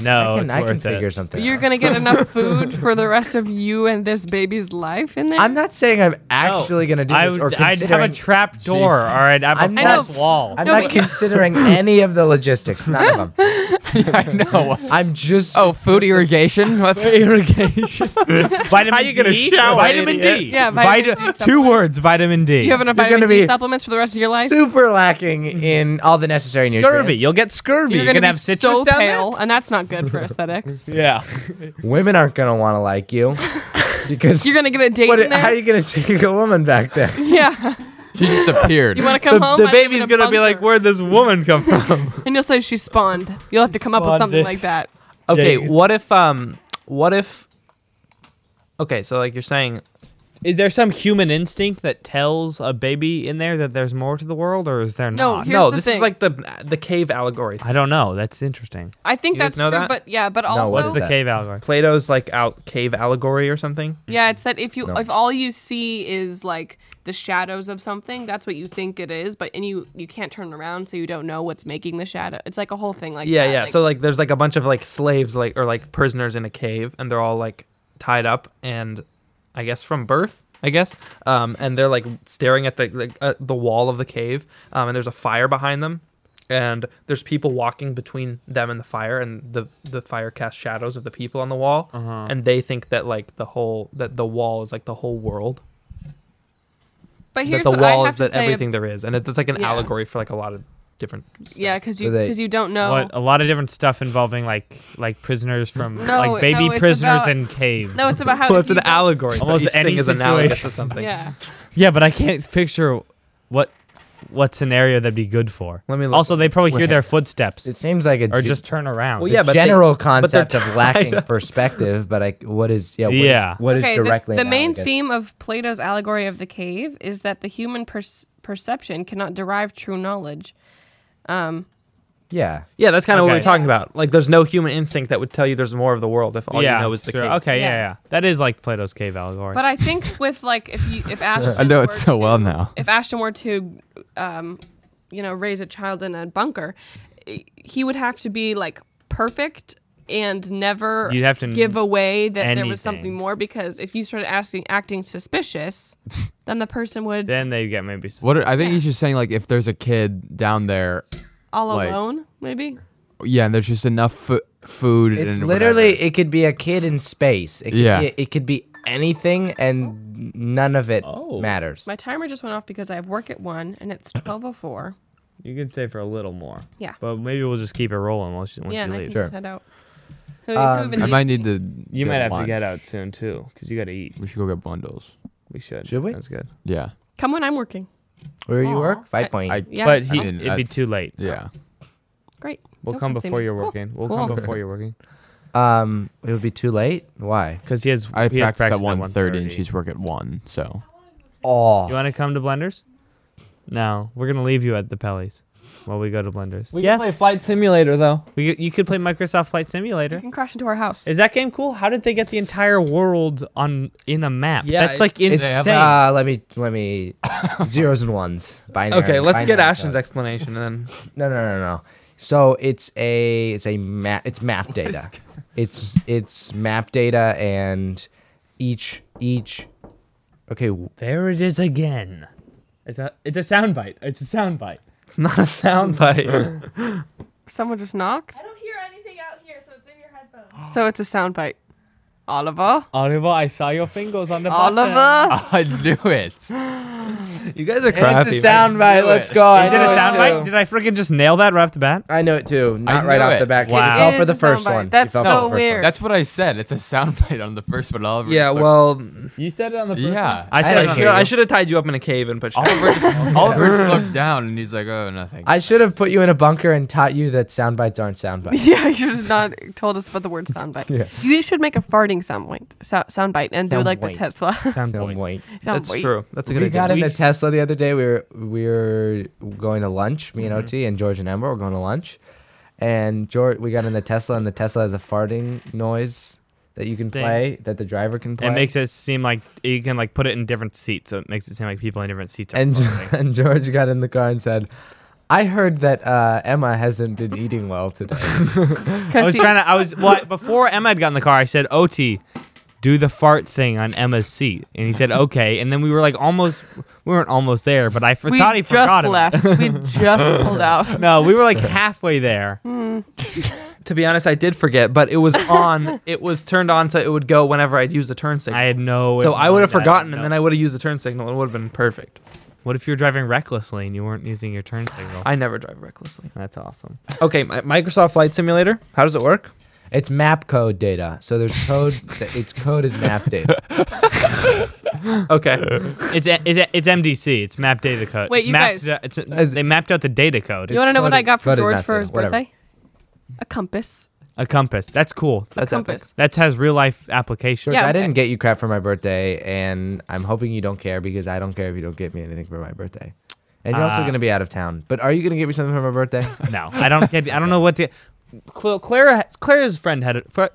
Speaker 1: no,
Speaker 3: I can,
Speaker 1: Oh, it's
Speaker 3: I
Speaker 1: worth
Speaker 3: can figure
Speaker 1: it.
Speaker 3: something.
Speaker 2: You're
Speaker 3: out.
Speaker 2: gonna get enough food for the rest of you and this baby's life in there.
Speaker 3: I'm not saying I'm actually gonna do
Speaker 1: I
Speaker 3: this or
Speaker 1: would, I'd have a
Speaker 3: considering.
Speaker 1: trap door. All
Speaker 4: Jesus.
Speaker 1: right, I have
Speaker 3: I'm
Speaker 1: a
Speaker 3: not-
Speaker 1: false wall.
Speaker 3: I'm
Speaker 2: No,
Speaker 3: not
Speaker 2: but-
Speaker 3: considering any of the logistics. None of them.
Speaker 4: I know.
Speaker 3: I'm just.
Speaker 4: Oh, food irrigation. What's
Speaker 1: Irrigation. vitamin
Speaker 5: How you gonna
Speaker 1: D?
Speaker 5: shower,
Speaker 1: Vitamin
Speaker 5: idiot?
Speaker 1: D.
Speaker 2: Yeah, vitamin
Speaker 1: Vita-
Speaker 2: D
Speaker 1: Two
Speaker 2: supplements.
Speaker 1: words. Vitamin D.
Speaker 2: you have enough
Speaker 3: You're gonna
Speaker 2: vitamin D
Speaker 3: be
Speaker 2: supplements for the rest of your life.
Speaker 3: Super lacking in all the necessary
Speaker 1: scurvy.
Speaker 3: nutrients.
Speaker 1: You'll get scurvy.
Speaker 2: You're
Speaker 1: You're, gonna,
Speaker 2: be
Speaker 1: have citrus
Speaker 2: so
Speaker 1: down
Speaker 2: pale, and that's not good for aesthetics.
Speaker 1: there. Yeah.
Speaker 3: Women aren't gonna want to like you because
Speaker 2: You're gonna get a date
Speaker 3: what,
Speaker 2: in there.
Speaker 3: how are you gonna take a woman back there?
Speaker 2: yeah,
Speaker 4: she just appeared.
Speaker 2: you want to come home?
Speaker 1: the
Speaker 2: I live
Speaker 1: baby's
Speaker 2: in a
Speaker 1: gonna be like,
Speaker 2: bunker.
Speaker 1: "Where'd this woman come from?"
Speaker 2: and you'll say she spawned. You'll have to come up with something like that.
Speaker 5: Okay,
Speaker 1: you-
Speaker 5: what if um, what if? Okay, so like you're saying,
Speaker 1: is there some human instinct that tells a baby in there that there's more to the world, or is there
Speaker 2: No,
Speaker 1: not?
Speaker 2: Here's
Speaker 5: no,
Speaker 2: the
Speaker 5: this is
Speaker 2: thing.
Speaker 5: like the the cave allegory.
Speaker 1: I don't know. That's interesting.
Speaker 2: I think
Speaker 5: You guys
Speaker 2: that's
Speaker 5: know
Speaker 2: true,
Speaker 5: that?
Speaker 2: but yeah, but also
Speaker 3: what
Speaker 1: What's
Speaker 3: is
Speaker 1: the
Speaker 3: that?
Speaker 1: cave allegory?
Speaker 5: Plato's like out cave allegory or something.
Speaker 2: Yeah, it's that if you
Speaker 3: No.
Speaker 2: if all you see is like the shadows of something, that's what you think it is, but and you you can't turn around, so you don't know what's making the shadow. It's like a whole thing like
Speaker 5: Yeah,
Speaker 2: that,
Speaker 5: yeah.
Speaker 2: like-
Speaker 5: so like, there's like a bunch of like slaves, like or like prisoners in a cave, and they're all like tied up, and I guess from birth. I guess, um, and they're like staring at the like, at the wall of the cave, um, and there's a fire behind them, and there's people walking between them and the fire, and the the fire casts shadows of the people on the wall, and they think that like the whole that the wall is like the whole world,
Speaker 2: But here's
Speaker 5: that the
Speaker 2: what I
Speaker 5: wall
Speaker 2: have
Speaker 5: is that
Speaker 2: to say.
Speaker 5: everything there is, and it's like an
Speaker 2: Yeah.
Speaker 5: allegory for like a lot of different.
Speaker 2: yeah, because you
Speaker 3: So they-
Speaker 2: because you don't know.
Speaker 1: What, a lot of different stuff involving like like prisoners from
Speaker 2: No,
Speaker 1: like baby
Speaker 2: no, it's
Speaker 1: prisoners
Speaker 2: about-
Speaker 1: in caves.
Speaker 2: No, it's about how.
Speaker 5: Well,
Speaker 2: if
Speaker 5: it's
Speaker 2: you
Speaker 5: an
Speaker 2: don't-
Speaker 5: allegory.
Speaker 1: Almost
Speaker 5: so each
Speaker 1: any
Speaker 5: thing is analogous to
Speaker 1: situation.
Speaker 5: something.
Speaker 2: Yeah.
Speaker 1: Yeah, but I can't picture what what scenario that'd be good for.
Speaker 5: Let me look.
Speaker 1: Also, they probably hear
Speaker 3: Wait.
Speaker 1: their footsteps
Speaker 3: It seems like a
Speaker 1: or
Speaker 3: ge-
Speaker 1: just turn around.
Speaker 5: Well, yeah, but they-
Speaker 3: general
Speaker 5: but they're
Speaker 3: concept of lacking perspective, but like what is yeah what is-
Speaker 1: Yeah.
Speaker 3: what is
Speaker 2: okay, the-
Speaker 3: directly
Speaker 2: the, main
Speaker 3: analogous?
Speaker 2: theme of Plato's allegory of the cave is that the human perce- perception cannot derive true knowledge. Um,
Speaker 3: Yeah,
Speaker 5: Yeah, that's kind of what
Speaker 1: Okay.
Speaker 5: we're talking about. Like, there's no human instinct that would tell you there's more of the world if all
Speaker 1: yeah,
Speaker 5: you know is the
Speaker 1: sure.
Speaker 5: cave.
Speaker 1: Okay, yeah. yeah,
Speaker 2: Yeah.
Speaker 1: That is like Plato's cave allegory.
Speaker 2: but I think with like if you if Ashton
Speaker 4: I know it
Speaker 2: were
Speaker 4: so
Speaker 2: to-
Speaker 4: well now.
Speaker 2: if Ashton were to, um, you know, raise a child in a bunker, i- he would have to be like perfect and never
Speaker 1: You'd have to
Speaker 2: give away that there was
Speaker 1: anything.
Speaker 2: something more because if you started asking acting suspicious, then the person would
Speaker 1: then they get maybe
Speaker 4: What are, I think he's just saying like if there's a kid down there,
Speaker 2: all
Speaker 4: like-
Speaker 2: alone maybe.
Speaker 4: yeah, and there's just enough fu- food.
Speaker 3: it's
Speaker 4: and
Speaker 3: literally
Speaker 4: whatever.
Speaker 3: it could be a kid in space. It could
Speaker 4: Yeah.
Speaker 3: be, it could be anything, and none of it
Speaker 1: Oh.
Speaker 3: matters.
Speaker 2: My timer just went off because I have work at one and it's twelve oh four.
Speaker 1: you could say for a little more.
Speaker 2: Yeah.
Speaker 1: But maybe we'll just keep it rolling once, you- once
Speaker 2: Yeah,
Speaker 1: you
Speaker 2: and I
Speaker 1: leave.
Speaker 2: can
Speaker 3: Sure.
Speaker 2: just head out. Who, who
Speaker 3: Um,
Speaker 2: even
Speaker 4: I might need
Speaker 2: leaves me?
Speaker 4: to.
Speaker 1: You
Speaker 4: get
Speaker 1: might have to
Speaker 4: lunch.
Speaker 1: get out soon too, because you got to eat.
Speaker 4: We should go get bundles.
Speaker 1: We should.
Speaker 3: Should we?
Speaker 1: That's good.
Speaker 4: Yeah,
Speaker 2: come when I'm working.
Speaker 3: Where you
Speaker 2: Aw.
Speaker 3: work? Five point.
Speaker 4: I.
Speaker 2: Yeah,
Speaker 1: but
Speaker 2: it's
Speaker 1: he,
Speaker 4: fine.
Speaker 1: it'd be
Speaker 4: That's-
Speaker 1: too late.
Speaker 4: Yeah,
Speaker 2: Great.
Speaker 1: We'll
Speaker 2: No
Speaker 1: come
Speaker 2: one can see
Speaker 1: before
Speaker 2: me.
Speaker 1: you're
Speaker 2: Cool.
Speaker 1: working. We'll
Speaker 2: Cool.
Speaker 1: come before you're working.
Speaker 3: um, it would be too late. Why?
Speaker 1: Because he has.
Speaker 4: I
Speaker 1: he has
Speaker 4: practice at
Speaker 1: one
Speaker 4: 1.30
Speaker 1: thirty,
Speaker 4: and she's work at one.
Speaker 1: You
Speaker 4: So
Speaker 3: Oh,
Speaker 1: want to come to Blenders? No, we're gonna leave you at the Pellies while we go to Blenders.
Speaker 5: We can play Flight Simulator though.
Speaker 1: We, you could play Microsoft Flight
Speaker 2: You
Speaker 1: Simulator.
Speaker 2: can crash into our house.
Speaker 1: Is that game cool? How did they get the entire world on in a map?
Speaker 5: Yeah,
Speaker 1: that's like
Speaker 3: it's
Speaker 1: insane.
Speaker 3: uh, let me let me zeros and ones. Binary.
Speaker 5: Okay, let's get
Speaker 3: binary
Speaker 5: Ashton's
Speaker 3: code.
Speaker 5: explanation and then
Speaker 3: No, no, no, no. So it's a it's a map it's map data. It's it's map data and each each okay w-
Speaker 1: there it is again. It's a it's a soundbite. It's a soundbite.
Speaker 5: it's not a soundbite.
Speaker 2: Someone just knocked.
Speaker 8: I don't hear anything out here, so it's in your headphones.
Speaker 2: So it's a soundbite. Oliver.
Speaker 1: Oliver, I saw your fingers on the
Speaker 2: Oliver.
Speaker 4: I knew it.
Speaker 5: you guys are crappy.
Speaker 3: soundbite. Let's go. Oh, I
Speaker 1: Is it
Speaker 3: know
Speaker 1: a
Speaker 3: it
Speaker 1: soundbite?
Speaker 3: too.
Speaker 1: Did I freaking just nail that right off the bat?
Speaker 3: I know it too. Not
Speaker 4: knew
Speaker 3: right off
Speaker 4: it.
Speaker 3: the back.
Speaker 1: Wow.
Speaker 3: You
Speaker 1: It
Speaker 3: fell
Speaker 2: is
Speaker 3: for
Speaker 2: a
Speaker 3: the first
Speaker 2: soundbite.
Speaker 3: one. You
Speaker 2: That's
Speaker 3: fell for the
Speaker 2: so
Speaker 3: first one.
Speaker 2: weird.
Speaker 4: That's what I said. It's a soundbite on the first one. Oliver.
Speaker 5: Yeah,
Speaker 4: just like-
Speaker 5: well,
Speaker 1: You said it on the
Speaker 4: yeah.
Speaker 1: I said
Speaker 3: I
Speaker 1: it on
Speaker 5: I should,
Speaker 3: hear
Speaker 1: the
Speaker 5: I should have tied you up in a cave and put you.
Speaker 4: Oliver just, Oliver just looked down and he's like, "Oh, nothing."
Speaker 3: I should have put you in a bunker and taught you that soundbites aren't soundbites.
Speaker 2: Yeah, you should have not told us about the word soundbite. You should make a farting soundbite, so, soundbite and do like the
Speaker 3: Soundbite.
Speaker 2: Tesla.
Speaker 1: soundbite.
Speaker 3: Soundbite.
Speaker 5: That's
Speaker 2: Soundbite.
Speaker 5: true. That's a good
Speaker 3: We
Speaker 5: idea.
Speaker 3: got in
Speaker 1: We
Speaker 3: the
Speaker 1: sh-
Speaker 3: Tesla the other day. We were we were going to lunch. Me and
Speaker 1: Mm-hmm.
Speaker 3: OT and George and Amber were going to lunch, and George we got in the Tesla, and the Tesla has a farting noise that you can
Speaker 1: Thing.
Speaker 3: play that the driver can play.
Speaker 1: It makes it seem like you can like put it in different seats, so it makes it seem like people in different seats are.
Speaker 3: and
Speaker 1: farting.
Speaker 3: and George got in the car and said, "I heard that uh, Emma hasn't been eating well today."
Speaker 1: I was trying to. I was well, before Emma had gotten in the car. I said, "Ot, do the fart thing on Emma's seat," and he said, "Okay." And then we were like almost. We weren't almost there, but I for,
Speaker 2: We
Speaker 1: thought he
Speaker 2: just
Speaker 1: forgot. it.
Speaker 2: left. we just pulled out.
Speaker 1: No, we were like halfway there.
Speaker 2: Mm.
Speaker 5: To be honest, I did forget, but it was on. it was turned on, so it would go whenever I'd use the turn signal.
Speaker 1: I had no.
Speaker 5: so I would have forgotten, and then I would have used the turn signal. It would have been perfect.
Speaker 1: What if you were driving recklessly and you weren't using your turn signal?
Speaker 5: I never drive recklessly.
Speaker 1: That's awesome.
Speaker 5: Okay, Mi- Microsoft Flight Simulator. How does it work?
Speaker 3: it's map code data, so there's code. that it's coded map data.
Speaker 5: Okay.
Speaker 1: It's a- it's a- it's MDC. It's map data code.
Speaker 2: Wait,
Speaker 1: it's
Speaker 2: you
Speaker 1: mapped,
Speaker 2: guys-
Speaker 1: out- It's, they mapped out the data code.
Speaker 2: You want to know what I
Speaker 3: coded-
Speaker 2: got for
Speaker 3: coded
Speaker 2: George
Speaker 3: map
Speaker 2: for
Speaker 3: data,
Speaker 2: his
Speaker 3: whatever.
Speaker 2: birthday? A compass.
Speaker 1: a compass. That's cool.
Speaker 2: A
Speaker 5: That's epic.
Speaker 2: compass.
Speaker 1: That has real life application.
Speaker 3: George,
Speaker 2: Yeah,
Speaker 3: I
Speaker 2: okay.
Speaker 3: didn't get you crap for my birthday, and I'm hoping you don't care because I don't care if you don't get me anything for my birthday. And you're also
Speaker 1: Uh,
Speaker 3: going to be out of town. But are you going to get me something for my birthday?
Speaker 1: No, I don't get. I don't know what the. Cla- Clara, Clara's friend had. A, fr-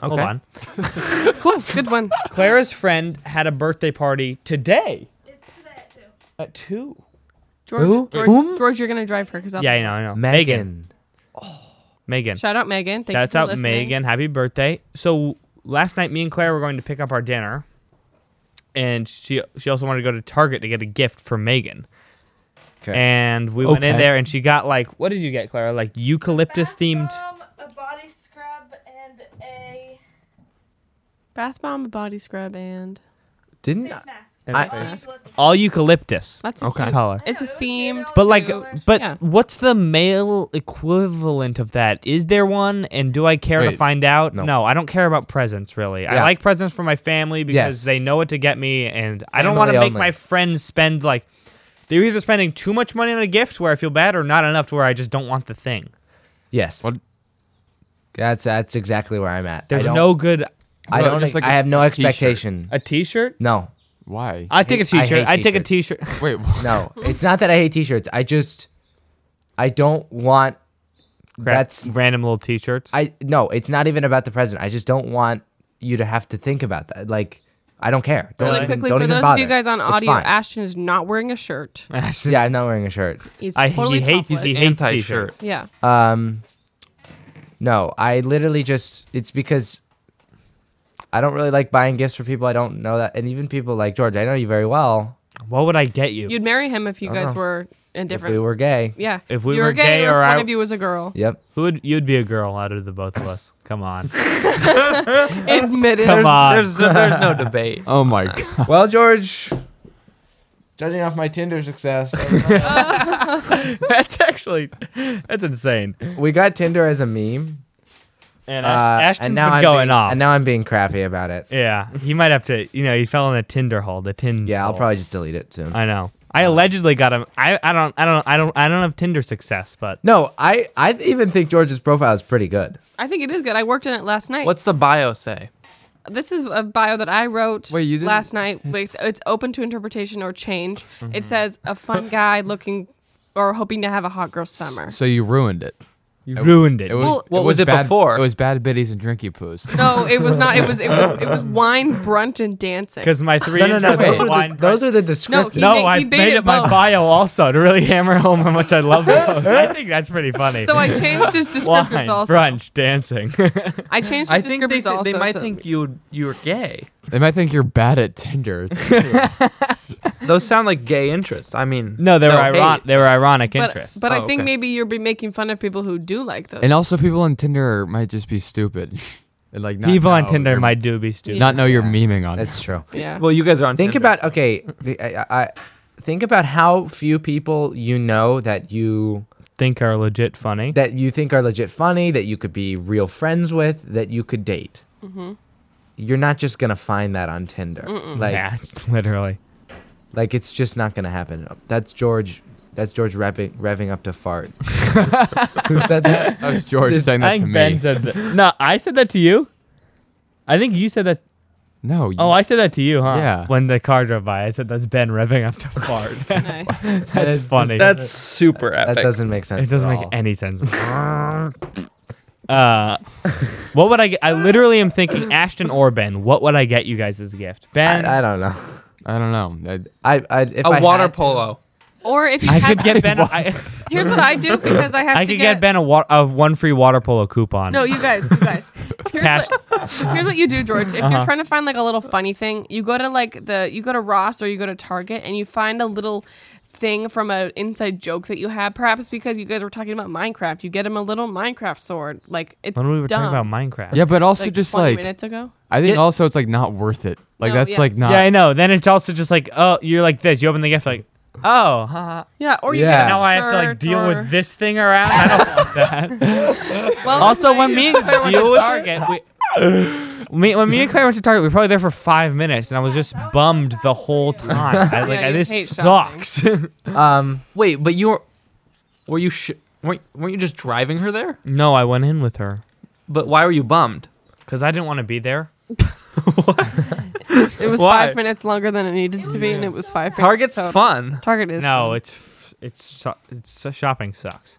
Speaker 1: Hold
Speaker 3: Okay.
Speaker 1: on.
Speaker 2: Cool. Good one.
Speaker 1: Clara's friend had a birthday party today
Speaker 8: It's today at 2.
Speaker 1: at two.
Speaker 2: George,
Speaker 3: Who?
Speaker 2: George,
Speaker 3: Whom?
Speaker 2: George, you're gonna drive her because
Speaker 1: Yeah, I know. I know.
Speaker 3: Megan.
Speaker 1: Megan.
Speaker 2: Shout out Megan. Thank
Speaker 1: That's
Speaker 2: you for
Speaker 1: out,
Speaker 2: listening.
Speaker 1: Megan. Happy birthday. So last night, me and Clara were going to pick up our dinner and she she also wanted to go to Target to get a gift for Megan.
Speaker 3: 'Kay.
Speaker 1: And we went in
Speaker 3: Okay.
Speaker 1: there, and she got like, what did you get, Clara? Like eucalyptus themed.
Speaker 8: Bomb, a body scrub, and a
Speaker 2: Bath bomb, a body scrub, and
Speaker 3: Didn't
Speaker 8: face mask.
Speaker 3: I-
Speaker 8: Face mask.
Speaker 1: All eucalyptus.
Speaker 2: that's a
Speaker 5: Okay.
Speaker 2: cute-
Speaker 1: color.
Speaker 2: It's a
Speaker 8: Yeah, it was cute.
Speaker 2: themed.
Speaker 8: It
Speaker 1: But like,
Speaker 8: Two.
Speaker 1: but
Speaker 2: Yeah.
Speaker 1: what's the male equivalent of that? Is there one? And do I care to
Speaker 4: Wait,
Speaker 1: find out?
Speaker 3: no.
Speaker 1: I don't care about presents really. I
Speaker 3: Yeah.
Speaker 1: like presents for my family because
Speaker 3: Yes.
Speaker 1: they know what to get me, and I don't want to
Speaker 3: Family
Speaker 1: make my
Speaker 3: only.
Speaker 1: friends spend like they're either spending too much money on a gift where I feel bad, or not enough to where I just don't want the thing.
Speaker 3: Yes.
Speaker 4: What-
Speaker 3: That's that's exactly where I'm at. I
Speaker 1: There's
Speaker 3: don't-
Speaker 1: no good.
Speaker 3: I
Speaker 4: No,
Speaker 3: don't.
Speaker 4: just
Speaker 3: ex-
Speaker 4: like
Speaker 3: I
Speaker 4: a-
Speaker 3: have no
Speaker 4: a t-shirt.
Speaker 3: expectation.
Speaker 1: A T-shirt?
Speaker 3: No,
Speaker 4: Why?
Speaker 1: I take a
Speaker 3: I hate
Speaker 1: T-shirt. I take a T-shirt.
Speaker 4: Wait, what?
Speaker 3: no. it's not that I hate T-shirts. I just, I don't want. That's
Speaker 1: random little T-shirts.
Speaker 3: I no. It's not even about the present. I just don't want you to have to think about that. Like, I don't care. Don't
Speaker 2: Really
Speaker 3: even,
Speaker 2: quickly,
Speaker 3: don't
Speaker 2: for
Speaker 3: even
Speaker 2: those
Speaker 3: bother.
Speaker 2: of you guys on
Speaker 3: It's
Speaker 2: audio,
Speaker 3: fine.
Speaker 2: Ashton is not wearing a shirt.
Speaker 3: yeah, I'm not wearing a shirt.
Speaker 2: He's
Speaker 1: I
Speaker 2: totally
Speaker 1: he hates
Speaker 2: topless.
Speaker 1: he hates
Speaker 5: Anti-shirt.
Speaker 1: T-shirts.
Speaker 2: Yeah.
Speaker 3: Um, no, I literally just it's because I don't really like buying gifts for people I don't know that, and even people like George. I know you very well.
Speaker 1: What would I get you?
Speaker 2: You'd marry him if you
Speaker 3: I
Speaker 2: guys
Speaker 3: dunno.
Speaker 2: were
Speaker 3: If we
Speaker 2: indifferent.
Speaker 3: were gay.
Speaker 2: yeah.
Speaker 1: If we
Speaker 2: you
Speaker 1: were gay
Speaker 2: or
Speaker 1: or
Speaker 2: if
Speaker 1: I-
Speaker 2: one of you was a girl.
Speaker 3: Yep.
Speaker 1: Who would you'd be a girl out of the both of us? Come on,
Speaker 2: Admitted.
Speaker 1: come on.
Speaker 5: There's there's no debate.
Speaker 4: Oh my god.
Speaker 3: Well, George, judging off my Tinder success,
Speaker 1: that's actually that's insane.
Speaker 3: we got Tinder as a meme.
Speaker 1: And
Speaker 3: uh,
Speaker 1: Ash- Ashton's
Speaker 3: and now
Speaker 1: been
Speaker 3: I'm
Speaker 1: going
Speaker 3: being,
Speaker 1: off.
Speaker 3: And now I'm being crappy about it.
Speaker 1: yeah, he might have to. You know, he fell in a Tinder hole. The Tinder.
Speaker 3: Yeah, I'll
Speaker 1: hole.
Speaker 3: probably just delete it soon.
Speaker 1: Oh. I know. I allegedly got him. I, I don't. I don't. I don't. I don't have Tinder success, but
Speaker 3: no, I I even think George's profile is pretty good.
Speaker 2: I think it is good. I worked on it last night.
Speaker 5: What's the bio say?
Speaker 2: This is a bio that I wrote
Speaker 4: Wait, you didn't-
Speaker 2: last night. It's, it's open to interpretation or change. It says a fun guy looking or hoping to have a hot girl summer.
Speaker 4: So you ruined it.
Speaker 1: you ruined it.
Speaker 4: It was,
Speaker 5: Well, what was it
Speaker 4: bad-
Speaker 5: before?
Speaker 4: It was bad biddies and drinky poos.
Speaker 2: No, it was not. It was it was it was wine, brunch, and dancing.
Speaker 1: Because my three
Speaker 3: No, no, no.
Speaker 1: interests
Speaker 3: Those
Speaker 1: were
Speaker 3: are
Speaker 1: wine.
Speaker 3: the, those
Speaker 1: brunch-
Speaker 3: are the descriptions.
Speaker 2: he
Speaker 1: no,
Speaker 2: did- he
Speaker 1: I
Speaker 2: made
Speaker 1: made
Speaker 2: it
Speaker 1: it my
Speaker 2: both.
Speaker 1: bio also to really hammer home how much I love those. I think that's pretty funny.
Speaker 2: So I changed his
Speaker 1: wine,
Speaker 2: descriptions also.
Speaker 1: brunch, dancing.
Speaker 2: I changed his
Speaker 5: I think they,
Speaker 2: descriptions
Speaker 5: th-
Speaker 2: also.
Speaker 5: they might
Speaker 2: so-
Speaker 5: think you you're gay.
Speaker 4: They might think you're bad at Tinder.
Speaker 5: Those sound like gay interests. I mean,
Speaker 1: no, they were
Speaker 5: hate.
Speaker 1: ironic. They were ironic
Speaker 2: but,
Speaker 1: interests.
Speaker 2: but I
Speaker 5: Oh,
Speaker 2: think
Speaker 5: okay.
Speaker 2: maybe you'll be making fun of people who do like those.
Speaker 4: and also, people on Tinder might just be stupid. and like not
Speaker 1: People on
Speaker 4: know
Speaker 1: Tinder
Speaker 4: you're-
Speaker 1: might do be stupid.
Speaker 4: not know you're memeing on.
Speaker 3: That's true.
Speaker 2: yeah.
Speaker 5: Well, you guys are on.
Speaker 3: Think
Speaker 5: Tinder,
Speaker 3: about
Speaker 5: so-
Speaker 3: okay. the- I, I think about how few people you know that you
Speaker 1: think are legit funny.
Speaker 3: that you think are legit funny, that you could be real friends with, that you could date.
Speaker 2: Mm-hmm.
Speaker 3: You're not just gonna find that on Tinder. Like,
Speaker 1: yeah, literally.
Speaker 3: like it's just not gonna happen. That's George. That's George revving, revving up to fart. Who said that?
Speaker 4: That was George saying
Speaker 1: I
Speaker 4: that to
Speaker 1: think
Speaker 4: me.
Speaker 1: Ben said that. No, I said that to you. I think you said that.
Speaker 4: no. You,
Speaker 1: Oh, I said that to you, huh?
Speaker 4: Yeah.
Speaker 1: When the car drove by, I said that's Ben revving up to fart.
Speaker 2: nice.
Speaker 1: that's funny.
Speaker 5: that's super epic.
Speaker 3: That doesn't make sense.
Speaker 1: it doesn't
Speaker 3: at
Speaker 1: make
Speaker 3: all.
Speaker 1: any sense. uh, what would I get? I literally am thinking Ashton or Ben. What would I get you guys as a gift? Ben,
Speaker 3: I, I don't know.
Speaker 4: I don't know. I,
Speaker 3: I, I if
Speaker 5: a
Speaker 3: I
Speaker 5: water
Speaker 3: had-
Speaker 5: polo.
Speaker 2: Or if you
Speaker 1: I
Speaker 2: had,
Speaker 1: could get Ben. I,
Speaker 2: here's what I do because I have
Speaker 1: I
Speaker 2: to
Speaker 1: could get, Ben a, wa- a one free water polo coupon.
Speaker 2: No, you guys, you guys. Here's,
Speaker 1: Cash- Uh-huh.
Speaker 2: what, here's what you do, George. If you're trying to find like a little funny thing, you go to like the you go to Ross or you go to Target and you find a little thing from an inside joke that you have. Perhaps because you guys were talking about Minecraft, you get him a little Minecraft sword. Like it's
Speaker 1: when we were
Speaker 2: dumb.
Speaker 1: talking about Minecraft.
Speaker 4: yeah, but also
Speaker 2: like,
Speaker 4: just
Speaker 2: 20
Speaker 4: like
Speaker 2: minutes ago.
Speaker 4: I think also it's like not worth it. Like
Speaker 2: No,
Speaker 4: that's
Speaker 2: yeah.
Speaker 4: like not.
Speaker 1: Yeah, I know. Then it's also just like, oh, you're like this. You open the gift, like, oh, haha.
Speaker 2: Yeah, or you
Speaker 3: Yeah.
Speaker 2: get a
Speaker 1: now I have to like
Speaker 2: shirt
Speaker 1: deal
Speaker 2: or-
Speaker 1: with this thing around. I don't want that.
Speaker 2: Well,
Speaker 1: also,
Speaker 2: anyway,
Speaker 1: when me and Claire went to Target, we, me, when me and Claire went to Target, we were probably there for five minutes, and I was just bummed the whole time. I was
Speaker 2: Yeah,
Speaker 1: like,
Speaker 2: you hate
Speaker 1: this
Speaker 2: shopping.
Speaker 1: sucks.
Speaker 3: Um,
Speaker 5: Wait, but you were were you sh- weren't, weren't you just driving her there?
Speaker 1: no, I went in with her
Speaker 5: But why were you bummed?
Speaker 1: because I didn't want to be there.
Speaker 2: it was
Speaker 5: Why?
Speaker 2: five minutes longer than it needed to be, and it was five.
Speaker 5: Target's
Speaker 2: minutes, so-
Speaker 5: fun.
Speaker 2: Target is
Speaker 1: No,
Speaker 2: fun.
Speaker 1: it's it's so- it's uh, shopping sucks.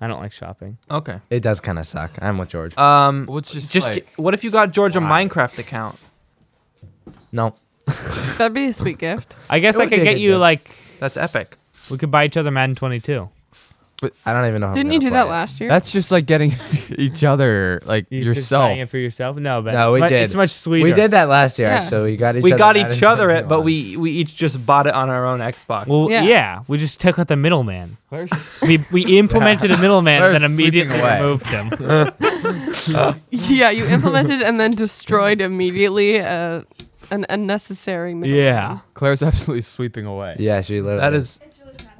Speaker 1: I don't like shopping.
Speaker 5: Okay.
Speaker 3: it does kind of suck. I'm with George.
Speaker 1: Uh,
Speaker 5: Um,
Speaker 4: Well, it's just
Speaker 5: just
Speaker 4: like-
Speaker 5: g- what if you got George
Speaker 1: Why?
Speaker 5: a Minecraft account?
Speaker 3: no,
Speaker 2: that'd be a sweet gift.
Speaker 1: I guess
Speaker 3: It
Speaker 1: I
Speaker 3: would be
Speaker 1: could
Speaker 3: a
Speaker 1: get
Speaker 3: good
Speaker 1: you
Speaker 3: gift.
Speaker 1: like
Speaker 5: That's epic.
Speaker 1: we could buy each other Madden 22.
Speaker 3: I don't even know. How I'm
Speaker 2: Didn't you do that
Speaker 3: gonna play it.
Speaker 2: last year?
Speaker 4: That's just like getting each other, like
Speaker 1: You're just
Speaker 4: yourself.
Speaker 1: buying it for yourself. No, but
Speaker 3: No,
Speaker 1: it's
Speaker 3: we
Speaker 1: mu-
Speaker 3: did.
Speaker 1: It's much sweeter.
Speaker 3: We did that last year,
Speaker 2: Yeah.
Speaker 3: so we got each.
Speaker 5: we
Speaker 3: other
Speaker 5: got
Speaker 3: that
Speaker 5: each other
Speaker 3: individual
Speaker 5: it, but
Speaker 3: one.
Speaker 5: we we each just bought it on our own Xbox.
Speaker 1: Well, yeah.
Speaker 2: Yeah.
Speaker 1: we just took out the middleman.
Speaker 4: Claire's just-
Speaker 1: We we implemented a middleman
Speaker 4: Claire's
Speaker 1: and then immediately
Speaker 4: sweeping away.
Speaker 1: removed him.
Speaker 2: yeah, you implemented and then destroyed immediately uh, an unnecessary. middle
Speaker 1: yeah,
Speaker 2: man.
Speaker 4: Claire's absolutely sweeping away.
Speaker 3: Yeah, she literally.
Speaker 5: that is
Speaker 8: It's really satisfying.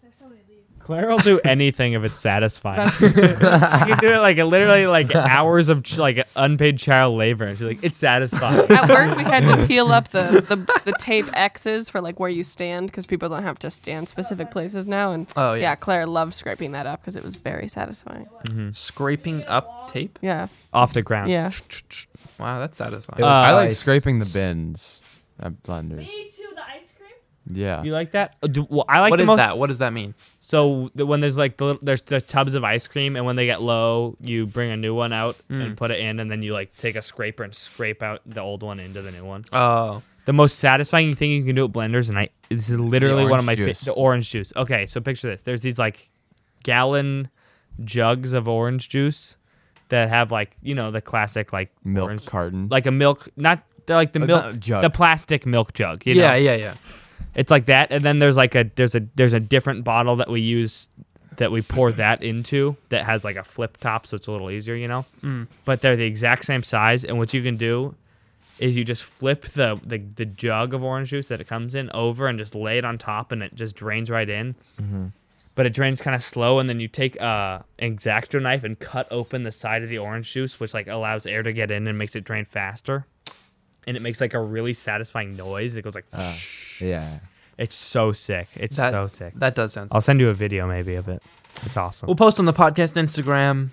Speaker 8: There's so many leaves.
Speaker 1: Claire will do anything if it's satisfying.
Speaker 2: That's
Speaker 1: she can do it like literally like hours of ch- like unpaid child labor. and She's like, it's satisfying.
Speaker 2: At work, we had to peel up the, the, the tape X's for like where you stand because people don't have to stand specific places now. And
Speaker 5: Oh, yeah.
Speaker 2: Claire loved scraping that up because it was very satisfying.
Speaker 5: scraping up tape.
Speaker 2: Yeah,
Speaker 1: Off the ground. Uh,
Speaker 2: yeah.
Speaker 5: Wow, that's satisfying.
Speaker 3: It was
Speaker 4: I like
Speaker 3: ice.
Speaker 4: scraping the bins at blenders.
Speaker 8: Me too, the ice cream.
Speaker 4: Yeah.
Speaker 1: You like that? Uh, Do, well, I like
Speaker 5: what
Speaker 1: the
Speaker 5: is
Speaker 1: most.
Speaker 5: that? What does that mean?
Speaker 1: So the, when there's like the little- there's the tubs of ice cream, and when they get low, you bring a new one out
Speaker 5: Hmm.
Speaker 1: and put it in, and then you like take a scraper and scrape out the old one into the new one.
Speaker 5: Oh,
Speaker 1: The most satisfying thing you can do at blenders, and I this is literally one of my
Speaker 4: orange
Speaker 1: fa-
Speaker 4: juice.
Speaker 1: the orange juice. Okay, so picture this: there's these like gallon jugs of orange juice that have like you know the classic like
Speaker 4: Milk
Speaker 1: orange-
Speaker 4: carton.
Speaker 1: like a milk, not they're like the
Speaker 4: Uh,
Speaker 1: milk
Speaker 4: not jug.
Speaker 1: the plastic milk jug. You
Speaker 5: yeah,
Speaker 1: know?
Speaker 5: yeah, yeah.
Speaker 1: It's like that, and then there's like a there's a there's a different bottle that we use that we pour that into that has like a flip top, so it's a little easier, you know. Mm. But they're the exact same size, and what you can do is you just flip the, the the jug of orange juice that it comes in over and just lay it on top, and it just drains right in. But it drains kind of slow, and then you take uh, an exacto knife and cut open the side of the orange juice, which like allows air to get in and makes it drain faster. And it makes like a really satisfying noise. It goes like.
Speaker 3: Yeah.
Speaker 1: It's so sick. It's
Speaker 5: That-
Speaker 1: so sick.
Speaker 5: That does sound.
Speaker 1: I'll send you a video maybe of it. It's awesome.
Speaker 5: We'll post on the podcast Instagram.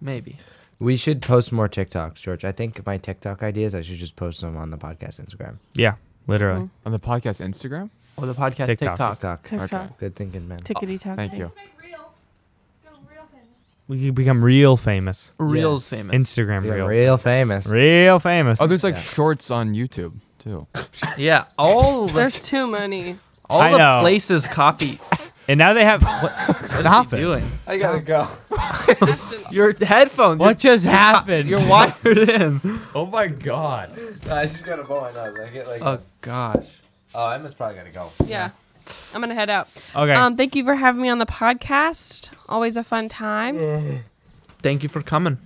Speaker 5: Maybe.
Speaker 3: We should post more TikToks, George. I think my TikTok ideas, I should just post them on the podcast Instagram.
Speaker 1: yeah, literally.
Speaker 4: on the podcast Instagram?
Speaker 5: Or the podcast
Speaker 1: TikTok.
Speaker 5: TikTok.
Speaker 3: TikTok.
Speaker 2: TikTok.
Speaker 3: Good thinking, man.
Speaker 2: Tickety tock.
Speaker 4: Thank you.
Speaker 8: Make reels. Go real thing.
Speaker 1: We could become real famous.
Speaker 5: Reels famous.
Speaker 1: Instagram
Speaker 3: You're
Speaker 1: real.
Speaker 3: real.
Speaker 1: Real,
Speaker 3: famous.
Speaker 1: famous.
Speaker 4: Oh, there's like
Speaker 3: Yeah.
Speaker 4: shorts on YouTube too.
Speaker 5: yeah, all the,
Speaker 2: There's too many.
Speaker 5: all
Speaker 1: I
Speaker 5: the
Speaker 1: know.
Speaker 5: places copy.
Speaker 1: and now they have. What, stop
Speaker 5: What are
Speaker 1: it.
Speaker 5: you doing?
Speaker 3: I gotta go.
Speaker 5: Your headphones.
Speaker 1: What just happened?
Speaker 5: You're, you're wired in.
Speaker 1: oh my god.
Speaker 3: I just gotta blow my nose. I get like.
Speaker 5: Oh gosh.
Speaker 3: oh, I must probably gotta go.
Speaker 2: Yeah. I'm going to head out.
Speaker 1: Okay.
Speaker 2: Um, thank you for having me on the podcast. Always a fun time.
Speaker 5: Thank you for coming.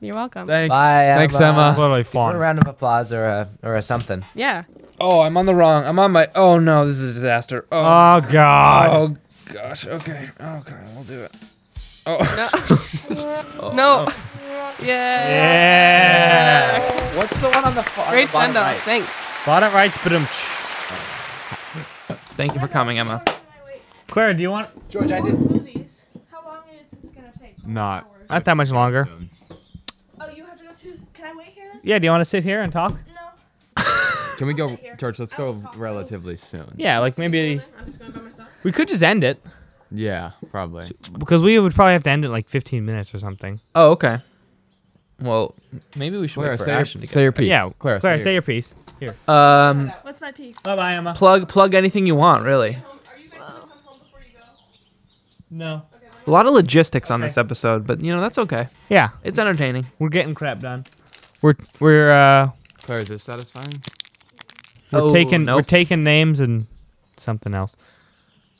Speaker 2: You're welcome.
Speaker 4: Thanks.
Speaker 3: Bye,
Speaker 4: Thanks,
Speaker 3: Emma.
Speaker 4: Emma.
Speaker 1: literally
Speaker 3: Give her a
Speaker 1: fun.
Speaker 3: round of applause or a or a something.
Speaker 2: Yeah.
Speaker 5: Oh, I'm on the wrong. I'm on my. Oh no, this is a disaster.
Speaker 1: Oh god.
Speaker 5: Oh gosh. Okay. Okay, we'll do it. Oh.
Speaker 2: No.
Speaker 1: Oh,
Speaker 2: no. Yeah.
Speaker 1: Yeah.
Speaker 3: What's the one on the far?
Speaker 2: Great send off. Thanks.
Speaker 1: Bottom rights, but um.
Speaker 5: Thank you for coming, Emma.
Speaker 8: How long can I wait?
Speaker 1: Claire, do you want?
Speaker 3: George, I did.
Speaker 8: Smoothies. How long is this gonna take? Like an
Speaker 4: Not.
Speaker 8: hour?
Speaker 1: Not that much longer.
Speaker 8: Oh, you have to go to. Can I wait here then?
Speaker 1: Yeah. Do you want to sit here and talk?
Speaker 8: No.
Speaker 4: Can we go, George? Let's go relatively soon.
Speaker 1: Yeah. Like maybe
Speaker 8: I'm just going by myself.
Speaker 1: we could just end it
Speaker 4: Yeah, probably.
Speaker 1: because we would probably have to end it in, like 15 minutes or something.
Speaker 5: Oh, okay. Well, maybe we should
Speaker 4: Clara,
Speaker 5: wait for
Speaker 4: say your,
Speaker 5: Ashton to
Speaker 4: say your piece.
Speaker 1: Yeah.
Speaker 4: Clara,
Speaker 1: Claire,
Speaker 4: say
Speaker 1: say
Speaker 4: your
Speaker 1: your piece. Here.
Speaker 5: get. Um,
Speaker 8: What's my piece?
Speaker 1: Bye, bye, Emma.
Speaker 5: plug plug anything you want, really.
Speaker 1: No.
Speaker 5: A lot of logistics on this episode, but you know that's okay.
Speaker 1: Yeah,
Speaker 5: It's entertaining.
Speaker 1: we're getting crap done. We're we're uh
Speaker 4: Clara, is this satisfying?
Speaker 1: we're
Speaker 5: Oh,
Speaker 1: taking
Speaker 5: nope.
Speaker 1: we're taking names and something else.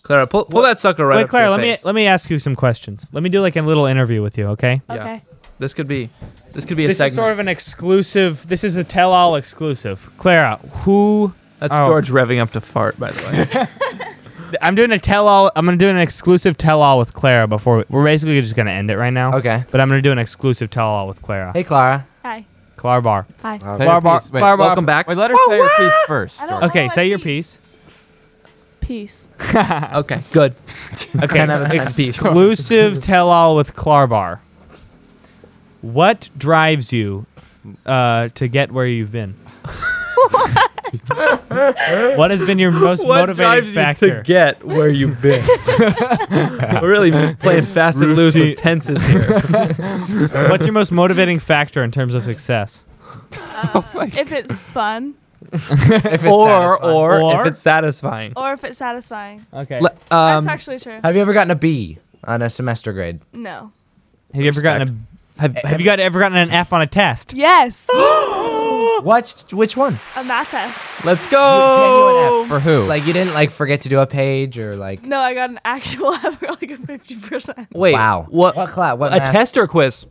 Speaker 5: Clara, pull, pull that sucker right
Speaker 1: Wait,
Speaker 5: up.
Speaker 1: Claire, let me let me ask you some questions. Let me do like a little interview with you, okay?
Speaker 5: me.
Speaker 8: Okay.
Speaker 5: This could be, this could be a
Speaker 1: This
Speaker 5: segment.
Speaker 1: is sort of an exclusive. This is a tell-all exclusive. Clara, who?
Speaker 5: That's
Speaker 1: oh.
Speaker 5: George revving up to fart, by the way.
Speaker 1: I'm doing a tell-all. I'm gonna do an exclusive tell-all with Clara before we, we're basically just gonna end it right now.
Speaker 3: Okay.
Speaker 1: But I'm gonna do an exclusive tell-all with Clara.
Speaker 3: Hey, Clara.
Speaker 8: Hi.
Speaker 1: Clara Bar.
Speaker 8: Hi.
Speaker 3: Oh,
Speaker 4: Say
Speaker 1: Bar
Speaker 4: your
Speaker 1: Bar.
Speaker 4: piece. Wait,
Speaker 1: Bar Bar.
Speaker 5: Welcome back.
Speaker 4: Wait, let her say her piece first.
Speaker 8: I
Speaker 4: George.
Speaker 8: don't-
Speaker 1: Okay,
Speaker 8: Oh,
Speaker 1: say your
Speaker 8: peace.
Speaker 1: piece.
Speaker 8: Peace.
Speaker 5: Okay, good.
Speaker 1: Okay,
Speaker 5: out of ten.
Speaker 1: exclusive tell all with Clarbar. What drives you uh, to get where you've been? what has been your most motivating factor?
Speaker 5: get where you've been? We're really playing fast and loose with tenses here.
Speaker 1: What's your most motivating factor in terms of success?
Speaker 8: if it's fun,
Speaker 3: If it's
Speaker 5: or,
Speaker 3: satisfying.
Speaker 5: or
Speaker 1: Or-
Speaker 5: if it's satisfying.
Speaker 8: Or if it's satisfying.
Speaker 1: Okay.
Speaker 5: Le-
Speaker 8: That's
Speaker 5: um,
Speaker 8: actually true.
Speaker 3: Have you ever gotten a B on a semester grade? Eh,
Speaker 8: No.
Speaker 1: have you ever gotten a have, have you got ever gotten an F on a test?
Speaker 8: Yes.
Speaker 3: What? Which one?
Speaker 8: a math test.
Speaker 5: let's
Speaker 3: Genuine
Speaker 5: go.
Speaker 3: F.
Speaker 4: For who?
Speaker 3: Like you didn't like forget to do a page or like.
Speaker 8: No, I got an actual I got like a fifty percent.
Speaker 5: Wait,
Speaker 3: Wow.
Speaker 5: What?
Speaker 3: What class? What
Speaker 5: a
Speaker 3: math?
Speaker 5: test or quiz?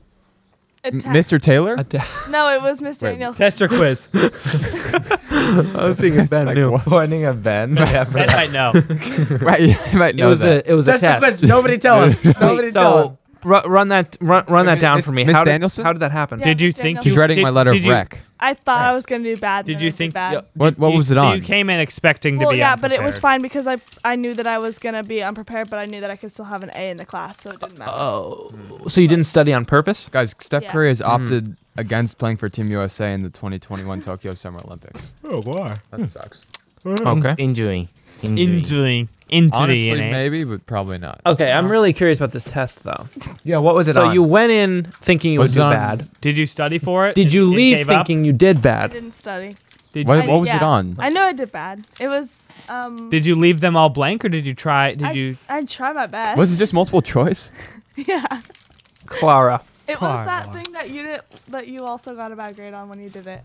Speaker 4: Mr. Taylor?
Speaker 5: A te-
Speaker 8: No, it was Miss Daniels.
Speaker 1: Test or quiz?
Speaker 5: I was thinking Ben
Speaker 4: Like,
Speaker 5: knew.
Speaker 4: what?
Speaker 3: Warning of Ben.
Speaker 1: ben might know.
Speaker 4: right, you might
Speaker 5: It
Speaker 4: know
Speaker 5: was
Speaker 4: that.
Speaker 5: a it was a test.
Speaker 3: Nobody tell him. Nobody
Speaker 5: Wait, so ru- run that run, run that down
Speaker 4: Miss-
Speaker 5: for me.
Speaker 4: Miss
Speaker 5: how, did,
Speaker 4: Danielson?
Speaker 5: how did that happen?
Speaker 8: Yeah.
Speaker 1: Did you
Speaker 8: Miss
Speaker 1: think
Speaker 8: Daniels.
Speaker 4: He's
Speaker 1: you-
Speaker 4: writing
Speaker 1: did-
Speaker 4: my letter
Speaker 1: did
Speaker 4: of
Speaker 1: you-
Speaker 4: rec.
Speaker 8: I thought I was gonna do bad.
Speaker 1: Did
Speaker 8: then
Speaker 1: you
Speaker 8: I did
Speaker 1: think?
Speaker 8: bad?
Speaker 1: yo,
Speaker 4: What- what
Speaker 1: you-
Speaker 4: was it
Speaker 1: so
Speaker 4: on?
Speaker 1: You came in expecting to
Speaker 8: Well,
Speaker 1: be
Speaker 8: yeah, but it was
Speaker 1: unprepared.
Speaker 8: fine because I I knew that I was gonna be unprepared, but I knew that I could still have an A in the class, so it didn't matter.
Speaker 4: Uh,
Speaker 5: So you didn't study on purpose?
Speaker 4: Guys, Steph
Speaker 8: Yeah.
Speaker 4: Curry has opted against playing for Team USA in the 2021 Tokyo Summer Olympics.
Speaker 3: Oh boy.
Speaker 4: That sucks.
Speaker 5: Okay.
Speaker 3: Injury.
Speaker 1: Injury, injury,
Speaker 4: Honestly,
Speaker 1: in it.
Speaker 4: maybe, but probably not.
Speaker 5: Okay, I'm really curious about this test though.
Speaker 3: Yeah. What was it
Speaker 5: So
Speaker 3: on?
Speaker 5: you went in thinking you would
Speaker 4: Was
Speaker 5: do
Speaker 4: it on-
Speaker 5: bad.
Speaker 1: Did you study for it?
Speaker 5: Did
Speaker 1: and-
Speaker 5: you
Speaker 1: and
Speaker 5: leave
Speaker 1: gave up?
Speaker 5: thinking you did
Speaker 8: I
Speaker 5: bad?
Speaker 8: didn't study.
Speaker 1: Did,
Speaker 4: What,
Speaker 8: I-
Speaker 4: what was it
Speaker 8: yeah.
Speaker 4: on?
Speaker 8: I know I did bad. It was um.
Speaker 1: did you leave them all blank, or did you try? Did
Speaker 8: I,
Speaker 1: you?
Speaker 8: I tried my best.
Speaker 4: Was it just multiple choice?
Speaker 8: yeah.
Speaker 5: Clara,
Speaker 8: It
Speaker 1: Clara.
Speaker 8: was that thing that you did that you also got a bad grade on when you did it.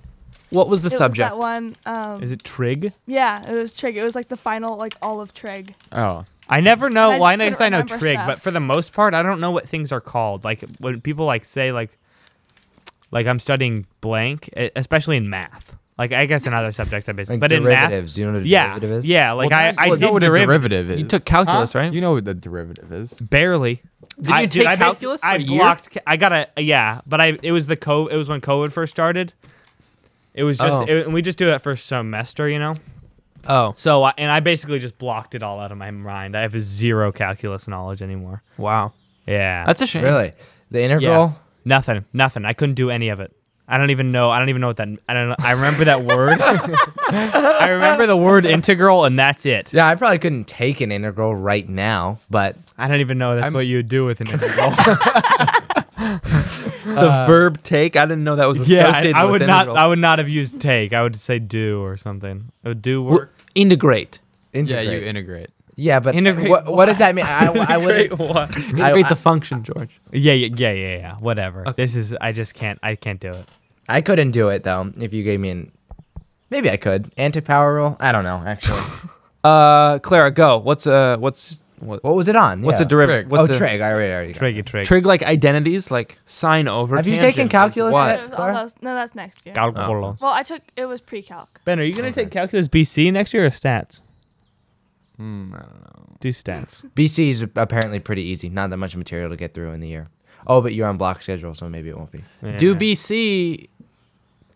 Speaker 5: what was the
Speaker 8: it
Speaker 5: subject?
Speaker 8: Was that one. Um,
Speaker 1: Is it trig?
Speaker 8: yeah, it was trig. It was like the final, like all of trig.
Speaker 4: Oh.
Speaker 1: I never know.
Speaker 8: I
Speaker 1: Why
Speaker 8: just couldn't
Speaker 1: guess I know
Speaker 8: remember
Speaker 1: trig,
Speaker 8: stuff.
Speaker 1: but for the most part, I don't know what things are called. Like when people like say like, like I'm studying blank, e- especially in math. Like I guess in other subjects I basically,
Speaker 3: Like
Speaker 1: but in math,
Speaker 3: derivatives. Do you know what a
Speaker 1: yeah,
Speaker 3: derivative is?
Speaker 1: yeah. Like
Speaker 4: Well,
Speaker 1: I,
Speaker 4: now-
Speaker 1: I
Speaker 4: well,
Speaker 1: did
Speaker 4: know what a
Speaker 1: derivative
Speaker 4: derivative is.
Speaker 5: you took calculus, right?
Speaker 4: You know what the derivative is.
Speaker 1: barely.
Speaker 5: Did you take
Speaker 1: I basi-
Speaker 5: calculus for
Speaker 1: I
Speaker 5: a year?
Speaker 1: blocked. ca- I got a yeah, but I it was the co. It was when COVID first started. It was just,
Speaker 5: Oh.
Speaker 1: it, and we just do it for semester, you know.
Speaker 5: oh,
Speaker 1: So, I, and I basically just blocked it all out of my mind. I have zero calculus knowledge anymore.
Speaker 5: wow,
Speaker 1: Yeah,
Speaker 5: that's a shame.
Speaker 3: Really? The
Speaker 1: Yeah.
Speaker 3: integral?
Speaker 1: Nothing. Nothing. I couldn't do any of it. I don't even know. I don't even know what that. I don't. Know. I remember that word. I remember the word integral, and that's it.
Speaker 3: Yeah. I probably couldn't take an integral right now, but
Speaker 1: I don't even know. That's
Speaker 4: I'm-
Speaker 1: what you would do with an integral.
Speaker 5: The verb take, Uh, I didn't know that was
Speaker 1: yeah, I,
Speaker 5: associated
Speaker 1: I
Speaker 5: with
Speaker 1: would not.
Speaker 5: integrals.
Speaker 1: I would not have used take. I would say do or something. It would do
Speaker 5: W-
Speaker 1: work.
Speaker 5: integrate.
Speaker 3: integrate.
Speaker 4: Yeah, you integrate.
Speaker 3: Yeah, but
Speaker 1: Integrate
Speaker 3: what, what does that mean? I, I
Speaker 1: Integrate
Speaker 3: would.
Speaker 1: what?
Speaker 5: Integrate
Speaker 3: I-
Speaker 5: the function, George.
Speaker 1: Yeah, yeah, yeah, yeah, yeah. Whatever. This is. I just can't. I can't do it.
Speaker 3: I couldn't do it though. If you gave me an, maybe I could anti-power rule. I don't know actually.
Speaker 5: Uh, Clara, go. What's uh, what's what,
Speaker 3: what was it on?
Speaker 5: what's
Speaker 3: Yeah.
Speaker 5: a derivative?
Speaker 4: Trig.
Speaker 5: What's
Speaker 3: oh,
Speaker 5: a,
Speaker 3: trig. I already, already got.
Speaker 1: Triggy trig.
Speaker 5: Trig like identities, like sine over.
Speaker 3: Have you
Speaker 5: tangent.
Speaker 3: taken calculus
Speaker 5: What?
Speaker 3: yet?
Speaker 8: It was all
Speaker 3: Clara?
Speaker 8: those- no, that's next year.
Speaker 1: Calculus.
Speaker 4: Oh.
Speaker 8: Well, I took it was pre-calc.
Speaker 1: Ben, are you gonna take calculus BC next year or stats?
Speaker 4: Hmm, I don't know.
Speaker 1: Do stats.
Speaker 3: BC is apparently pretty easy. Not that much material to get through in the year. Oh, but you're on block schedule, so maybe it won't be.
Speaker 5: Do
Speaker 1: Yeah.
Speaker 5: BC,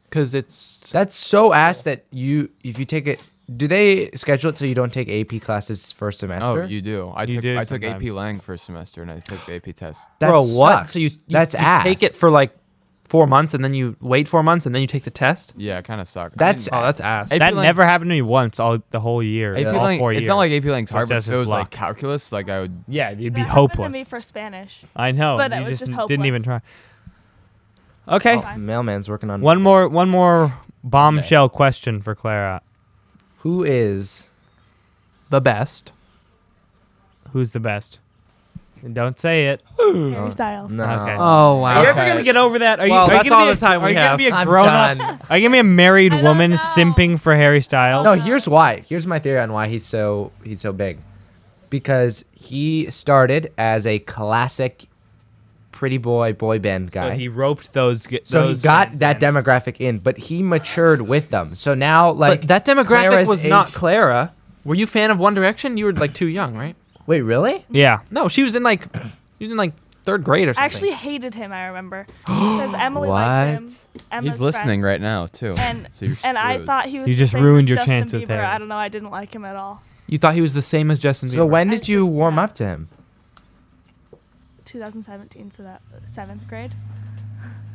Speaker 5: because it's
Speaker 3: That's so ass that you if you take it. Do they schedule it so you don't take AP classes first semester?
Speaker 4: Oh, you do. I
Speaker 1: You
Speaker 4: took
Speaker 1: do
Speaker 4: I took AP
Speaker 1: sometimes.
Speaker 4: Lang for a semester and I took the AP test.
Speaker 3: that
Speaker 5: bro. What?
Speaker 3: sucks.
Speaker 5: So you, you-
Speaker 3: that's
Speaker 5: you
Speaker 3: ass.
Speaker 5: Take it for like four months, and then you wait four months, and then you take the test.
Speaker 4: Yeah, it kind of sucked.
Speaker 3: That's
Speaker 5: Oh, that's ass.
Speaker 4: AP
Speaker 1: that
Speaker 4: Lang's-
Speaker 1: never happened to me once all the whole year.
Speaker 4: AP
Speaker 1: all
Speaker 4: Lang,
Speaker 1: four
Speaker 4: it's
Speaker 1: years.
Speaker 4: not like AP Lang's hard, but
Speaker 1: test
Speaker 4: if it
Speaker 1: is
Speaker 4: was like
Speaker 1: locked.
Speaker 4: calculus, like I would.
Speaker 1: yeah, you'd
Speaker 8: That
Speaker 1: be
Speaker 8: happened to
Speaker 1: hopeless.
Speaker 8: me for Spanish.
Speaker 1: I know.
Speaker 8: But
Speaker 1: you
Speaker 8: I was
Speaker 1: just,
Speaker 8: just
Speaker 1: n- didn't even try.
Speaker 8: hopeless.
Speaker 1: Okay.
Speaker 3: Oh, mailman's working on
Speaker 1: One more one more bombshell question for Clara.
Speaker 3: Who is
Speaker 5: the best.
Speaker 1: Who's the best? Don't say it.
Speaker 8: Harry Styles.
Speaker 3: no?
Speaker 1: Okay.
Speaker 5: Oh wow.
Speaker 1: Are you
Speaker 4: Okay.
Speaker 1: ever gonna get over that? Are you, are
Speaker 5: Well,
Speaker 1: you
Speaker 5: that's
Speaker 1: gonna be
Speaker 5: all
Speaker 1: a-
Speaker 5: the time we
Speaker 1: are you
Speaker 5: have.
Speaker 1: gonna be a
Speaker 3: I'm
Speaker 1: grown
Speaker 3: done.
Speaker 1: up? Are you gonna be a married
Speaker 8: I don't
Speaker 1: woman
Speaker 8: know.
Speaker 1: simping for Harry Styles?
Speaker 3: No, here's why. Here's my theory on why he's so he's so big. Because he started as a classic pretty boy boy band guy.
Speaker 1: So he roped those. g-
Speaker 3: So he
Speaker 1: those
Speaker 3: got
Speaker 1: fans
Speaker 3: that
Speaker 1: in.
Speaker 3: demographic in, but he matured with them. So now, like
Speaker 5: but that demographic
Speaker 3: Clara's
Speaker 5: was not
Speaker 3: age-
Speaker 5: Clara. Were you a fan of One Direction? You were like too young, right?
Speaker 3: Wait, really?
Speaker 1: Yeah.
Speaker 5: No, she was in like she was in like third grade or
Speaker 8: I
Speaker 5: something.
Speaker 8: actually hated him. I remember because Emily liked him. Emma's
Speaker 4: He's listening
Speaker 8: friend.
Speaker 4: right now too.
Speaker 8: And
Speaker 4: so you're
Speaker 8: and I
Speaker 4: screwed.
Speaker 8: thought he was.
Speaker 1: You
Speaker 8: the
Speaker 1: just
Speaker 8: same
Speaker 1: ruined
Speaker 8: as
Speaker 1: your
Speaker 8: Justin
Speaker 1: chance with
Speaker 8: Bieber.
Speaker 1: Harry.
Speaker 8: I don't know. I didn't like him at all.
Speaker 5: you thought he was the same as Justin Bieber.
Speaker 3: So when did you warm up to him?
Speaker 8: 2017, so that seventh grade.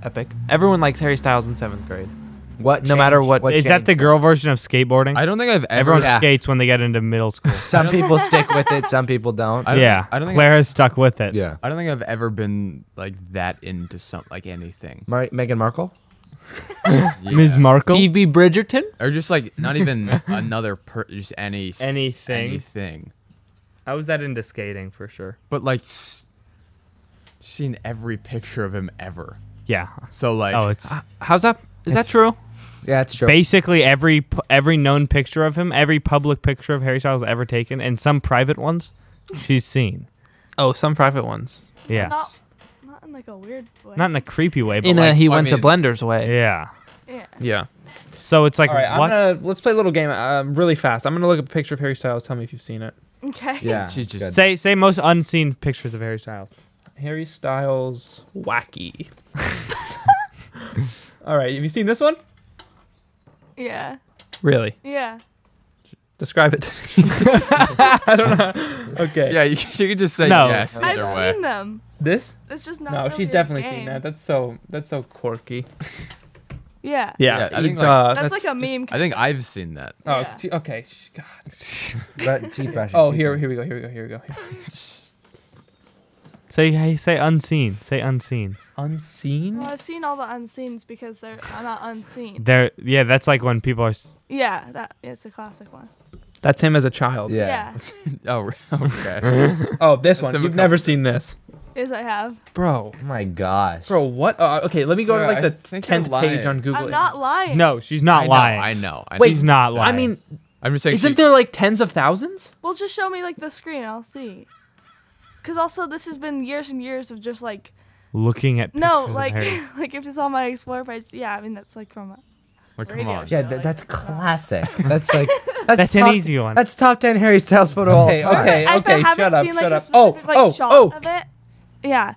Speaker 5: Epic. Everyone likes Harry Styles in seventh grade.
Speaker 3: What?
Speaker 5: No matter what-
Speaker 1: Is that the girl version of skateboarding?
Speaker 4: I don't think I've ever.
Speaker 1: Everyone
Speaker 3: Yeah.
Speaker 1: skates when they get into middle school.
Speaker 3: Some people stick with it. Some people don't.
Speaker 4: I don't,
Speaker 1: yeah.
Speaker 4: I don't think.
Speaker 1: Clara's stuck with it.
Speaker 4: I don't think I've ever been like that into some like anything.
Speaker 3: Mar- Meghan Markle.
Speaker 1: Ms. Markle.
Speaker 5: Evie Bridgerton.
Speaker 11: or just like not even another per, just any s-
Speaker 1: Anything.
Speaker 11: anything.
Speaker 1: I was that into skating for sure.
Speaker 11: But like, s- seen every picture of him ever.
Speaker 1: Yeah.
Speaker 11: So like,
Speaker 1: Oh, it's
Speaker 5: How's that? Is that true?
Speaker 3: Yeah, it's true.
Speaker 1: basically every pu- every known picture of him, every public picture of Harry Styles ever taken, and some private ones she's seen.
Speaker 5: Oh, some private ones.
Speaker 1: Yes.
Speaker 8: Not in like a weird way.
Speaker 1: Not in a creepy way, but
Speaker 5: In a
Speaker 1: like,
Speaker 5: he
Speaker 11: I
Speaker 5: went to
Speaker 11: mean-
Speaker 5: Blender's way.
Speaker 1: yeah.
Speaker 8: Yeah.
Speaker 5: Yeah.
Speaker 1: So it's like
Speaker 5: All right,
Speaker 1: what?
Speaker 5: I'm gonna let's play a little game. Uh, really fast. I'm gonna look up a picture of Harry Styles. Tell me if you've seen it.
Speaker 8: Okay.
Speaker 3: Yeah,
Speaker 11: She's just-
Speaker 3: good.
Speaker 1: Say say most unseen pictures of Harry Styles.
Speaker 5: Harry Styles wacky. All right, have you seen this one?
Speaker 8: Yeah.
Speaker 5: Really?
Speaker 8: Yeah.
Speaker 5: Describe it. to me. I don't know. Okay.
Speaker 11: yeah, you, c- you could just say
Speaker 1: No.
Speaker 11: yes either
Speaker 8: I've
Speaker 11: way.
Speaker 8: seen them.
Speaker 5: This?
Speaker 8: It's just not.
Speaker 5: No,
Speaker 8: really
Speaker 5: she's
Speaker 8: a
Speaker 5: definitely
Speaker 8: game.
Speaker 5: seen that. That's so that's so quirky.
Speaker 8: Yeah.
Speaker 11: Yeah, I think, like,
Speaker 5: uh,
Speaker 8: That's, like a meme.
Speaker 11: I think I've seen that.
Speaker 5: Oh,
Speaker 8: Yeah.
Speaker 5: t- okay. sh- God.
Speaker 3: But teeth brushing.
Speaker 5: Oh,
Speaker 3: teeth
Speaker 5: here,
Speaker 3: brushing.
Speaker 5: here we go. Here we go. Here we go. here-
Speaker 1: Say hey, say unseen. Say unseen.
Speaker 5: Unseen.
Speaker 8: Well, I've seen all the unseens because they're not unseen.
Speaker 1: There. Yeah, that's like when people are. s-
Speaker 8: Yeah, that it's a classic one.
Speaker 5: That's him as a child.
Speaker 3: Yeah.
Speaker 8: Yeah,
Speaker 11: Oh, okay.
Speaker 5: Oh, this one.
Speaker 11: him a
Speaker 5: You've never seen this,
Speaker 8: yes I have.
Speaker 5: bro.
Speaker 3: Oh my gosh.
Speaker 5: Bro, what? Uh, okay, let me go
Speaker 11: Yeah,
Speaker 5: to
Speaker 11: I
Speaker 5: like the
Speaker 11: think you're
Speaker 5: tenth page
Speaker 11: lying.
Speaker 5: on Google.
Speaker 8: I'm not lying.
Speaker 1: No, she's not
Speaker 11: I know,
Speaker 1: lying.
Speaker 11: I know. I
Speaker 5: Wait,
Speaker 1: She's not
Speaker 5: I
Speaker 1: lying.
Speaker 5: mean,
Speaker 11: I'm just saying.
Speaker 5: isn't
Speaker 11: she-
Speaker 5: there like tens of thousands?
Speaker 8: Well, just show me like the screen. I'll see. Cause also this has been years and years of just like
Speaker 1: looking at
Speaker 8: no,
Speaker 1: pictures of
Speaker 8: like
Speaker 1: Harry.
Speaker 8: like if it's on my explore page, yeah. I mean that's like from. a-
Speaker 11: Like, come
Speaker 8: radio
Speaker 11: on.
Speaker 3: Yeah,
Speaker 8: show,
Speaker 3: th-
Speaker 8: like,
Speaker 3: that's classic. That's like that's,
Speaker 1: That's an
Speaker 3: top-
Speaker 1: easy one.
Speaker 3: That's top ten Harry Styles photo all
Speaker 5: Okay,
Speaker 3: time.
Speaker 5: okay,
Speaker 8: I- if I
Speaker 5: okay.
Speaker 8: haven't
Speaker 5: Shut up,
Speaker 8: seen like
Speaker 5: shut
Speaker 8: a
Speaker 5: up. Oh,
Speaker 8: specific like
Speaker 5: oh,
Speaker 8: shot
Speaker 5: oh.
Speaker 8: of it, yeah.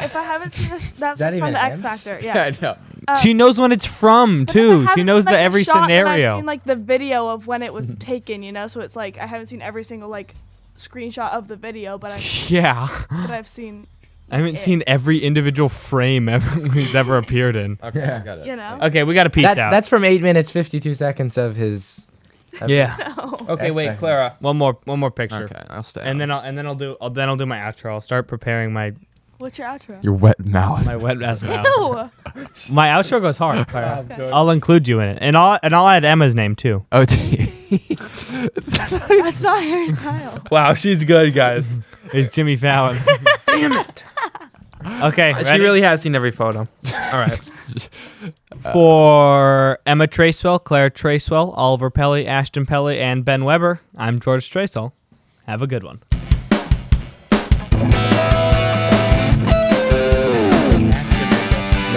Speaker 8: If I haven't seen this, that's
Speaker 3: that
Speaker 8: from
Speaker 3: even
Speaker 8: the X
Speaker 3: him?
Speaker 8: Factor.
Speaker 11: Yeah,
Speaker 8: Yeah. Um,
Speaker 11: I know.
Speaker 1: she knows when it's from
Speaker 8: But if I
Speaker 1: too.
Speaker 8: haven't
Speaker 1: She
Speaker 8: seen,
Speaker 1: knows
Speaker 8: like,
Speaker 1: the
Speaker 8: a
Speaker 1: every
Speaker 8: shot, then
Speaker 1: scenario.
Speaker 8: I've seen like the video of when it was taken, you know. So it's like I haven't seen every single like screenshot of the video, but I've,
Speaker 1: yeah,
Speaker 8: but I've seen,
Speaker 1: I haven't seen every individual frame ever, he's ever appeared in.
Speaker 11: Okay, I got it.
Speaker 8: you know.
Speaker 1: Okay, we got to piece
Speaker 3: That,
Speaker 1: out.
Speaker 3: that's from eight minutes fifty two seconds of his.
Speaker 1: yeah.
Speaker 5: Okay, wait,
Speaker 3: X-Factor.
Speaker 5: Clara.
Speaker 1: One more, one more picture,
Speaker 11: Okay, I'll stay.
Speaker 1: and then I'll and then I'll do I'll, then I'll do my outro. I'll start preparing my
Speaker 8: What's your outro?
Speaker 11: your wet mouth.
Speaker 1: my wet ass mouth.
Speaker 8: Ew.
Speaker 1: My outro goes hard. Clara. I'll include you in it, and I'll and I'll add Emma's name too.
Speaker 11: oh, t-
Speaker 8: That's not Harry Styles.
Speaker 5: Wow, she's good, guys.
Speaker 1: It's Jimmy Fallon.
Speaker 5: Damn it.
Speaker 1: Okay,
Speaker 5: She
Speaker 1: ready?
Speaker 5: really Uh, has seen every photo. All right.
Speaker 1: For Emma Tracewell, Claire Tracewell, Oliver Pelly, Ashton Pelly, and Ben Weber, I'm George Tracewell. Have a good one.
Speaker 3: No,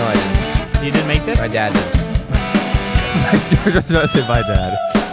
Speaker 3: I didn't.
Speaker 1: You didn't make this?
Speaker 3: My dad did.
Speaker 11: I was about to say my dad.